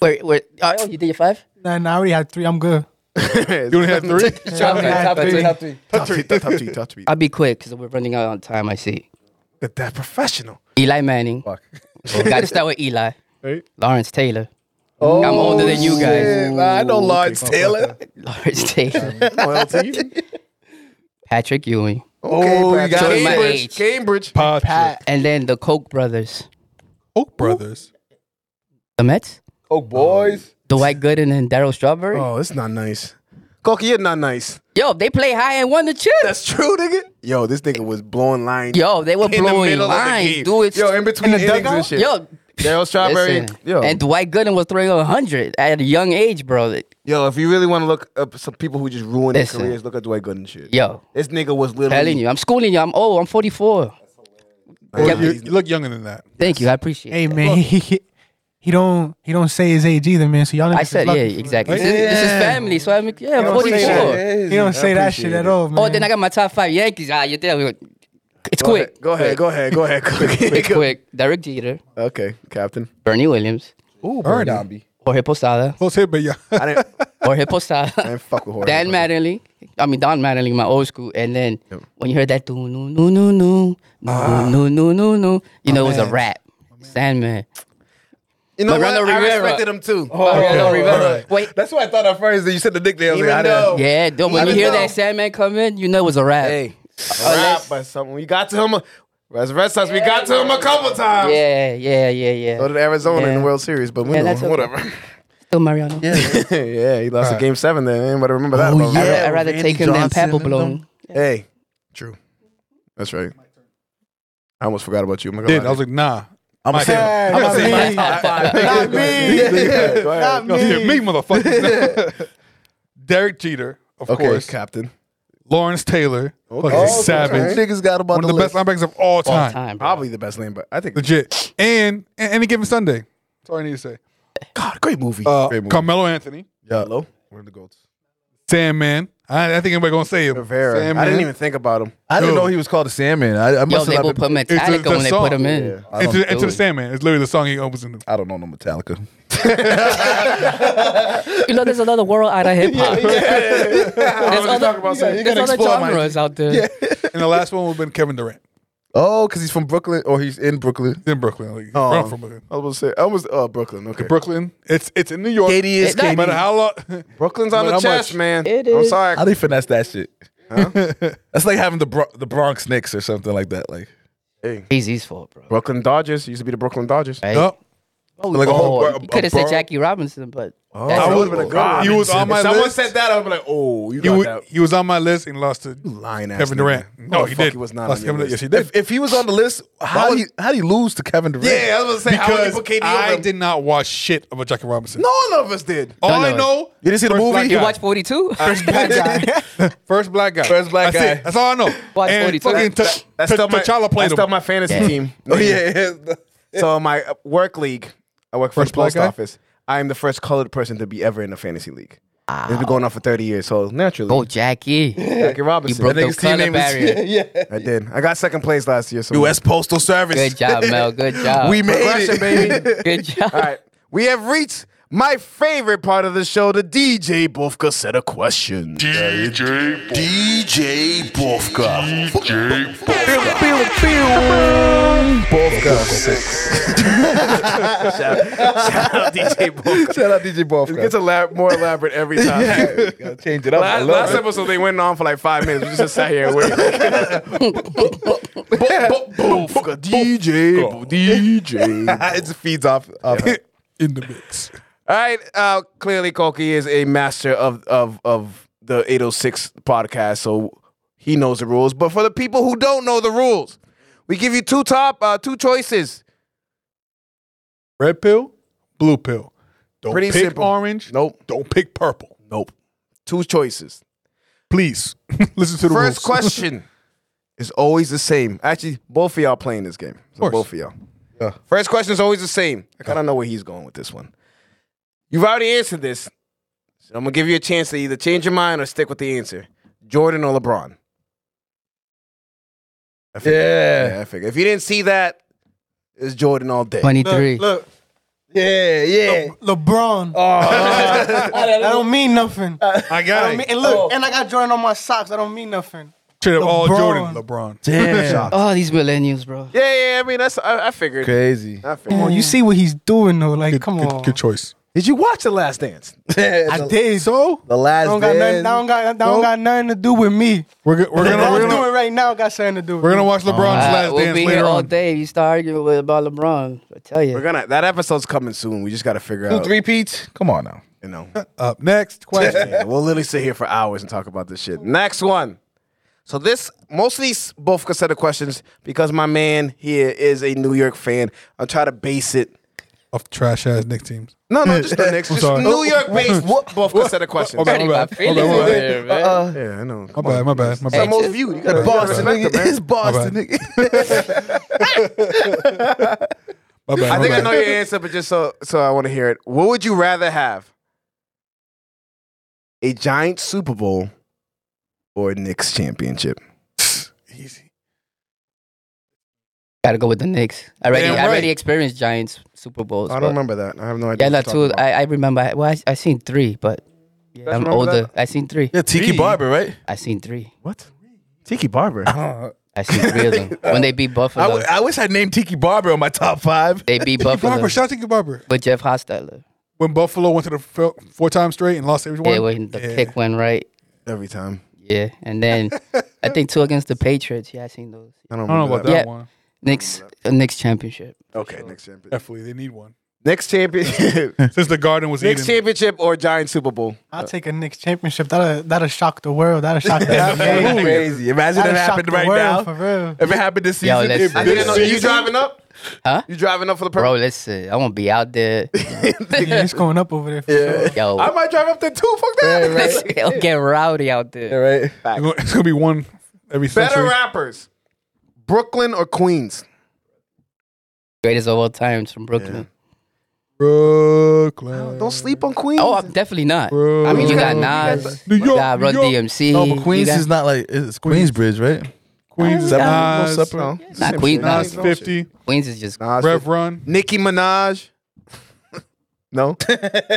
Speaker 4: Wait, wait. Oh, oh, you did your five.
Speaker 11: Nah, nah, I already had three. I'm good.
Speaker 7: You only have three.
Speaker 11: top three, top
Speaker 4: three.
Speaker 5: top three, top three, top three.
Speaker 4: I'll be quick because we're running out on time. I see.
Speaker 5: Look at that professional.
Speaker 4: Eli Manning.
Speaker 6: Fuck.
Speaker 4: Got to start with Eli.
Speaker 5: Right.
Speaker 4: Lawrence Taylor. I'm
Speaker 5: Oh,
Speaker 4: older than you guys.
Speaker 6: I know Lawrence Taylon.
Speaker 4: Lawrence Taylor.
Speaker 5: Okay,
Speaker 4: Patrick Ewing.
Speaker 6: Oh, you got
Speaker 4: Showing my
Speaker 6: Cambridge.
Speaker 4: age.
Speaker 5: Cambridge.
Speaker 7: Patrick.
Speaker 4: And then the Koch brothers.
Speaker 7: Oak Brothers.
Speaker 4: The Mets.
Speaker 6: Oh, boys.
Speaker 4: Dwight Gooden and Daryl Strawberry.
Speaker 5: Oh, it's not nice. Cokie, you're not nice.
Speaker 4: Yo, they play high and won the chip.
Speaker 5: That's true, nigga. Yo, this nigga was blowing lines.
Speaker 4: Yo, they were
Speaker 5: in the
Speaker 4: blowing
Speaker 5: middle of the
Speaker 4: lines.
Speaker 5: game.
Speaker 4: Do it.
Speaker 5: Yo, in between
Speaker 11: In the
Speaker 5: innings and
Speaker 11: dugout?
Speaker 5: shit.
Speaker 4: Yo,
Speaker 5: Daryl Strawberry.
Speaker 4: listen.
Speaker 5: Yo,
Speaker 4: And Dwight Gooden was throwing 100 at a young age, bro.
Speaker 5: yo, if you really want to look up some people who just ruined their
Speaker 4: Listen.
Speaker 5: careers, look at Dwight Gooden shit.
Speaker 4: Yo,
Speaker 5: This nigga was
Speaker 4: telling
Speaker 5: literally.
Speaker 4: you, I'm schooling you. I'm old. I'm 44.
Speaker 7: Well,
Speaker 4: Yeah.
Speaker 7: you, you look younger than that.
Speaker 4: Thank you. I appreciate
Speaker 11: Hey
Speaker 4: that.
Speaker 11: man, he, he, he don't he don't say his age either, man. So y'all niggas
Speaker 4: I
Speaker 11: is
Speaker 4: said, yeah,
Speaker 11: lucky.
Speaker 4: exactly. This, is, this is family, so I'm like, yeah,
Speaker 11: He don't
Speaker 4: 44.
Speaker 11: say that, he don't say that shit at all, man.
Speaker 4: Oh, then I got my top five Yankees. Ah, you're there. It's quick.
Speaker 5: Go ahead, go ahead, go ahead.
Speaker 4: Quick, quick. Derek Jeter,
Speaker 5: Okay, Captain.
Speaker 4: Bernie Williams,
Speaker 6: Ooh, Bird Dombey.
Speaker 4: Jorge Posada,
Speaker 7: Close hit, but yeah.
Speaker 5: I didn't,
Speaker 4: Jorge
Speaker 5: I
Speaker 4: Posada,
Speaker 5: didn't fuck with Jorge.
Speaker 4: Dan Mattingly. I mean Don Mattingly, my old school. And then when you heard that, doo, no no no no no no no no no, you know it was a rap. Sandman.
Speaker 5: You know
Speaker 4: Mariano
Speaker 5: what? I
Speaker 4: Rivera. Oh,
Speaker 5: respected him too.
Speaker 4: Mariano Rivera. Wait,
Speaker 6: That's what I thought at first. That you said the nickname. I was
Speaker 5: Even
Speaker 6: like, I
Speaker 5: though-
Speaker 6: didn't-
Speaker 4: yeah, dude, when you
Speaker 5: Even
Speaker 4: hear
Speaker 5: though-
Speaker 4: that Sandman come in, you know it was a rap.
Speaker 5: Hey, a rap by something. We got to him. a- As Red Sox, we got to him a couple times.
Speaker 4: Yeah, yeah, yeah, yeah.
Speaker 5: So did Arizona in
Speaker 4: Yeah.
Speaker 5: the World Series, but we
Speaker 4: Yeah,
Speaker 5: knew,
Speaker 4: that's okay.
Speaker 5: whatever.
Speaker 4: Still Mariano. Yeah.
Speaker 5: yeah, he lost a game seven. Then anybody remember that?
Speaker 6: Oh,
Speaker 5: about him?
Speaker 6: yeah.
Speaker 4: I'd rather
Speaker 6: Randy
Speaker 4: take him than
Speaker 6: Johnson
Speaker 4: Pablo
Speaker 6: and them.
Speaker 4: Bloom.
Speaker 5: Hey, true. That's right. I almost forgot about you. I'm not gonna
Speaker 7: Did. I
Speaker 5: lie.
Speaker 7: was like, nah.
Speaker 6: I'm gonna say.
Speaker 11: Hey,
Speaker 7: I'm
Speaker 11: not
Speaker 7: gonna say
Speaker 11: me. Not me.
Speaker 5: Yeah, go ahead.
Speaker 11: Not
Speaker 7: No, yeah, me,
Speaker 11: me.
Speaker 7: motherfucker. Derek Jeter, of
Speaker 5: Okay,
Speaker 7: course.
Speaker 5: Captain.
Speaker 7: Lawrence Taylor, fucking
Speaker 5: Oh,
Speaker 7: savage.
Speaker 6: Niggas got about
Speaker 7: One of the best linebackers of all time.
Speaker 4: All time. bro.
Speaker 5: Probably the best name, but I think
Speaker 7: Legit. And, and any given Sunday. That's all I need to say.
Speaker 5: God, great movie.
Speaker 7: Uh,
Speaker 5: great movie.
Speaker 7: Carmelo Anthony,
Speaker 5: yeah. Hello, one of the goats.
Speaker 7: Sandman. I, I think anybody gonna say him.
Speaker 5: Rivera. I
Speaker 7: Sandman.
Speaker 5: didn't even think about him.
Speaker 6: I didn't
Speaker 7: Dude.
Speaker 6: know he was called a Sandman. I, I
Speaker 4: Yo,
Speaker 6: must
Speaker 4: they
Speaker 6: have
Speaker 4: will
Speaker 6: not been,
Speaker 4: put
Speaker 7: It's the-
Speaker 4: Metallica
Speaker 7: the
Speaker 4: when they
Speaker 7: song.
Speaker 4: put him in.
Speaker 6: I don't,
Speaker 7: Into, into
Speaker 4: do
Speaker 7: the
Speaker 4: it.
Speaker 7: Sandman. It's literally the song he opens in.
Speaker 6: I don't know no Metallica.
Speaker 4: You know, there's another world out of hip hop. There's other, there's other genres out there.
Speaker 7: And the last one would have been Kevin Durant.
Speaker 6: Oh, because he's from Brooklyn or he's in Brooklyn.
Speaker 7: He's in Brooklyn. Like,
Speaker 5: Oh.
Speaker 7: from- from Brooklyn.
Speaker 5: I was gonna say I was uh, Brooklyn. Okay,
Speaker 7: Brooklyn. It's it's in New York.
Speaker 6: Katie is
Speaker 4: It's not-
Speaker 7: No
Speaker 6: Katie.
Speaker 7: matter how long.
Speaker 5: Brooklyn's on
Speaker 7: But
Speaker 5: the
Speaker 7: how
Speaker 5: chest,
Speaker 7: much?
Speaker 5: man.
Speaker 4: It
Speaker 5: I'm
Speaker 4: is.
Speaker 5: sorry.
Speaker 6: How they finesse that shit? That's like having the Bro- the Bronx Knicks or something like that. Like
Speaker 4: Easy's fault, bro.
Speaker 5: Brooklyn Dodgers used to be the Brooklyn Dodgers.
Speaker 4: Right?
Speaker 7: Yup.
Speaker 6: like a whole.
Speaker 4: oh, you could have said Jackie Robinson, but that's
Speaker 7: I
Speaker 4: it.
Speaker 7: would have been a good one. He was on my
Speaker 5: Oh, if someone
Speaker 7: list.
Speaker 5: said that, I'd be like, oh, you
Speaker 7: He,
Speaker 5: got
Speaker 7: wa-
Speaker 5: that.
Speaker 7: he was on my list and lost to
Speaker 5: Lying ass. nigga.
Speaker 7: Kevin Durant. No,
Speaker 5: the
Speaker 7: he
Speaker 5: fuck
Speaker 7: did.
Speaker 5: He was not
Speaker 7: Lost
Speaker 5: on your
Speaker 7: Kevin
Speaker 5: list.
Speaker 7: Durant. Yes, he did.
Speaker 6: If, if he was on the list, how
Speaker 5: would-
Speaker 6: do you, how do you lose to Kevin Durant?
Speaker 5: Yeah, I was gonna say how would you put
Speaker 7: because
Speaker 5: KD
Speaker 7: I
Speaker 5: over him?
Speaker 7: did not watch shit about Jackie Robinson.
Speaker 5: None of us did.
Speaker 7: All I
Speaker 4: no.
Speaker 7: know.
Speaker 6: You didn't see the
Speaker 7: first
Speaker 6: movie?
Speaker 7: black
Speaker 6: You
Speaker 7: guy.
Speaker 4: Watch 42.
Speaker 7: First black guy.
Speaker 6: First black
Speaker 7: That's it.
Speaker 6: guy.
Speaker 7: That's all I know.
Speaker 4: Watch
Speaker 7: and
Speaker 4: 42.
Speaker 7: fucking T-
Speaker 5: That's
Speaker 7: T-
Speaker 5: still my
Speaker 7: T'Challa
Speaker 5: that's
Speaker 7: played
Speaker 5: still
Speaker 7: him.
Speaker 5: my fantasy team.
Speaker 6: Oh yeah.
Speaker 5: So my uh, work league, I work for
Speaker 7: First
Speaker 5: the post
Speaker 7: black guy?
Speaker 5: office. I am the first colored person to be ever in a fantasy league. It's been going on for thirty years, so naturally,
Speaker 4: Oh, Jackie.
Speaker 5: Jackie
Speaker 4: You
Speaker 5: Robinson.
Speaker 4: broke the
Speaker 6: nigga's team
Speaker 4: color
Speaker 6: name is-
Speaker 4: barrier.
Speaker 5: I did. I got second place last year. So
Speaker 6: U.S. Postal Service.
Speaker 4: Good job, Mel. Good job.
Speaker 6: We made
Speaker 5: Progression,
Speaker 6: it.
Speaker 5: baby.
Speaker 4: Good job.
Speaker 5: All right, we have reached my favorite part of the show, the DJ Bofka set of questions.
Speaker 13: DJ Bofka.
Speaker 5: DJ Bofka.
Speaker 6: Shout out DJ Ball.
Speaker 5: It gets elab- more elaborate every time.
Speaker 6: Gotta change it up. I
Speaker 5: Last,
Speaker 6: love
Speaker 5: last
Speaker 6: it.
Speaker 5: episode, they went on for like five minutes. We just sat here and waited. Bofka, DJ, DJ.
Speaker 6: it just feeds off. off.
Speaker 7: in the mix.
Speaker 5: All right. Uh, clearly, Koki is a master of of of the 806 podcast, so he knows the rules. But for the people who don't know the rules, we give you two top uh, two choices.
Speaker 7: Red pill, blue pill. Don't
Speaker 5: Pretty
Speaker 7: pick
Speaker 5: simple.
Speaker 7: orange.
Speaker 5: Nope.
Speaker 7: Don't pick purple.
Speaker 5: Nope. Two choices.
Speaker 7: Please listen to the rules.
Speaker 5: First question is always the same. Actually, both of y'all playing this game. So
Speaker 7: course.
Speaker 5: both of y'all. First question is always the same. I kind of know where he's going with this one. You've already answered this. So I'm gonna give you a chance to either change your mind or stick with the answer. Jordan or LeBron? I figured-
Speaker 6: Yeah.
Speaker 5: yeah, I figured. If you didn't see that, it's Jordan all day.
Speaker 4: 23.
Speaker 11: Look,
Speaker 6: Yeah. Yeah.
Speaker 11: LeBron.
Speaker 4: Oh.
Speaker 11: that don't mean nothing.
Speaker 7: I
Speaker 11: I
Speaker 7: got
Speaker 11: don't mean,
Speaker 7: it.
Speaker 11: and look, and I got Jordan on my socks. That don't mean nothing.
Speaker 7: Straight up all
Speaker 11: LeBron.
Speaker 7: Jordan, LeBron.
Speaker 6: Damn.
Speaker 4: Oh, these millennials, bro.
Speaker 5: Yeah, yeah. I mean, that's I, I figured.
Speaker 6: Crazy.
Speaker 5: I
Speaker 11: Come
Speaker 5: figured.
Speaker 11: on, you see what he's doing though. Like, come
Speaker 7: good,
Speaker 11: on.
Speaker 7: Good choice.
Speaker 5: Did you watch The Last Dance?
Speaker 11: I did. So
Speaker 6: The last
Speaker 11: that don't got nothing. That
Speaker 6: dance.
Speaker 11: don't got. That don't got nothing to do with me.
Speaker 7: We're, go- we're
Speaker 11: What
Speaker 7: gonna
Speaker 11: I'm
Speaker 7: we're gonna,
Speaker 11: doing right now got something to do. With
Speaker 7: we're gonna
Speaker 11: me.
Speaker 7: watch LeBron's
Speaker 4: Uh,
Speaker 7: last
Speaker 4: we'll
Speaker 7: dance
Speaker 4: be
Speaker 7: later
Speaker 4: here all
Speaker 7: on.
Speaker 4: day. if You start arguing with about LeBron. I tell you.
Speaker 5: We're gonna. That episode's coming soon. We just gotta figure
Speaker 6: Two
Speaker 5: out.
Speaker 6: three peats. Come on now.
Speaker 5: You know.
Speaker 7: Up next question.
Speaker 5: Yeah, we'll literally sit here for hours and talk about this shit. Next one. So this most of these both cassette questions because my man here is a New York fan. I'll try to base it.
Speaker 7: Off trash ass Nick teams.
Speaker 5: No, no, just the Knicks. Just
Speaker 7: sorry.
Speaker 5: New York based both cassette questions.
Speaker 7: Okay.
Speaker 4: Hurting
Speaker 7: my
Speaker 4: my
Speaker 7: bad.
Speaker 4: feelings
Speaker 7: My bad, my
Speaker 4: over
Speaker 7: bad.
Speaker 4: here, man.
Speaker 5: Yeah, I know.
Speaker 7: My bad, my bad, my
Speaker 4: Hey,
Speaker 7: bad.
Speaker 4: just-
Speaker 5: viewed. You gotta
Speaker 6: Boston,
Speaker 5: respect
Speaker 6: nigga.
Speaker 5: it, man.
Speaker 6: It's Boston, nigga.
Speaker 7: My bad.
Speaker 5: I
Speaker 7: my
Speaker 5: think I
Speaker 7: bad.
Speaker 5: know your answer, but just so so I want to hear it. What would you rather have? A giant Super Bowl or a Knicks championship?
Speaker 7: Easy.
Speaker 4: Gotta go with the Knicks. I already,
Speaker 7: Damn
Speaker 4: I already
Speaker 7: right.
Speaker 4: experienced Giants Super Bowls.
Speaker 5: I
Speaker 4: but-
Speaker 5: don't remember that. I have no idea.
Speaker 4: Yeah,
Speaker 5: what
Speaker 4: that
Speaker 5: you're
Speaker 4: too.
Speaker 5: talking about.
Speaker 4: I, I remember. I- Well, I, I seen three, but yeah, I'm
Speaker 5: remember
Speaker 4: older. I seen three.
Speaker 6: Yeah, Tiki
Speaker 7: Me?
Speaker 6: Barber, right?
Speaker 4: I seen three.
Speaker 5: What? Tiki Barber.
Speaker 4: I seen three of them. When they beat
Speaker 6: I,
Speaker 4: Buffalo,
Speaker 6: w- I wish I named Tiki Barber on my top five.
Speaker 4: they beat Buffalo
Speaker 7: Barber, shout out to Tiki Barber.
Speaker 4: with Jeff Hostetler.
Speaker 7: When Buffalo went to the fel- four times straight and lost every one.
Speaker 4: Yeah, when the
Speaker 7: Yeah.
Speaker 4: pick went right.
Speaker 5: Every time.
Speaker 4: Yeah, and then I think two against the Patriots. Yeah, I seen those.
Speaker 5: I don't
Speaker 7: I don't
Speaker 5: remember that.
Speaker 7: know about that
Speaker 4: Yeah.
Speaker 7: one.
Speaker 4: Knicks, uh, Knicks championship.
Speaker 5: Okay, Knicks championship.
Speaker 7: Definitely, they need one.
Speaker 5: Knicks championship.
Speaker 7: Since the garden was
Speaker 5: Knicks
Speaker 7: eaten.
Speaker 5: championship or giant Super Bowl?
Speaker 11: I'll take a Knicks championship. That'll that'll shock the world. That'll shock the NBA.
Speaker 6: Crazy. Imagine
Speaker 11: That'll
Speaker 6: it
Speaker 11: shock
Speaker 6: happened
Speaker 11: the
Speaker 6: right
Speaker 11: world
Speaker 6: now.
Speaker 11: for real.
Speaker 6: If it happened this
Speaker 4: Yo,
Speaker 6: season,
Speaker 4: that's-
Speaker 6: it'd be
Speaker 4: I
Speaker 5: I didn't know.
Speaker 6: this
Speaker 5: You
Speaker 6: season.
Speaker 5: driving up?
Speaker 4: Huh?
Speaker 5: You driving up for the
Speaker 4: Bro,
Speaker 5: purpose?
Speaker 4: listen, I won't be out there.
Speaker 11: Yeah, it's going up over there. For sure.
Speaker 4: Yo,
Speaker 5: I might drive up there too. Fuck that.
Speaker 4: it'll get rowdy out there.
Speaker 6: right?
Speaker 7: It's going to be one every
Speaker 5: Better
Speaker 7: century.
Speaker 5: rappers, Brooklyn or Queens?
Speaker 4: Greatest of all times from Brooklyn.
Speaker 7: Brooklyn.
Speaker 5: Don't sleep on Queens.
Speaker 4: Oh, I'm definitely not.
Speaker 7: Bro.
Speaker 4: I mean, you got
Speaker 7: You
Speaker 5: got
Speaker 4: Nas,
Speaker 7: New
Speaker 4: you
Speaker 7: York,
Speaker 4: got
Speaker 7: New
Speaker 4: Run
Speaker 7: York.
Speaker 4: DMC.
Speaker 6: No, but Queens
Speaker 4: you got,
Speaker 6: is not like it's Queensbridge, right?
Speaker 7: Queens is
Speaker 4: Seven-
Speaker 7: Nas.
Speaker 6: Little separate.
Speaker 4: not Queens.
Speaker 7: Nas
Speaker 4: Nas,
Speaker 7: 50.
Speaker 4: Queens is just
Speaker 5: Nas
Speaker 7: Rev Run.
Speaker 5: Nicki Minaj. No,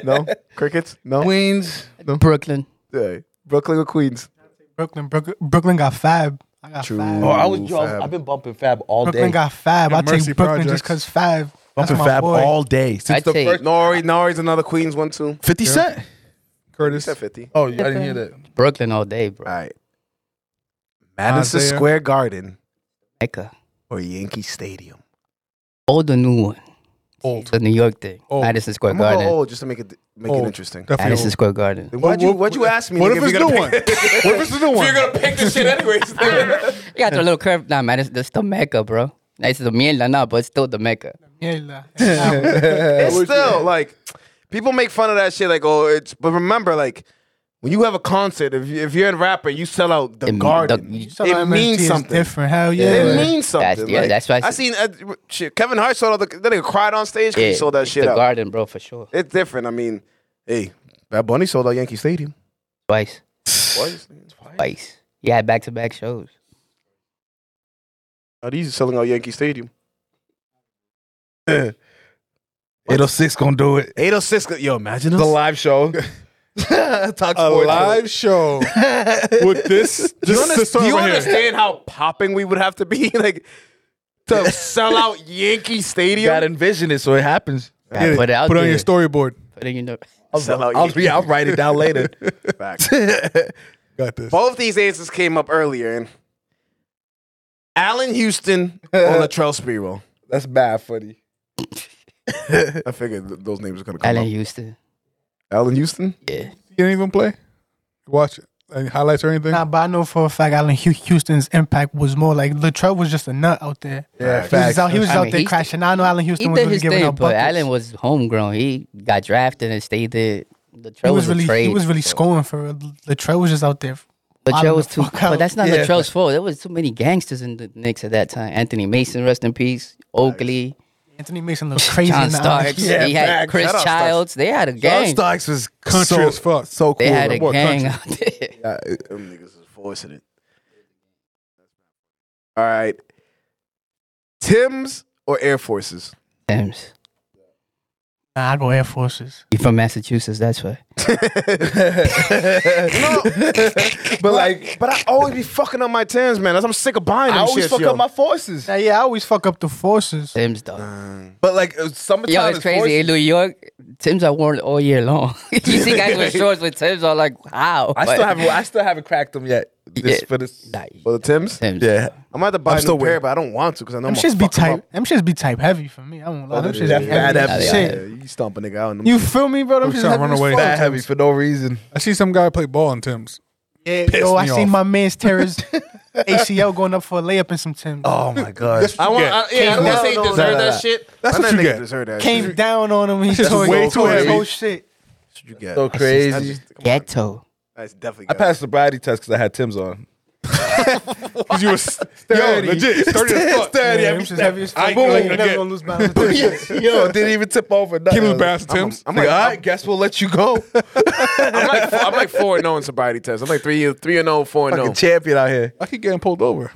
Speaker 5: no crickets. No,
Speaker 6: Queens.
Speaker 4: Brooklyn.
Speaker 5: Yeah. Brooklyn or Queens.
Speaker 11: Brooklyn, Brooklyn, Brooklyn got Fab. I got Fab.
Speaker 6: Oh, I was
Speaker 5: Fab.
Speaker 6: drunk. I've been bumping Fab all
Speaker 11: Brooklyn
Speaker 6: day.
Speaker 11: got Fab.
Speaker 7: Yeah,
Speaker 11: I take
Speaker 7: Mercy
Speaker 11: Brooklyn just
Speaker 7: Projects.
Speaker 11: because Fab. That's
Speaker 6: bumping
Speaker 11: my
Speaker 6: Fab
Speaker 11: boy.
Speaker 6: all day since
Speaker 4: I
Speaker 6: the
Speaker 4: take
Speaker 6: first
Speaker 5: Nori, Nori's another Queens one too.
Speaker 6: Fifty Cent.
Speaker 7: Curtis.
Speaker 5: Said Fifty.
Speaker 6: Oh, I didn't hear that.
Speaker 4: Brooklyn all day, bro.
Speaker 5: All right. Madison
Speaker 7: Isaiah.
Speaker 5: Square Garden
Speaker 4: Mecca.
Speaker 5: or Yankee Stadium.
Speaker 4: Old or new one?
Speaker 7: Old.
Speaker 4: The New York thing.
Speaker 7: Old.
Speaker 4: Madison Square
Speaker 5: Oh, I'm gonna
Speaker 4: Garden.
Speaker 5: go old just to make it make
Speaker 7: Old.
Speaker 5: it interesting.
Speaker 7: Definitely
Speaker 4: Madison
Speaker 7: old.
Speaker 4: Square Garden.
Speaker 5: Why'd you Why'd you ask me?
Speaker 7: Oh. What
Speaker 5: nigga,
Speaker 7: if it's
Speaker 5: you're
Speaker 7: new
Speaker 5: gonna
Speaker 7: one? What
Speaker 5: pick-
Speaker 7: if it's the new one?
Speaker 5: pick this shit anyways?
Speaker 4: You got the little curve. Nah, man, it's, it's the Mecca, bro. It's the Mierda now, but it's still the Mecca.
Speaker 11: Yeah, la- yeah,
Speaker 5: it's still like people make fun of that shit. Like, oh, it's but remember, like when you have a concert, if you, if you're a rapper, you sell out the
Speaker 4: It-
Speaker 5: garden.
Speaker 4: the-
Speaker 11: la-
Speaker 5: it
Speaker 11: MNT
Speaker 5: means
Speaker 11: is
Speaker 5: something.
Speaker 11: Different. Hell yeah.
Speaker 5: It means something.
Speaker 4: That's- yeah,
Speaker 5: like,
Speaker 4: that's why I
Speaker 5: I
Speaker 4: said-
Speaker 5: seen uh, shit. Kevin Hart sold out the that nigga cried on stage. 'cause he
Speaker 4: Yeah,
Speaker 5: sold that
Speaker 4: it's
Speaker 5: shit
Speaker 4: The
Speaker 5: out.
Speaker 4: Garden, bro, for sure.
Speaker 5: It's different. I mean, hey, Bad Bunny sold out Yankee Stadium.
Speaker 4: Twice.
Speaker 5: Twice.
Speaker 4: Twice. You had back to back shows.
Speaker 5: Are these selling out Yankee Stadium?
Speaker 6: Eight oh six gonna do it.
Speaker 5: 806. Yo, imagine us.
Speaker 6: The live show. Talk
Speaker 7: A
Speaker 6: sports.
Speaker 7: live show with this.
Speaker 5: Do you,
Speaker 7: This
Speaker 5: under-
Speaker 7: this
Speaker 5: do
Speaker 7: story
Speaker 5: you
Speaker 7: right here.
Speaker 5: understand how popping we would have to be like to sell out Yankee Stadium?
Speaker 6: Gotta envision it so it happens.
Speaker 4: Gotta put it out
Speaker 7: Put it
Speaker 4: there.
Speaker 7: on your storyboard.
Speaker 4: Put it in your-
Speaker 5: Sell out
Speaker 6: I'll,
Speaker 5: Yankee
Speaker 6: yeah, I'll write it down later.
Speaker 7: Got this.
Speaker 5: Both these answers came up earlier. And Allen Houston on the Trell Spiro.
Speaker 6: That's bad, funny.
Speaker 5: I figured th- those names are going to come
Speaker 4: Allen
Speaker 5: up.
Speaker 4: Houston.
Speaker 5: Allen Houston?
Speaker 4: Yeah.
Speaker 7: You didn't even play? Watch it. Any highlights or anything?
Speaker 11: Nah, but I know for a fact Allen Hu- Houston's impact was more like Latrell was just a nut out there.
Speaker 6: Yeah,
Speaker 11: He was just
Speaker 6: facts.
Speaker 11: out, he was just
Speaker 4: I
Speaker 11: out
Speaker 4: mean,
Speaker 11: there
Speaker 4: he's-
Speaker 11: crashing. I know Allen
Speaker 4: He
Speaker 11: Houston was
Speaker 4: did
Speaker 11: really
Speaker 4: his
Speaker 11: giving
Speaker 4: thing,
Speaker 11: up
Speaker 4: but
Speaker 11: buckets.
Speaker 4: Allen was homegrown. He got drafted and stayed there.
Speaker 11: he
Speaker 4: Latrell
Speaker 11: was
Speaker 4: was, a
Speaker 11: really
Speaker 4: trade.
Speaker 11: he was really scoring for real. Latrell was just out there. wilding
Speaker 4: Latrell was
Speaker 11: the
Speaker 4: too.
Speaker 11: fuck out.
Speaker 4: But that's not
Speaker 6: Yeah.
Speaker 4: Latrell's fault. There was too many gangsters in the Knicks at that time. Anthony Mason, rest in peace. Oakley,
Speaker 11: Anthony Mason looked crazy.
Speaker 4: John
Speaker 11: in the
Speaker 4: Starks.
Speaker 11: eyes.
Speaker 4: he had Chris
Speaker 5: Shout out, Starks.
Speaker 4: Childs. They had a
Speaker 6: John
Speaker 4: gang.
Speaker 6: Starks was
Speaker 7: Country
Speaker 6: so,
Speaker 7: as fuck.
Speaker 6: So cool.
Speaker 4: They had a
Speaker 7: Boy,
Speaker 4: gang
Speaker 7: country.
Speaker 4: out there.
Speaker 5: Them niggas is forcing it. All right. Tim's or Air Forces?
Speaker 4: Thames.
Speaker 11: Nah, I go Air Forces.
Speaker 4: You from Massachusetts? That's why.
Speaker 6: but like,
Speaker 5: But I always be fucking up my Tim's, man. That's- I'm sick of buying
Speaker 6: I
Speaker 5: them
Speaker 6: always
Speaker 5: shits,
Speaker 6: fuck
Speaker 5: yo.
Speaker 6: up my forces.
Speaker 11: Yeah, yeah, I always fuck up the forces.
Speaker 4: Tim's dog.
Speaker 6: But like, uh, summertime
Speaker 4: Yo, it's
Speaker 6: is
Speaker 4: crazy
Speaker 6: forces.
Speaker 4: in New York. Tim's are worn all year long. you see guys with shorts with Tim's on, like how?
Speaker 6: I still haven't. I still haven't cracked them yet. This
Speaker 4: Yeah.
Speaker 6: for this.
Speaker 4: Nah,
Speaker 5: Well, the Tim's?
Speaker 4: Tim's.
Speaker 6: Yeah.
Speaker 5: I'm about to buy
Speaker 6: I'm
Speaker 5: a new
Speaker 6: still
Speaker 5: pair,
Speaker 6: weird.
Speaker 5: but I don't want to because I know
Speaker 11: Them
Speaker 5: I'm
Speaker 11: shits
Speaker 5: just
Speaker 11: be type. Them shits be type heavy for me. I won't
Speaker 5: Oh,
Speaker 11: lie. Them shits be
Speaker 6: bad
Speaker 11: heavy. as
Speaker 6: heavy.
Speaker 11: shit.
Speaker 5: Yeah, you stomping nigga out in the
Speaker 11: You feel me, bro? Them
Speaker 7: I'm
Speaker 11: shits
Speaker 7: trying to
Speaker 11: heavy
Speaker 7: run
Speaker 11: as
Speaker 7: away.
Speaker 11: fuck.
Speaker 6: Bad heavy for no reason.
Speaker 7: I see some guy play ball in Tim's.
Speaker 11: Yeah, yo, I
Speaker 7: me
Speaker 11: seen
Speaker 7: off.
Speaker 11: my man's Terrace ACL going up for a layup in some Tim's.
Speaker 6: Oh my god.
Speaker 7: I want.
Speaker 5: I, yeah, I don't
Speaker 11: down.
Speaker 5: want to say he
Speaker 11: No, no,
Speaker 5: deserved
Speaker 6: no, no, no.
Speaker 5: that shit.
Speaker 7: That's
Speaker 5: I
Speaker 7: what
Speaker 5: know
Speaker 7: you
Speaker 5: nigga
Speaker 7: get.
Speaker 5: Deserved that
Speaker 11: Came
Speaker 5: shit.
Speaker 11: down on him. He
Speaker 7: That's just
Speaker 11: tore
Speaker 7: way
Speaker 11: his
Speaker 7: too
Speaker 11: whole
Speaker 7: heavy.
Speaker 11: shit.
Speaker 5: That's what you get.
Speaker 6: So crazy.
Speaker 4: Ghetto.
Speaker 5: That's definitely.
Speaker 6: I passed the sobriety test because I had Tim's on.
Speaker 7: Because you were st- yo, legit, sturdy as fuck.
Speaker 6: Sturdy.
Speaker 11: Yeah, them shit's heavy as
Speaker 7: I ain't
Speaker 11: fuck.
Speaker 7: gonna
Speaker 11: Like,
Speaker 7: let
Speaker 11: you're
Speaker 7: you
Speaker 11: never
Speaker 7: get-
Speaker 11: gonna lose balance.
Speaker 6: Yo, didn't even tip over. nothing.
Speaker 7: Give him a bass attempts.
Speaker 6: I'm like, all right, guess we'll let you go.
Speaker 5: I'm like four, I'm like four and zero in sobriety tests. I'm like three three and zero, four and
Speaker 6: Fucking
Speaker 5: zero.
Speaker 6: champion out here.
Speaker 7: I keep getting pulled over.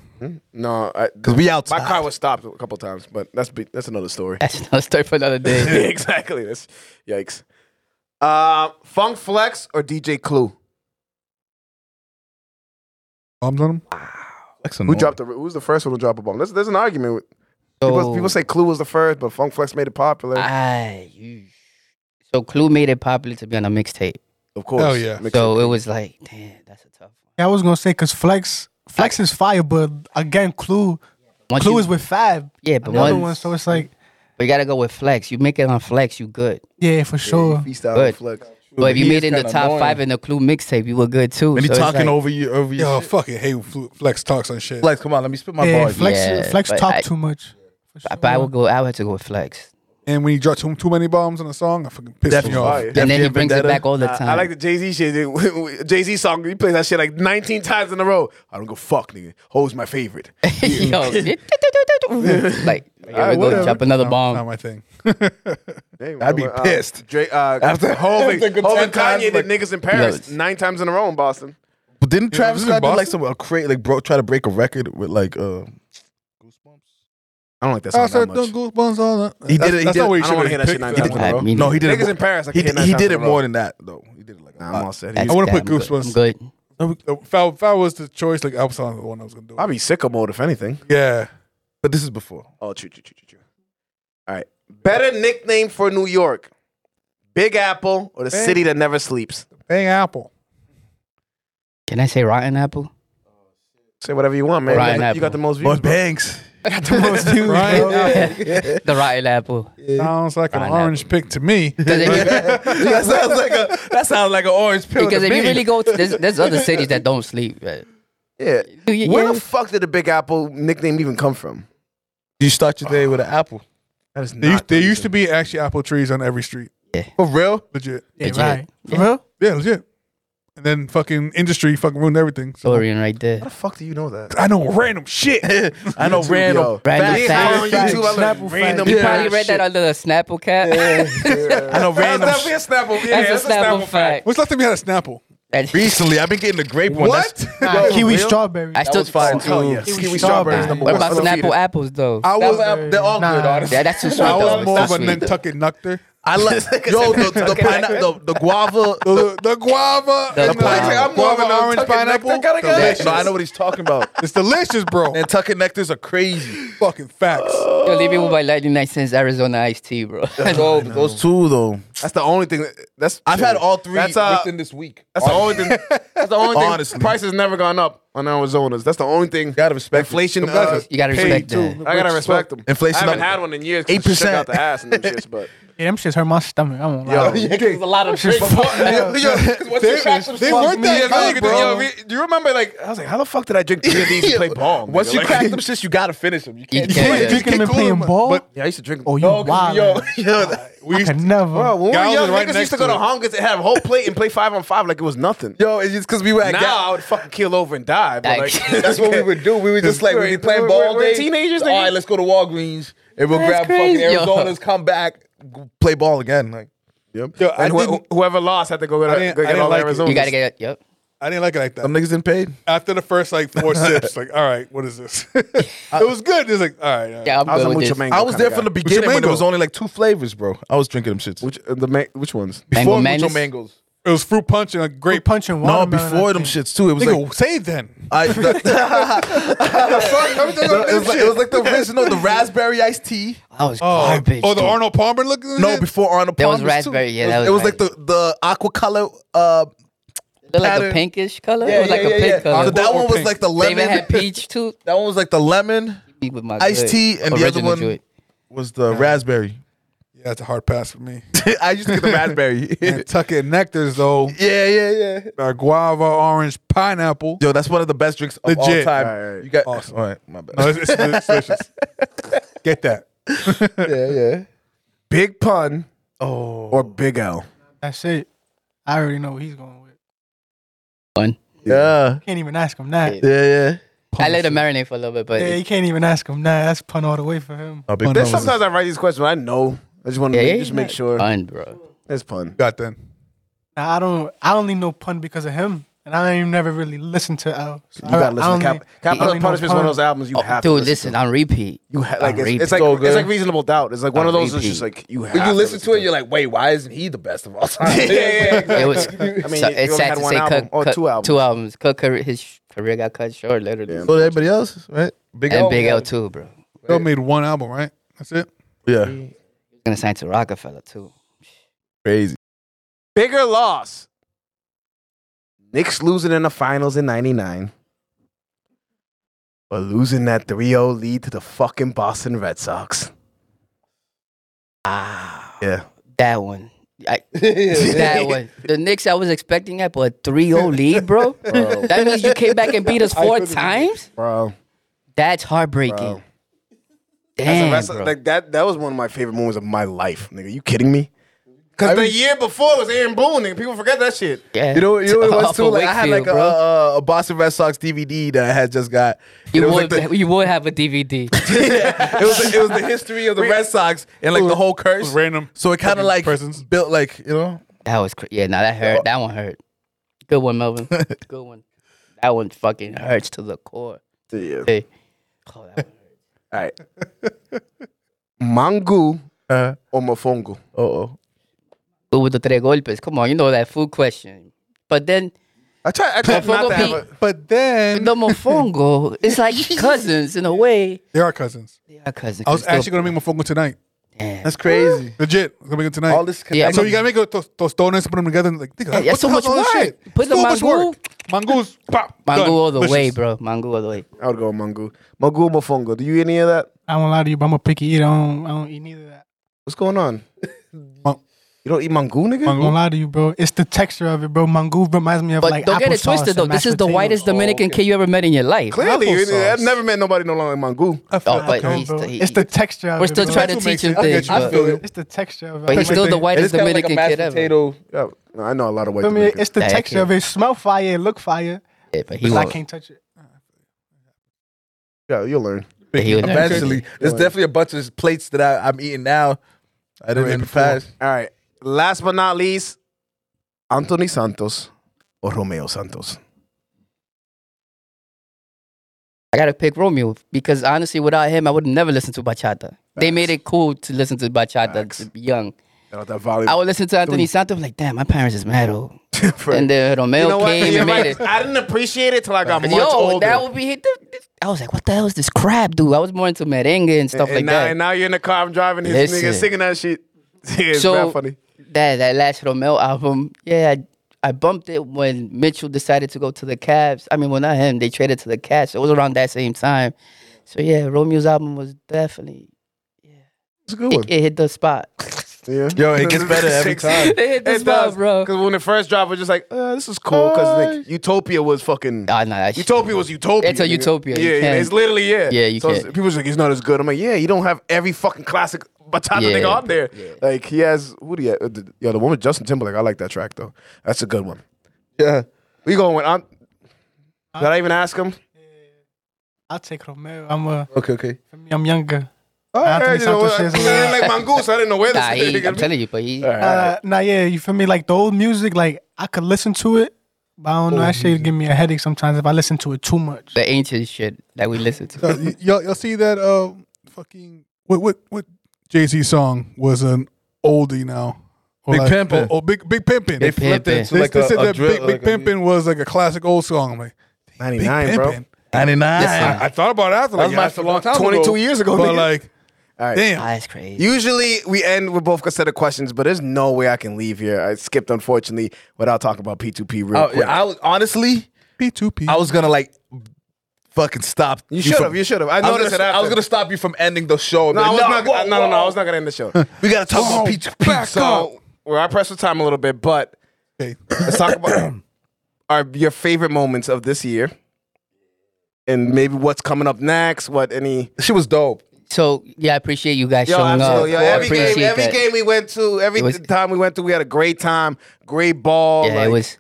Speaker 5: No, because
Speaker 6: Cause we
Speaker 5: my
Speaker 6: outside.
Speaker 5: car was stopped a couple times, but that's be, that's another story.
Speaker 4: That's another story for another
Speaker 5: Yeah,
Speaker 4: day.
Speaker 5: exactly. That's yikes. Uh, Funk Flex or DJ Clue?
Speaker 7: Arms on him.
Speaker 5: Who dropped the? Who was the first one to drop a bomb? There's, there's an argument. With, people,
Speaker 4: So-
Speaker 5: people say Clue was the first, but Funk Flex made it popular.
Speaker 4: I, so Clue made it popular to be on a mixtape.
Speaker 5: of course.
Speaker 7: Hell yeah.
Speaker 5: Mix
Speaker 4: So
Speaker 5: it.
Speaker 4: it was like, damn, that's a tough one.
Speaker 11: Yeah, I was gonna say because Flex, Flex is fire, but again, Clue,
Speaker 4: Once
Speaker 11: Clue
Speaker 4: you-
Speaker 11: is with Fab.
Speaker 4: yeah, but
Speaker 11: The other
Speaker 4: one,
Speaker 11: one, so it's like,
Speaker 4: but you gotta go with Flex. You make it on Flex, you good.
Speaker 11: yeah, for sure.
Speaker 5: Feast out
Speaker 4: Good.
Speaker 5: Flex.
Speaker 4: But if you
Speaker 6: he
Speaker 4: made
Speaker 6: is
Speaker 4: it in the
Speaker 6: kinda
Speaker 4: top
Speaker 6: annoying.
Speaker 4: five in the Clue mixtape, you were good too.
Speaker 6: And he
Speaker 4: So it's
Speaker 6: talking
Speaker 4: like-
Speaker 6: over you, over you.
Speaker 7: Yo, fucking hate when Flu- Flex talks on shit.
Speaker 6: Flex, come on, let me spit my
Speaker 11: Yeah,
Speaker 6: bars.
Speaker 11: Flex,
Speaker 4: Yeah,
Speaker 11: Flex
Speaker 4: but
Speaker 11: talk
Speaker 4: I-
Speaker 11: too much. For
Speaker 4: But
Speaker 11: sure.
Speaker 4: I would go. I would have to go with Flex.
Speaker 7: And when you drop too, too many bombs on a song, I fucking piss
Speaker 6: That's
Speaker 7: me off.
Speaker 6: fire.
Speaker 4: and then he
Speaker 6: Jam
Speaker 4: brings
Speaker 6: Vendetta.
Speaker 4: it back all the
Speaker 5: I-
Speaker 4: time.
Speaker 5: I like the Jay Z shit. Jay Z song, he plays that shit like 19 times in a row. I don't go fuck, nigga. Ho's my favorite.
Speaker 4: Yo, like here we go,
Speaker 5: whatever.
Speaker 4: drop another bomb.
Speaker 7: Not my thing.
Speaker 6: I'd be pissed.
Speaker 5: Drake, uh,
Speaker 6: After-
Speaker 5: after Hov and
Speaker 6: after good
Speaker 5: Hov
Speaker 6: ten
Speaker 5: and Kanye
Speaker 6: times,
Speaker 5: did
Speaker 6: like-
Speaker 5: niggas in Paris
Speaker 4: Yes.
Speaker 5: nine times in a row in Boston.
Speaker 6: But didn't Travis
Speaker 7: this is
Speaker 6: Scott do like
Speaker 7: Boston?
Speaker 6: some a create like bro try to break a record with like uh
Speaker 5: I don't like that
Speaker 6: Oh,
Speaker 5: song
Speaker 7: I
Speaker 5: that
Speaker 7: started
Speaker 5: much.
Speaker 7: doing goosebumps on it.
Speaker 6: He did it,
Speaker 7: That's-
Speaker 6: he
Speaker 7: That's
Speaker 6: did
Speaker 7: not
Speaker 6: it.
Speaker 7: what he
Speaker 5: I
Speaker 7: should
Speaker 5: don't wanna
Speaker 7: have
Speaker 5: hear that shit
Speaker 7: picked.
Speaker 5: nine
Speaker 7: He
Speaker 5: times in
Speaker 7: did
Speaker 5: a
Speaker 4: I
Speaker 5: row.
Speaker 4: mean,
Speaker 6: no he did
Speaker 5: Niggas
Speaker 6: it
Speaker 5: in Paris. I
Speaker 6: he,
Speaker 5: can't hear
Speaker 6: did-
Speaker 5: nine
Speaker 6: he
Speaker 5: times in
Speaker 6: did it
Speaker 5: a row.
Speaker 6: more than that though he did it like a
Speaker 5: Nah, I'm
Speaker 6: lot.
Speaker 5: all set.
Speaker 4: That's
Speaker 5: He's-
Speaker 7: I would've
Speaker 4: down,
Speaker 7: put Goosebumps.
Speaker 4: I'm good. I'm good.
Speaker 7: If I, if I was the choice, like I was on the one I was gonna do.
Speaker 5: I'd be sicko mode if anything.
Speaker 7: yeah,
Speaker 6: but this is before
Speaker 5: Oh, true, true, true, true, true. All right. Better nickname for New York: Big Apple or the
Speaker 7: Big-
Speaker 5: city that never sleeps.
Speaker 7: Bang Apple.
Speaker 4: Can I say Rotten Apple?
Speaker 5: Say whatever you want, man. You
Speaker 4: Ryan
Speaker 5: got the-
Speaker 4: Apple.
Speaker 5: you got the most views.
Speaker 6: but Banks
Speaker 7: Right? Apple.
Speaker 4: The Rotten Apple.
Speaker 7: Sounds like an
Speaker 4: Ryan
Speaker 7: orange pick to me.
Speaker 4: Because if, you-
Speaker 6: that sounds like a that sounds like an orange pill
Speaker 4: because
Speaker 6: to
Speaker 4: if
Speaker 6: me.
Speaker 4: you really go, to, there's, there's other cities that don't sleep. But
Speaker 5: Yeah.
Speaker 4: Do you-
Speaker 5: Where
Speaker 4: yeah.
Speaker 5: the fuck did the Big Apple nickname even come from?
Speaker 6: you start your day with an apple
Speaker 5: That is
Speaker 7: There used, there used to be actually apple trees on every street.
Speaker 6: for real
Speaker 7: Legit.
Speaker 11: yeah,
Speaker 4: legit.
Speaker 11: right. For
Speaker 4: Yeah.
Speaker 11: real?
Speaker 7: Yeah, legit. And then fucking industry fucking ruined everything. So
Speaker 4: Dorian right there.
Speaker 5: How the fuck do you know that?
Speaker 7: I know random shit.
Speaker 6: I know random
Speaker 4: Random
Speaker 5: Being
Speaker 4: facts.
Speaker 5: high on YouTube, I learned
Speaker 11: Snapple
Speaker 5: random
Speaker 4: You
Speaker 5: facts.
Speaker 4: probably read that under the Snapple cap.
Speaker 6: I know random
Speaker 5: That's
Speaker 6: shit.
Speaker 5: definitely a Snapple. Yeah,
Speaker 4: that's a Snapple fact.
Speaker 7: What's left of me had a Snapple.
Speaker 4: That's-
Speaker 6: recently I've been getting the grape one
Speaker 5: What?
Speaker 6: That's-
Speaker 11: Nah,
Speaker 6: Yo,
Speaker 11: kiwi
Speaker 6: real?
Speaker 11: strawberry.
Speaker 4: I still
Speaker 6: fire, too.
Speaker 4: Ooh.
Speaker 5: Hell yeah. Kiwi
Speaker 11: Kiwi
Speaker 5: strawberry is
Speaker 11: strawberry.
Speaker 5: number
Speaker 4: What
Speaker 5: one.
Speaker 4: about Snapple apples though?
Speaker 6: I was um,
Speaker 11: Strawberry.
Speaker 6: they're all good
Speaker 11: Nah.
Speaker 6: honestly
Speaker 4: Yeah, that's too sweet.
Speaker 7: I
Speaker 4: though.
Speaker 7: was more
Speaker 4: That's
Speaker 7: of a
Speaker 4: too sweet, though.
Speaker 7: Nantucket Nucter.
Speaker 6: I like yo the the, pine, the the guava
Speaker 7: The, the guava.
Speaker 4: The
Speaker 7: and the,
Speaker 4: pineapple.
Speaker 7: I'm more of an orange pineapple.
Speaker 6: delicious. No, I know what he's talking about.
Speaker 7: It's delicious, bro.
Speaker 6: Nantucket nectars are crazy.
Speaker 7: fucking facts.
Speaker 4: Yo, leave me with my 99 cents Arizona iced tea, bro.
Speaker 6: Oh, those two though.
Speaker 5: That's the only thing. that- That's
Speaker 6: I've had all three
Speaker 5: That's, uh,
Speaker 6: within this week.
Speaker 5: That's the only thing. That's the only thing.
Speaker 6: Honestly.
Speaker 5: price has never gone up on Arizona's. That's the only thing.
Speaker 6: gotta respect
Speaker 5: Inflation.
Speaker 6: it.
Speaker 5: Uh,
Speaker 4: You gotta
Speaker 5: paid,
Speaker 4: respect
Speaker 5: too.
Speaker 4: that.
Speaker 5: I gotta respect them.
Speaker 6: Inflation
Speaker 5: I haven't
Speaker 6: up
Speaker 5: had one in years.
Speaker 6: 8%.
Speaker 5: Eight out the ass and them shits, but
Speaker 11: Yeah, them shits hurt my stomach. I won't lie.
Speaker 5: yo,
Speaker 4: There's a lot of shit.
Speaker 7: They, they weren't
Speaker 5: Yeah,
Speaker 7: that
Speaker 5: like,
Speaker 7: good,
Speaker 5: yo,
Speaker 7: bro.
Speaker 5: we- do you remember? Like, I was like, how the fuck did I drink three of these and play ball? nigga?
Speaker 6: Once you
Speaker 5: Like-
Speaker 6: crack them shits, you gotta finish them. You
Speaker 4: You
Speaker 6: can't.
Speaker 4: can't.
Speaker 7: You
Speaker 11: Drinking
Speaker 7: can't
Speaker 11: them and
Speaker 7: cool
Speaker 11: playing
Speaker 7: them up.
Speaker 11: ball?
Speaker 5: yeah, I used to drink.
Speaker 11: Oh, you
Speaker 6: No, 'cause,
Speaker 11: wild.
Speaker 6: yo, yo,
Speaker 11: I could never.
Speaker 5: Bro, when we were
Speaker 7: Guys
Speaker 5: young,
Speaker 7: was right
Speaker 5: niggas
Speaker 7: next
Speaker 5: used to go
Speaker 7: to
Speaker 5: to
Speaker 7: it.
Speaker 5: Hongers and have a whole plate and play five on five like it was nothing.
Speaker 6: yo, it's just because we were at
Speaker 5: now
Speaker 6: gas.
Speaker 5: I would fucking keel over and die. But like,
Speaker 4: Like-
Speaker 6: That's what we would do. We would just like we'd be playing
Speaker 5: We're-
Speaker 6: ball
Speaker 5: we're-
Speaker 6: all
Speaker 5: we're
Speaker 6: day.
Speaker 5: teenagers,
Speaker 6: All
Speaker 5: nigga.
Speaker 6: right, let's go to Walgreens and we'll
Speaker 4: That's
Speaker 6: grab
Speaker 4: crazy,
Speaker 6: fucking
Speaker 4: yo.
Speaker 6: Arizona's. Come back, g- play ball again. Like
Speaker 7: Yo, I
Speaker 5: and wh-
Speaker 7: didn't-
Speaker 5: whoever lost had to go get,
Speaker 7: I didn't-
Speaker 5: go
Speaker 7: I
Speaker 5: get
Speaker 7: didn't
Speaker 5: all
Speaker 7: like it.
Speaker 5: Arizona.
Speaker 4: You gotta get it. Yep.
Speaker 7: I didn't like it like that.
Speaker 6: them niggas didn't paid.
Speaker 7: After the first like four sips, like, all right, what is this? it was good. It's like, all right, all right.
Speaker 4: Yeah, I'm
Speaker 5: I was a
Speaker 4: good with
Speaker 5: mucho
Speaker 4: this.
Speaker 5: mango.
Speaker 6: I was
Speaker 5: kinda
Speaker 6: there from
Speaker 5: guy.
Speaker 6: the beginning when
Speaker 7: mango?
Speaker 6: there was only like two flavors, bro. I was drinking them shits.
Speaker 5: which uh, the ma- which ones?
Speaker 6: before
Speaker 4: Mango
Speaker 6: mucho
Speaker 4: Madness?
Speaker 6: mangoes.
Speaker 7: it was fruit punch and a grape punch.
Speaker 11: punching
Speaker 4: Oh,
Speaker 6: No,
Speaker 11: watermelon.
Speaker 6: before
Speaker 11: I
Speaker 6: them
Speaker 11: think.
Speaker 6: shits too. It was like
Speaker 7: Nigga, say then.
Speaker 6: I, the, it, was like, it was like the original, the raspberry iced tea.
Speaker 4: That was garbage.
Speaker 7: Oh, the
Speaker 4: dude.
Speaker 7: Arnold Palmer looking.
Speaker 6: No, before Arnold.
Speaker 4: That was
Speaker 6: Palmer's
Speaker 4: raspberry,
Speaker 6: Too.
Speaker 4: yeah,
Speaker 6: it was,
Speaker 4: that was
Speaker 6: it
Speaker 4: right.
Speaker 6: was like the the aqua color. Uh,
Speaker 4: Look like a
Speaker 6: pattern.
Speaker 4: pinkish color. it was like a pink
Speaker 5: uh,
Speaker 4: color.
Speaker 6: So that
Speaker 7: Aqua or
Speaker 6: one was
Speaker 7: pink?
Speaker 6: like the
Speaker 4: they
Speaker 6: lemon.
Speaker 4: even had peach too.
Speaker 6: That one was like the lemon.
Speaker 4: Be With my
Speaker 6: Iced
Speaker 4: good
Speaker 6: tea and the other
Speaker 4: original
Speaker 6: one-
Speaker 4: joint.
Speaker 6: Was the raspberry?
Speaker 7: Yeah, that's a hard pass for me.
Speaker 6: I used to get the raspberry. yeah,
Speaker 7: Nantucket nectars though.
Speaker 6: yeah, yeah.
Speaker 7: Uh, guava, orange, pineapple.
Speaker 6: Yo, that's one of the best drinks of
Speaker 7: Legit.
Speaker 6: all time.
Speaker 5: All right.
Speaker 6: You got
Speaker 7: Awesome.
Speaker 6: All right, my bad.
Speaker 7: No, it's, it's delicious. Get that.
Speaker 6: yeah, yeah.
Speaker 5: Big pun. Oh, or Big L.
Speaker 11: That's it. I already know what he's going with.
Speaker 4: One.
Speaker 6: Yeah.
Speaker 11: Can't even ask him that.
Speaker 6: Yeah, yeah.
Speaker 4: I let it marinate for a little bit, but
Speaker 11: Yeah, you can't even ask him that. That's pun all the way for him.
Speaker 6: A Oh, big
Speaker 7: There's
Speaker 6: pun.
Speaker 7: sometimes
Speaker 5: Sometimes I write these questions. I know. I just want to
Speaker 4: yeah, yeah,
Speaker 5: just
Speaker 4: yeah, Uh,
Speaker 5: make sure.
Speaker 4: Fun, bro.
Speaker 5: It's pun.
Speaker 7: got then.
Speaker 11: Nah, I don't. I only know pun because of him, and I ain't never really listened to L. So
Speaker 5: You gotta listen to Cap- Capital Punishment is one of those albums you have to
Speaker 4: Oh, Dude, listen, on repeat.
Speaker 5: You ha- like
Speaker 4: on
Speaker 5: it's,
Speaker 4: repeat.
Speaker 5: it's like
Speaker 6: So
Speaker 5: it's
Speaker 6: good.
Speaker 5: like reasonable doubt. It's like one
Speaker 4: On
Speaker 5: of those. It's
Speaker 4: repeat.
Speaker 5: just like you have.
Speaker 6: When you
Speaker 5: to
Speaker 6: listen to it, you're like, wait, why isn't he the best of all time?
Speaker 5: yeah, yeah, yeah.
Speaker 4: it was.
Speaker 5: I mean,
Speaker 4: so-
Speaker 5: you only
Speaker 4: it's sad
Speaker 5: had
Speaker 4: to
Speaker 5: one
Speaker 4: say,
Speaker 5: album,
Speaker 4: Cook,
Speaker 5: or
Speaker 4: Cook-
Speaker 5: two albums.
Speaker 4: Two albums. Cook career, his sh- career got cut short, literally.
Speaker 6: So did everybody else, right? Big
Speaker 4: And
Speaker 6: L.
Speaker 4: Big L too, bro.
Speaker 7: Bill made one album, right? That's it.
Speaker 6: Yeah.
Speaker 4: Gonna sign to Rockefeller too.
Speaker 6: Crazy.
Speaker 5: Bigger loss. Knicks losing in the finals in 99. But losing that 3 0 lead to the fucking Boston Red Sox. Ah. Yeah.
Speaker 4: That one. I, that one. The Knicks, I was expecting that, but 3 0 lead, bro. That means you came back and beat us four times?
Speaker 5: Bro.
Speaker 4: That's heartbreaking.
Speaker 5: Bro.
Speaker 4: Damn.
Speaker 5: That's-
Speaker 4: bro.
Speaker 5: like that, that was one of my favorite moments of my life. Nigga, you kidding me? Because the year before was Aaron Boone, nigga. People forget that shit.
Speaker 4: yeah.
Speaker 6: You know, you know what it was
Speaker 4: Off
Speaker 6: too?
Speaker 4: of
Speaker 6: Like, I had
Speaker 4: Wakefield,
Speaker 6: like a,
Speaker 4: bro.
Speaker 6: a, a Boston Red Sox DVD that I had just got.
Speaker 4: you,
Speaker 6: It
Speaker 4: would,
Speaker 6: was, like the,
Speaker 4: you would have a DVD.
Speaker 6: it, was it was the history of the Red Sox and like the whole curse.
Speaker 7: Random.
Speaker 6: So it kind of like
Speaker 7: Persons.
Speaker 6: built like, you know?
Speaker 4: that was crazy. Yeah, now that hurt. That one hurt. Good one, Melvin. Good one. That one fucking hurts to the core.
Speaker 5: Yeah.
Speaker 4: Hey. Oh, that one.
Speaker 5: uh, All right. Mangu
Speaker 6: Uh,
Speaker 5: or Mofongo?
Speaker 6: oh.
Speaker 4: Hubo the tres golpes. Come on, you know that food question. But then
Speaker 5: I try, I try not
Speaker 4: Mofongo
Speaker 5: to have
Speaker 4: beat-
Speaker 5: a.
Speaker 7: But then
Speaker 4: the mofongo is like cousins in a way.
Speaker 7: they are cousins.
Speaker 4: They are cousins.
Speaker 7: I was
Speaker 4: Still-
Speaker 7: actually gonna make my phone tonight.
Speaker 4: Damn.
Speaker 6: That's crazy.
Speaker 7: Legit, I'm gonna make it tonight.
Speaker 6: All this
Speaker 4: Yeah,
Speaker 7: so
Speaker 4: I'm-
Speaker 7: you gotta make a tos- tostones, put them together. And like, nigga,
Speaker 4: Yeah,
Speaker 7: what
Speaker 4: that's so
Speaker 7: the hell's
Speaker 4: much
Speaker 7: all this
Speaker 4: work.
Speaker 7: shit?
Speaker 4: Put the
Speaker 7: So much
Speaker 4: mango-
Speaker 7: work. Mango's pop.
Speaker 4: Mango
Speaker 7: done.
Speaker 4: all the way,
Speaker 7: Delicious.
Speaker 4: bro. Mango all the way.
Speaker 5: I would go with Mangu. Mangu or Mofongo? Do you eat any of that?
Speaker 11: I won't lie to you, but I'm a picky eater. I don't, I don't eat neither of that.
Speaker 5: What's going on?
Speaker 7: Mang-
Speaker 5: You don't eat mango, nigga?
Speaker 11: I won't lie to you, bro. It's the texture of it, bro. Mangoove reminds me of
Speaker 4: But
Speaker 11: like
Speaker 4: don't get it
Speaker 11: applesauce
Speaker 4: twisted
Speaker 11: and
Speaker 4: though.
Speaker 11: mashed
Speaker 4: This is the
Speaker 11: potatoes.
Speaker 4: whitest Dominican kid you ever met in your life.
Speaker 5: Clearly, you-
Speaker 11: Applesauce.
Speaker 5: I've never met nobody no longer like mango.
Speaker 7: I
Speaker 4: Oh,
Speaker 7: feel
Speaker 4: but
Speaker 7: like-
Speaker 4: he's
Speaker 11: Bro,
Speaker 4: he-
Speaker 11: it's the texture of
Speaker 4: we're
Speaker 11: it.
Speaker 4: still
Speaker 11: bro.
Speaker 4: trying to
Speaker 7: That's what
Speaker 4: teach
Speaker 7: makes
Speaker 4: him
Speaker 7: it- I
Speaker 4: things,
Speaker 7: get you.
Speaker 6: I
Speaker 4: but,
Speaker 6: feel it.
Speaker 11: It's the texture of it.
Speaker 4: but he's
Speaker 11: Like,
Speaker 4: still the
Speaker 6: And
Speaker 4: whitest
Speaker 6: it's kind of like a
Speaker 4: Dominican
Speaker 6: mashed
Speaker 4: kid ever.
Speaker 6: potato.
Speaker 5: Yeah, no, I know a lot of white
Speaker 11: I mean,
Speaker 5: Dominicans.
Speaker 11: it's the
Speaker 4: Yeah, I
Speaker 11: texture of it. It Smell fire, it look fire,
Speaker 4: Yeah, but he
Speaker 11: but I
Speaker 4: won't.
Speaker 11: can't touch it.
Speaker 5: Yeah, you'll learn.
Speaker 4: But he would never do
Speaker 6: Eventually, there's definitely a bunch of plates that I, I'm eating now. I didn't in the past.
Speaker 5: All right. Last but not least, Anthony Santos or Romeo Santos.
Speaker 4: I gotta pick Romeo because honestly, without him, I would never listen to bachata. They made it cool to listen to bachata
Speaker 5: Facts.
Speaker 4: to be young.
Speaker 5: Shout out that volume.
Speaker 4: I would listen to Anthony Santos. I'm like, damn, my parents is mad old. and then Romeo
Speaker 5: You know what?
Speaker 4: came
Speaker 5: You're
Speaker 4: and
Speaker 5: right.
Speaker 4: made it.
Speaker 5: I didn't appreciate it till I got much
Speaker 4: Yo,
Speaker 5: older.
Speaker 4: that would be. I was like, what the hell is this crap, dude? I was more into merengue and stuff
Speaker 5: and,
Speaker 4: like
Speaker 5: now,
Speaker 4: that.
Speaker 5: and now you're in the car, I'm driving his
Speaker 4: Listen.
Speaker 5: nigga singing that shit. Yeah, it's
Speaker 4: So-
Speaker 5: so, funny.
Speaker 4: that that last Romeo album, yeah, I, I bumped it when Mitchell decided to go to the Cavs. I mean, well, not him. They traded to the Cavs. So it was around that same time. So yeah, Romeo's album was definitely
Speaker 5: It's a good
Speaker 4: it, it hit the spot.
Speaker 5: Yeah.
Speaker 6: Yo, it gets better every time.
Speaker 4: it hit the
Speaker 5: It
Speaker 4: spot,
Speaker 5: does,
Speaker 4: bro.
Speaker 5: Because when it first dropped, we're just like, uh, this is cool. Because like, Utopia was fucking.
Speaker 4: Ah, nah, that shit-
Speaker 5: Utopia was Utopia.
Speaker 4: It's a
Speaker 5: nigga.
Speaker 4: Utopia. You
Speaker 5: Yeah, yeah,
Speaker 4: can't-
Speaker 5: it's literally yeah.
Speaker 4: Yeah, you
Speaker 5: so it's-
Speaker 4: can't.
Speaker 5: People just like it's not as good. I'm like, yeah, you don't have every fucking classic Batata
Speaker 4: Yeah,
Speaker 5: nigga on there.
Speaker 4: yeah.
Speaker 5: Like he has who do you? uh, the- Yo, the one with Justin Timberlake. I like that track though. That's a good one.
Speaker 6: Yeah.
Speaker 5: We going with? I'm, did I even ask him?
Speaker 11: I'll take Romeo. I'm a,
Speaker 6: Okay, okay.
Speaker 11: I'm younger.
Speaker 5: Oh,
Speaker 11: Anthony
Speaker 5: you know,
Speaker 11: Santos
Speaker 5: what?
Speaker 11: is-
Speaker 5: I didn't like Mongoose. I didn't know where this
Speaker 4: Nah, he, I'm
Speaker 5: nigga.
Speaker 4: telling you, but he.
Speaker 11: Uh, nah, yeah, you feel me? Like the old music, like I could listen to it, but I don't know. That shit give me a headache sometimes if I listen to it too much.
Speaker 4: The ancient shit that we listen to.
Speaker 7: Uh, y- y'all, y'all see that uh, fucking what what what Jay Z song was an oldie now? Or
Speaker 6: Big Pimpin'.
Speaker 7: Oh, oh, big big pimpin.
Speaker 6: They
Speaker 7: They,
Speaker 6: flipped
Speaker 4: Pimpin'.
Speaker 6: it into like
Speaker 7: they
Speaker 6: a,
Speaker 7: said
Speaker 6: a
Speaker 7: that
Speaker 6: drill,
Speaker 7: big, big
Speaker 6: like a-
Speaker 7: pimpin was like a classic old song. I'm like,
Speaker 5: Ninety
Speaker 7: big
Speaker 5: nine, bro.
Speaker 7: pimpin'.
Speaker 6: 99.
Speaker 4: Listen.
Speaker 7: I thought about it after.
Speaker 5: That
Speaker 7: Like,
Speaker 5: was my-
Speaker 7: after a long time
Speaker 5: 22
Speaker 7: ago,
Speaker 5: years ago,
Speaker 7: But
Speaker 5: nigga.
Speaker 7: like,
Speaker 5: All right.
Speaker 7: damn,
Speaker 4: Ah, that's crazy.
Speaker 5: Usually we end with both a set of questions, but there's no way I can leave here. I skipped, unfortunately, without talking about P2P real
Speaker 6: I,
Speaker 5: quick.
Speaker 6: I was honestly,
Speaker 7: P2P.
Speaker 6: I was gonna like fucking stop.
Speaker 5: you should have.
Speaker 6: from-
Speaker 5: You should have. I
Speaker 6: I was,
Speaker 5: noticed
Speaker 6: gonna,
Speaker 5: it after.
Speaker 6: I was gonna stop you from ending the show.
Speaker 5: No, I was not,
Speaker 6: whoa,
Speaker 5: no, no, no, I
Speaker 6: whoa.
Speaker 5: was not gonna end the show. so,
Speaker 6: We gotta talk about pizza.
Speaker 7: back
Speaker 6: pizza.
Speaker 7: up.
Speaker 5: well, I pressed for time a little bit, but
Speaker 7: Okay.
Speaker 5: let's talk about our your favorite moments of this year, and maybe what's coming up next. What any?
Speaker 6: She was dope.
Speaker 4: So yeah, I appreciate you guys showing up.
Speaker 5: absolutely. Yo,
Speaker 4: I
Speaker 5: every
Speaker 4: appreciate
Speaker 5: game, every
Speaker 4: that.
Speaker 5: game we went to, every
Speaker 4: It was-
Speaker 5: time we went to, we had a great time, great ball.
Speaker 4: Yeah,
Speaker 5: like,
Speaker 4: it was.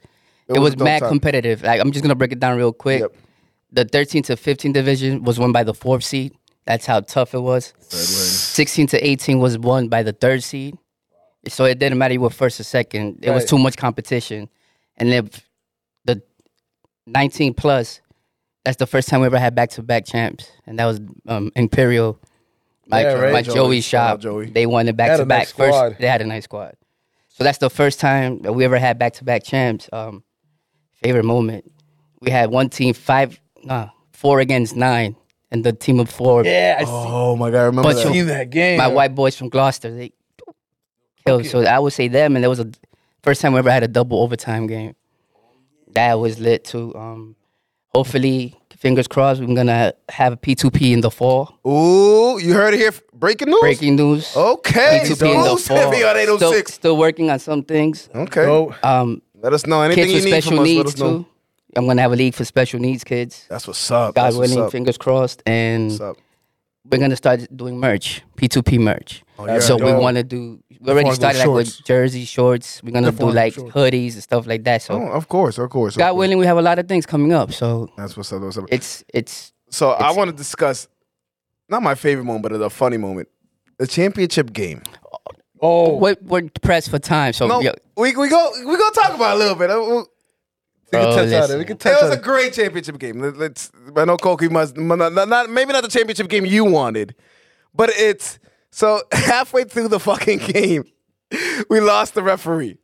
Speaker 4: It, was,
Speaker 5: a dope
Speaker 4: mad
Speaker 5: time.
Speaker 4: competitive. Like I'm just gonna break it down real quick.
Speaker 5: Yep.
Speaker 4: The 13 to 15 division was won by the fourth seed. That's how tough it was. 16 to 18 was won by the third seed. So it didn't matter you were first or second. It was too much competition. And then the 19 plus, that's the first time we ever had back to back champs, and that was um, Imperial. Like,
Speaker 6: Yeah, right.
Speaker 4: like
Speaker 6: Joey.
Speaker 4: Joey's
Speaker 6: Shout
Speaker 4: shop,
Speaker 6: out Joey.
Speaker 4: they won it back
Speaker 6: Had
Speaker 4: to
Speaker 6: a nice
Speaker 4: back. First,
Speaker 6: squad.
Speaker 4: they had a nice squad. So that's the first time that we ever had back to back champs. Um, favorite moment, we had one team five, nah, four against nine, and the team of four.
Speaker 6: Yeah, I
Speaker 5: Oh my god, I remember
Speaker 4: But
Speaker 5: that.
Speaker 4: you-
Speaker 6: seen that game.
Speaker 4: My white boys from Gloucester, they killed. So I would say them, and it was a first time we ever had a double overtime game. That was lit too. Um, hopefully, fingers crossed, we're gonna have a P2P in the fall.
Speaker 5: Ooh, you heard it here. f- Breaking news.
Speaker 4: Breaking news.
Speaker 6: Oh,
Speaker 5: Okay,
Speaker 4: P2P in the
Speaker 5: exclusive
Speaker 4: fall.
Speaker 5: on 806.
Speaker 4: Still, still working on some things.
Speaker 5: Okay,
Speaker 6: Oh,
Speaker 4: Um,
Speaker 5: let us know anything
Speaker 4: kids
Speaker 5: you
Speaker 4: with
Speaker 5: need from
Speaker 4: special
Speaker 5: us. Let
Speaker 4: needs
Speaker 5: us know.
Speaker 4: too. I'm gonna have a league for special needs kids.
Speaker 5: That's what's up.
Speaker 4: God
Speaker 5: That's what's
Speaker 4: willing,
Speaker 5: up.
Speaker 4: fingers crossed, and
Speaker 5: What's up?
Speaker 4: we're gonna start doing merch, P2P merch.
Speaker 5: yeah.
Speaker 4: so we
Speaker 5: Dope.
Speaker 4: want to do. We already
Speaker 7: Affordable
Speaker 4: started like with
Speaker 7: shorts.
Speaker 4: jersey shorts. We're gonna do
Speaker 7: Affordable
Speaker 4: like
Speaker 7: shorts.
Speaker 4: hoodies and stuff like that. So
Speaker 5: Oh, of course, of course. of
Speaker 4: God
Speaker 5: course.
Speaker 4: willing, we have a lot of things coming up. So
Speaker 5: That's what's up. That's what's up.
Speaker 4: it's it's
Speaker 5: So I want to discuss not my favorite moment, but a funny moment. The championship game.
Speaker 6: oh,
Speaker 4: we're, we're pressed for time. So
Speaker 5: No,
Speaker 4: yo,
Speaker 5: we we go we gonna talk about it a little bit. Uh, we'll-
Speaker 6: we
Speaker 4: bro,
Speaker 6: can touch on it.
Speaker 4: listen.
Speaker 6: We can touch
Speaker 5: It was
Speaker 6: on
Speaker 5: a
Speaker 6: it.
Speaker 5: great championship game. Let- Let's. I know Koki must not, not- not- maybe not the championship game you wanted, but it's so halfway through the fucking game, we lost the referee.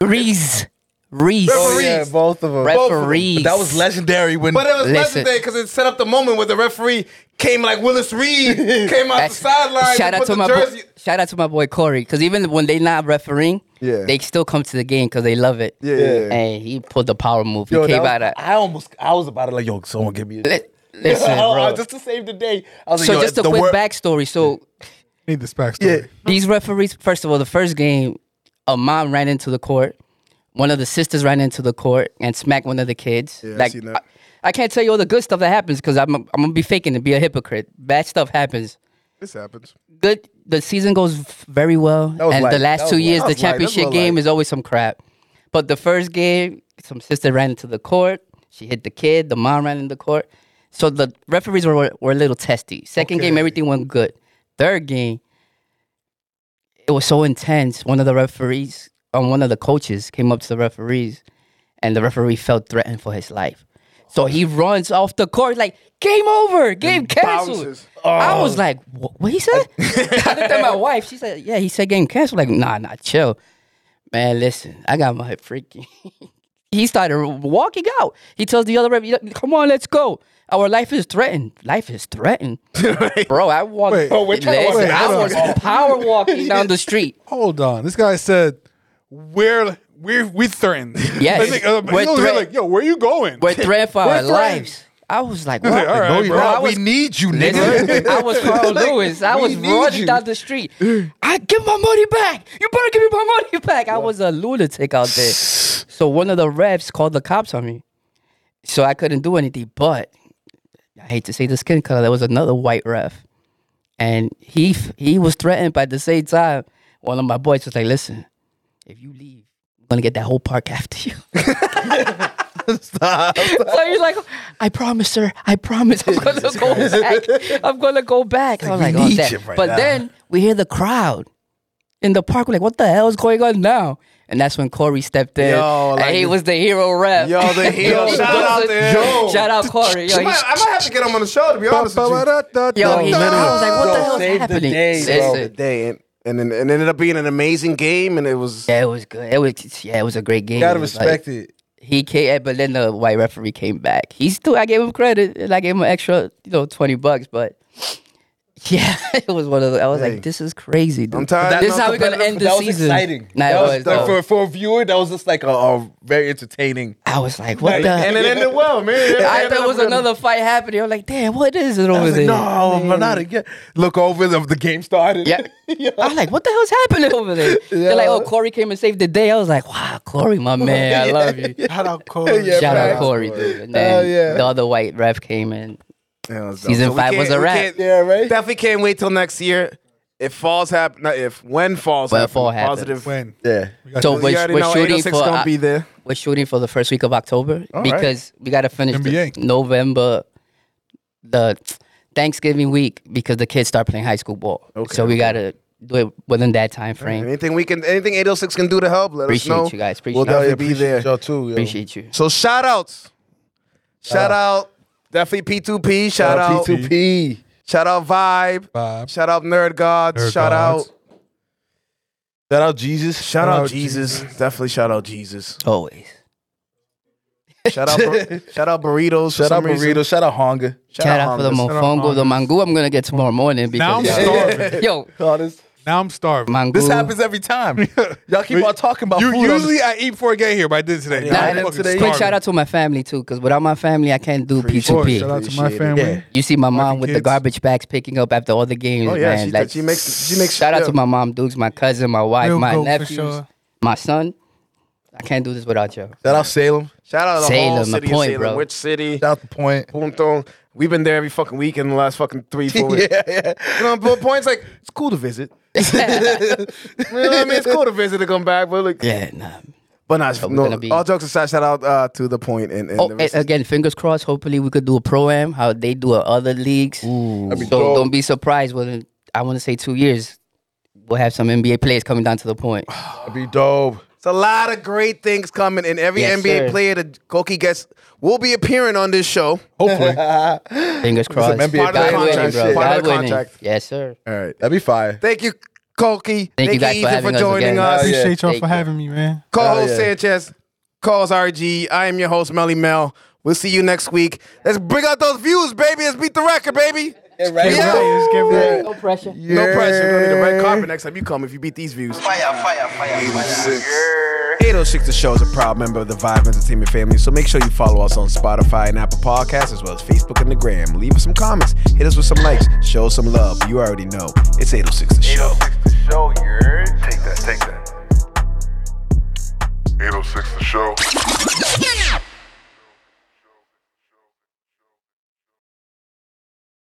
Speaker 4: Reese, Reese,
Speaker 5: Referees.
Speaker 6: Oh, Yeah, both of them.
Speaker 4: referees.
Speaker 6: That was legendary when
Speaker 5: But it was
Speaker 4: Listen.
Speaker 5: legendary because it set up the moment where the referee came like Willis Reed came out
Speaker 4: That's-
Speaker 5: the sideline.
Speaker 4: Shout
Speaker 5: and
Speaker 4: out
Speaker 5: put
Speaker 4: to
Speaker 5: the
Speaker 4: my boy,
Speaker 5: jersey.
Speaker 4: shout out to my boy Corey because even when they not refereeing,
Speaker 5: Yeah.
Speaker 4: they still come to the game because they love it.
Speaker 5: Yeah, yeah, yeah.
Speaker 4: and he pulled the power move. He
Speaker 6: Yo, that
Speaker 4: came
Speaker 6: was-
Speaker 4: out. Of,
Speaker 6: I almost, I was about to like, yo, someone give me. A,
Speaker 4: li- listen,
Speaker 6: Oh,
Speaker 4: bro.
Speaker 6: just to save the day. I was like,
Speaker 4: so
Speaker 6: yo,
Speaker 4: just a
Speaker 6: the
Speaker 4: quick
Speaker 6: wor-
Speaker 4: backstory. So
Speaker 7: Need this backstory.
Speaker 4: These referees, first of all, the first game, a mom ran into the court. One of the sisters ran into the court and smacked one of the kids.
Speaker 5: Yeah, I
Speaker 4: like,
Speaker 5: seen that.
Speaker 4: I, I can't tell you all the good stuff that happens because I'm, I'm gonna be faking and be a hypocrite. Bad stuff happens.
Speaker 5: This happens.
Speaker 4: Good. The season goes v- very well,
Speaker 6: was
Speaker 4: and the
Speaker 6: light.
Speaker 4: last
Speaker 6: That
Speaker 4: two
Speaker 6: was light.
Speaker 4: years,
Speaker 5: That was light.
Speaker 4: the
Speaker 5: That was
Speaker 4: championship
Speaker 5: light.
Speaker 4: game is always some crap. But the first game, some sister ran into the court. She hit the kid. The mom ran in the court. So the referees were were a little testy. Second game, everything went good. Third game, it was so intense. One of the referees, um, one of the coaches, came up to the referees, and the referee felt threatened for his life. So he runs off the court like game over, game canceled.
Speaker 5: bounces.
Speaker 4: I was like, what, what he said? I looked at my wife. She said, yeah, he said game canceled. Like, nah, nah, chill, man. Listen, I got my freaking. he started walking out. He tells the other ref, come on, let's go. Our life is threatened. Life is threatened, bro. I walked.
Speaker 7: Wait.
Speaker 4: bro,
Speaker 7: Oh,
Speaker 6: we're trying to
Speaker 4: listen,
Speaker 7: walk it
Speaker 4: I
Speaker 7: out.
Speaker 4: was power walking down the street.
Speaker 7: Hold on. This guy said, we're, we're, we threatened.
Speaker 4: Yes.
Speaker 7: I think, uh,
Speaker 4: We're
Speaker 7: he was
Speaker 4: threat-
Speaker 7: like, yo, where you going?
Speaker 4: We're threatened for
Speaker 7: We're
Speaker 4: our
Speaker 7: threatened.
Speaker 4: lives. I was like, what?
Speaker 7: all right,
Speaker 6: No, you're
Speaker 7: bro,
Speaker 4: I
Speaker 6: not.
Speaker 4: was-
Speaker 6: we need you, nigga.
Speaker 4: Nigga, I was Carl Lewis. I
Speaker 6: we
Speaker 4: was
Speaker 6: need
Speaker 4: running
Speaker 6: you.
Speaker 4: down the street. I give my money back. You better give me my money back. I was a lunatic out there. So one of the refs called the cops on me. So I couldn't do anything. But I hate to say the skin color. There was another white ref, and he f- he was threatened. But at the same time, one of my boys was like, "Listen, if you leave, I'm gonna get that whole park after you." so he's like, I promise, sir. I promise, I'm gonna go back. I'm gonna go back. I'm like, oh,
Speaker 6: need
Speaker 4: that.
Speaker 6: you right
Speaker 4: but
Speaker 6: now.
Speaker 4: then we hear the crowd in the park. We're like, what the hell is going on now? And that's when Corey stepped in.
Speaker 5: Yo, like-
Speaker 4: and he was the hero rep.
Speaker 5: Yo, the hero.
Speaker 4: He
Speaker 5: Shout out
Speaker 4: does
Speaker 5: to
Speaker 4: it.
Speaker 5: him.
Speaker 4: Shout out Corey. Yo,
Speaker 5: I might,
Speaker 4: he's-
Speaker 5: I might have to get him on the show to be honest with you.
Speaker 4: yo, he-
Speaker 5: literally.
Speaker 4: I was like, what the
Speaker 6: Yo,
Speaker 4: hell is
Speaker 6: save the
Speaker 4: happening?
Speaker 6: day, bro.
Speaker 4: Listen,
Speaker 5: the day, and and, then- and it ended up being an amazing game, and it was
Speaker 4: Yeah, it was good. It was yeah, it was a great game.
Speaker 6: Gotta
Speaker 4: It was
Speaker 6: respect
Speaker 4: like-
Speaker 6: it.
Speaker 4: He came, but then the white referee came back. He still, I gave him credit, and I gave him an extra, you know, twenty bucks. But yeah, it was one of. The, I was
Speaker 5: Hey.
Speaker 4: like, this is crazy. Dude.
Speaker 5: I'm tired.
Speaker 4: This is
Speaker 5: Not
Speaker 4: how we're gonna end the
Speaker 6: that was
Speaker 4: season.
Speaker 6: Exciting.
Speaker 4: Nah, it
Speaker 6: that was,
Speaker 4: was,
Speaker 6: like,
Speaker 4: though.
Speaker 6: for, for a viewer, that was just like a, a very entertaining.
Speaker 4: I was like, what
Speaker 5: and
Speaker 4: the?
Speaker 5: it ended well, man. It
Speaker 4: I
Speaker 5: ended
Speaker 4: thought it
Speaker 5: up
Speaker 4: was
Speaker 5: with a-
Speaker 4: another fight happening. I'm like, damn, what is it over
Speaker 6: I was
Speaker 4: there?
Speaker 6: like, no, I'm not again. Look over the, the game started.
Speaker 4: Yeah. I'm like, what the hell's happening over there? They're like, oh, Corey came and saved the day. I was like, wow, Corey, my man, I love you.
Speaker 11: Shout out Corey.
Speaker 6: Yeah,
Speaker 4: Shout out
Speaker 6: facts.
Speaker 4: Corey, dude. And then the other white ref came in.
Speaker 5: Yeah, it was dope.
Speaker 4: Season
Speaker 5: we
Speaker 4: five was
Speaker 5: can't-
Speaker 4: a
Speaker 5: we
Speaker 4: wrap.
Speaker 5: can't-
Speaker 6: Yeah, right?
Speaker 5: Definitely can't wait till next year. If falls happen, not if when falls
Speaker 4: When
Speaker 5: happen,
Speaker 4: fall happens.
Speaker 5: positive.
Speaker 7: when?
Speaker 6: Yeah.
Speaker 7: We got
Speaker 4: So
Speaker 7: this.
Speaker 4: we're,
Speaker 5: You already
Speaker 4: we're
Speaker 5: know
Speaker 4: shooting
Speaker 5: 806
Speaker 4: for
Speaker 5: gonna
Speaker 4: uh,
Speaker 5: be there.
Speaker 4: We're shooting for the first week of October because we got to finish the
Speaker 7: NBA.
Speaker 4: November, the Thanksgiving week because the kids start playing high school ball. so we got to do it within that time frame.
Speaker 5: Anything we can, anything 806 can do to help, let
Speaker 4: Appreciate
Speaker 5: us know.
Speaker 4: you guys. Appreciate
Speaker 5: We'll
Speaker 4: you.
Speaker 5: definitely be
Speaker 6: Appreciate
Speaker 5: there.
Speaker 6: Y'all too. Yo.
Speaker 4: Appreciate you.
Speaker 5: So shout outs. Shout out. Definitely P2P. Uh, Shout out.
Speaker 6: P2P.
Speaker 5: Shout out Vibe.
Speaker 7: Vibe.
Speaker 5: Shout out Nerd Gods.
Speaker 7: Nerd
Speaker 5: shout
Speaker 7: Gods.
Speaker 5: out.
Speaker 6: Shout out Jesus.
Speaker 5: Shout out
Speaker 7: out
Speaker 5: Jesus. Definitely shout out Jesus.
Speaker 4: Always.
Speaker 5: Shout out. bur- shout out burritos. for
Speaker 6: Shout out
Speaker 5: some reason.
Speaker 6: burrito. Shout out hunger.
Speaker 5: Shout
Speaker 4: Shout out for the
Speaker 5: Hondas.
Speaker 4: mofongo, the mango I'm going to get tomorrow morning.
Speaker 7: Now I'm
Speaker 4: Because,
Speaker 7: starving.
Speaker 4: yo,
Speaker 7: Now I'm starving.
Speaker 4: mango.
Speaker 6: This happens every time. Y'all keep on talking about
Speaker 7: You
Speaker 6: food. Oh, on
Speaker 7: usually I eat before I get here, but I did today.
Speaker 4: Nah,
Speaker 7: I'm
Speaker 4: and
Speaker 7: fucking
Speaker 6: today-
Speaker 4: Quick
Speaker 7: starving.
Speaker 4: shout out to my family too, because without my family, I can't do
Speaker 7: Of course, Shout
Speaker 4: P2P.
Speaker 7: out to my family.
Speaker 4: You see my mom with the
Speaker 7: kids.
Speaker 4: garbage bags picking up after all the games,
Speaker 5: Oh yeah,
Speaker 4: man.
Speaker 5: she,
Speaker 4: like,
Speaker 5: she makes she makes
Speaker 4: shout out
Speaker 5: yeah.
Speaker 4: to my mom, Dukes, my cousin, my wife,
Speaker 11: Real
Speaker 4: my
Speaker 11: goat for
Speaker 4: nephews,
Speaker 11: sure.
Speaker 4: my son. I can't do this without you.
Speaker 6: Shout out Salem.
Speaker 5: shout out to the whole
Speaker 4: Salem, the
Speaker 5: city of
Speaker 4: point,
Speaker 5: Salem,
Speaker 4: bro.
Speaker 5: which city?
Speaker 6: Shout out the point.
Speaker 5: Punto. We've been there every fucking week in the last fucking three four weeks.
Speaker 6: Yeah, yeah.
Speaker 5: You know, but points like it's cool to visit. you know what I mean? It's cool to visit to come back, but like,
Speaker 4: Yeah, nah.
Speaker 5: but not
Speaker 4: we're
Speaker 5: no,
Speaker 4: gonna be-
Speaker 5: all jokes aside. Shout out uh, to the point and, and
Speaker 4: Oh,
Speaker 5: the
Speaker 4: and
Speaker 5: rest of-
Speaker 4: again, fingers crossed. Hopefully, we could do a pro am how they do at other leagues. so don't be surprised when I want to say two years, we'll have some NBA players coming down to the point.
Speaker 6: That'd be dope.
Speaker 5: it's a lot of great things coming, and every
Speaker 4: Yes,
Speaker 5: NBA
Speaker 4: sir.
Speaker 5: player that Koki gets will be appearing on this show.
Speaker 7: Hopefully.
Speaker 4: Fingers crossed.
Speaker 6: NBA
Speaker 5: Part of the
Speaker 4: God willing,
Speaker 5: contract,
Speaker 4: bro.
Speaker 5: shit. Part of
Speaker 4: God
Speaker 5: the
Speaker 4: willing.
Speaker 5: contract.
Speaker 4: Yes, sir.
Speaker 6: All right. That'd be fire.
Speaker 5: Thank you, Koki.
Speaker 4: Thank you guys for
Speaker 5: Ethan
Speaker 4: having us
Speaker 5: joining
Speaker 4: again.
Speaker 5: us.
Speaker 6: Oh, yeah.
Speaker 11: Appreciate y'all
Speaker 4: Thank
Speaker 11: for
Speaker 4: you.
Speaker 11: having me, man.
Speaker 5: Co-host
Speaker 6: Hell yeah.
Speaker 5: Sanchez, co-host RG. I am your host Melly Mel. We'll see you next week. Let's bring out those views, baby. Let's beat the record, baby. Yeah.
Speaker 11: Get right, let's get right.
Speaker 4: No pressure.
Speaker 5: No pressure. We're gonna be the red carpet next time you come if you beat these views. Fire, fire, oh fire, fire. 806 The Show is a proud member of the Vibe Entertainment family, so make sure you follow us on Spotify and Apple Podcasts, as well as Facebook and the Gram. Leave us some comments, hit us with some likes, show us some love. You already know it's 806 The Show.
Speaker 3: 806 the show, you're. Take that, take that. 806 the show.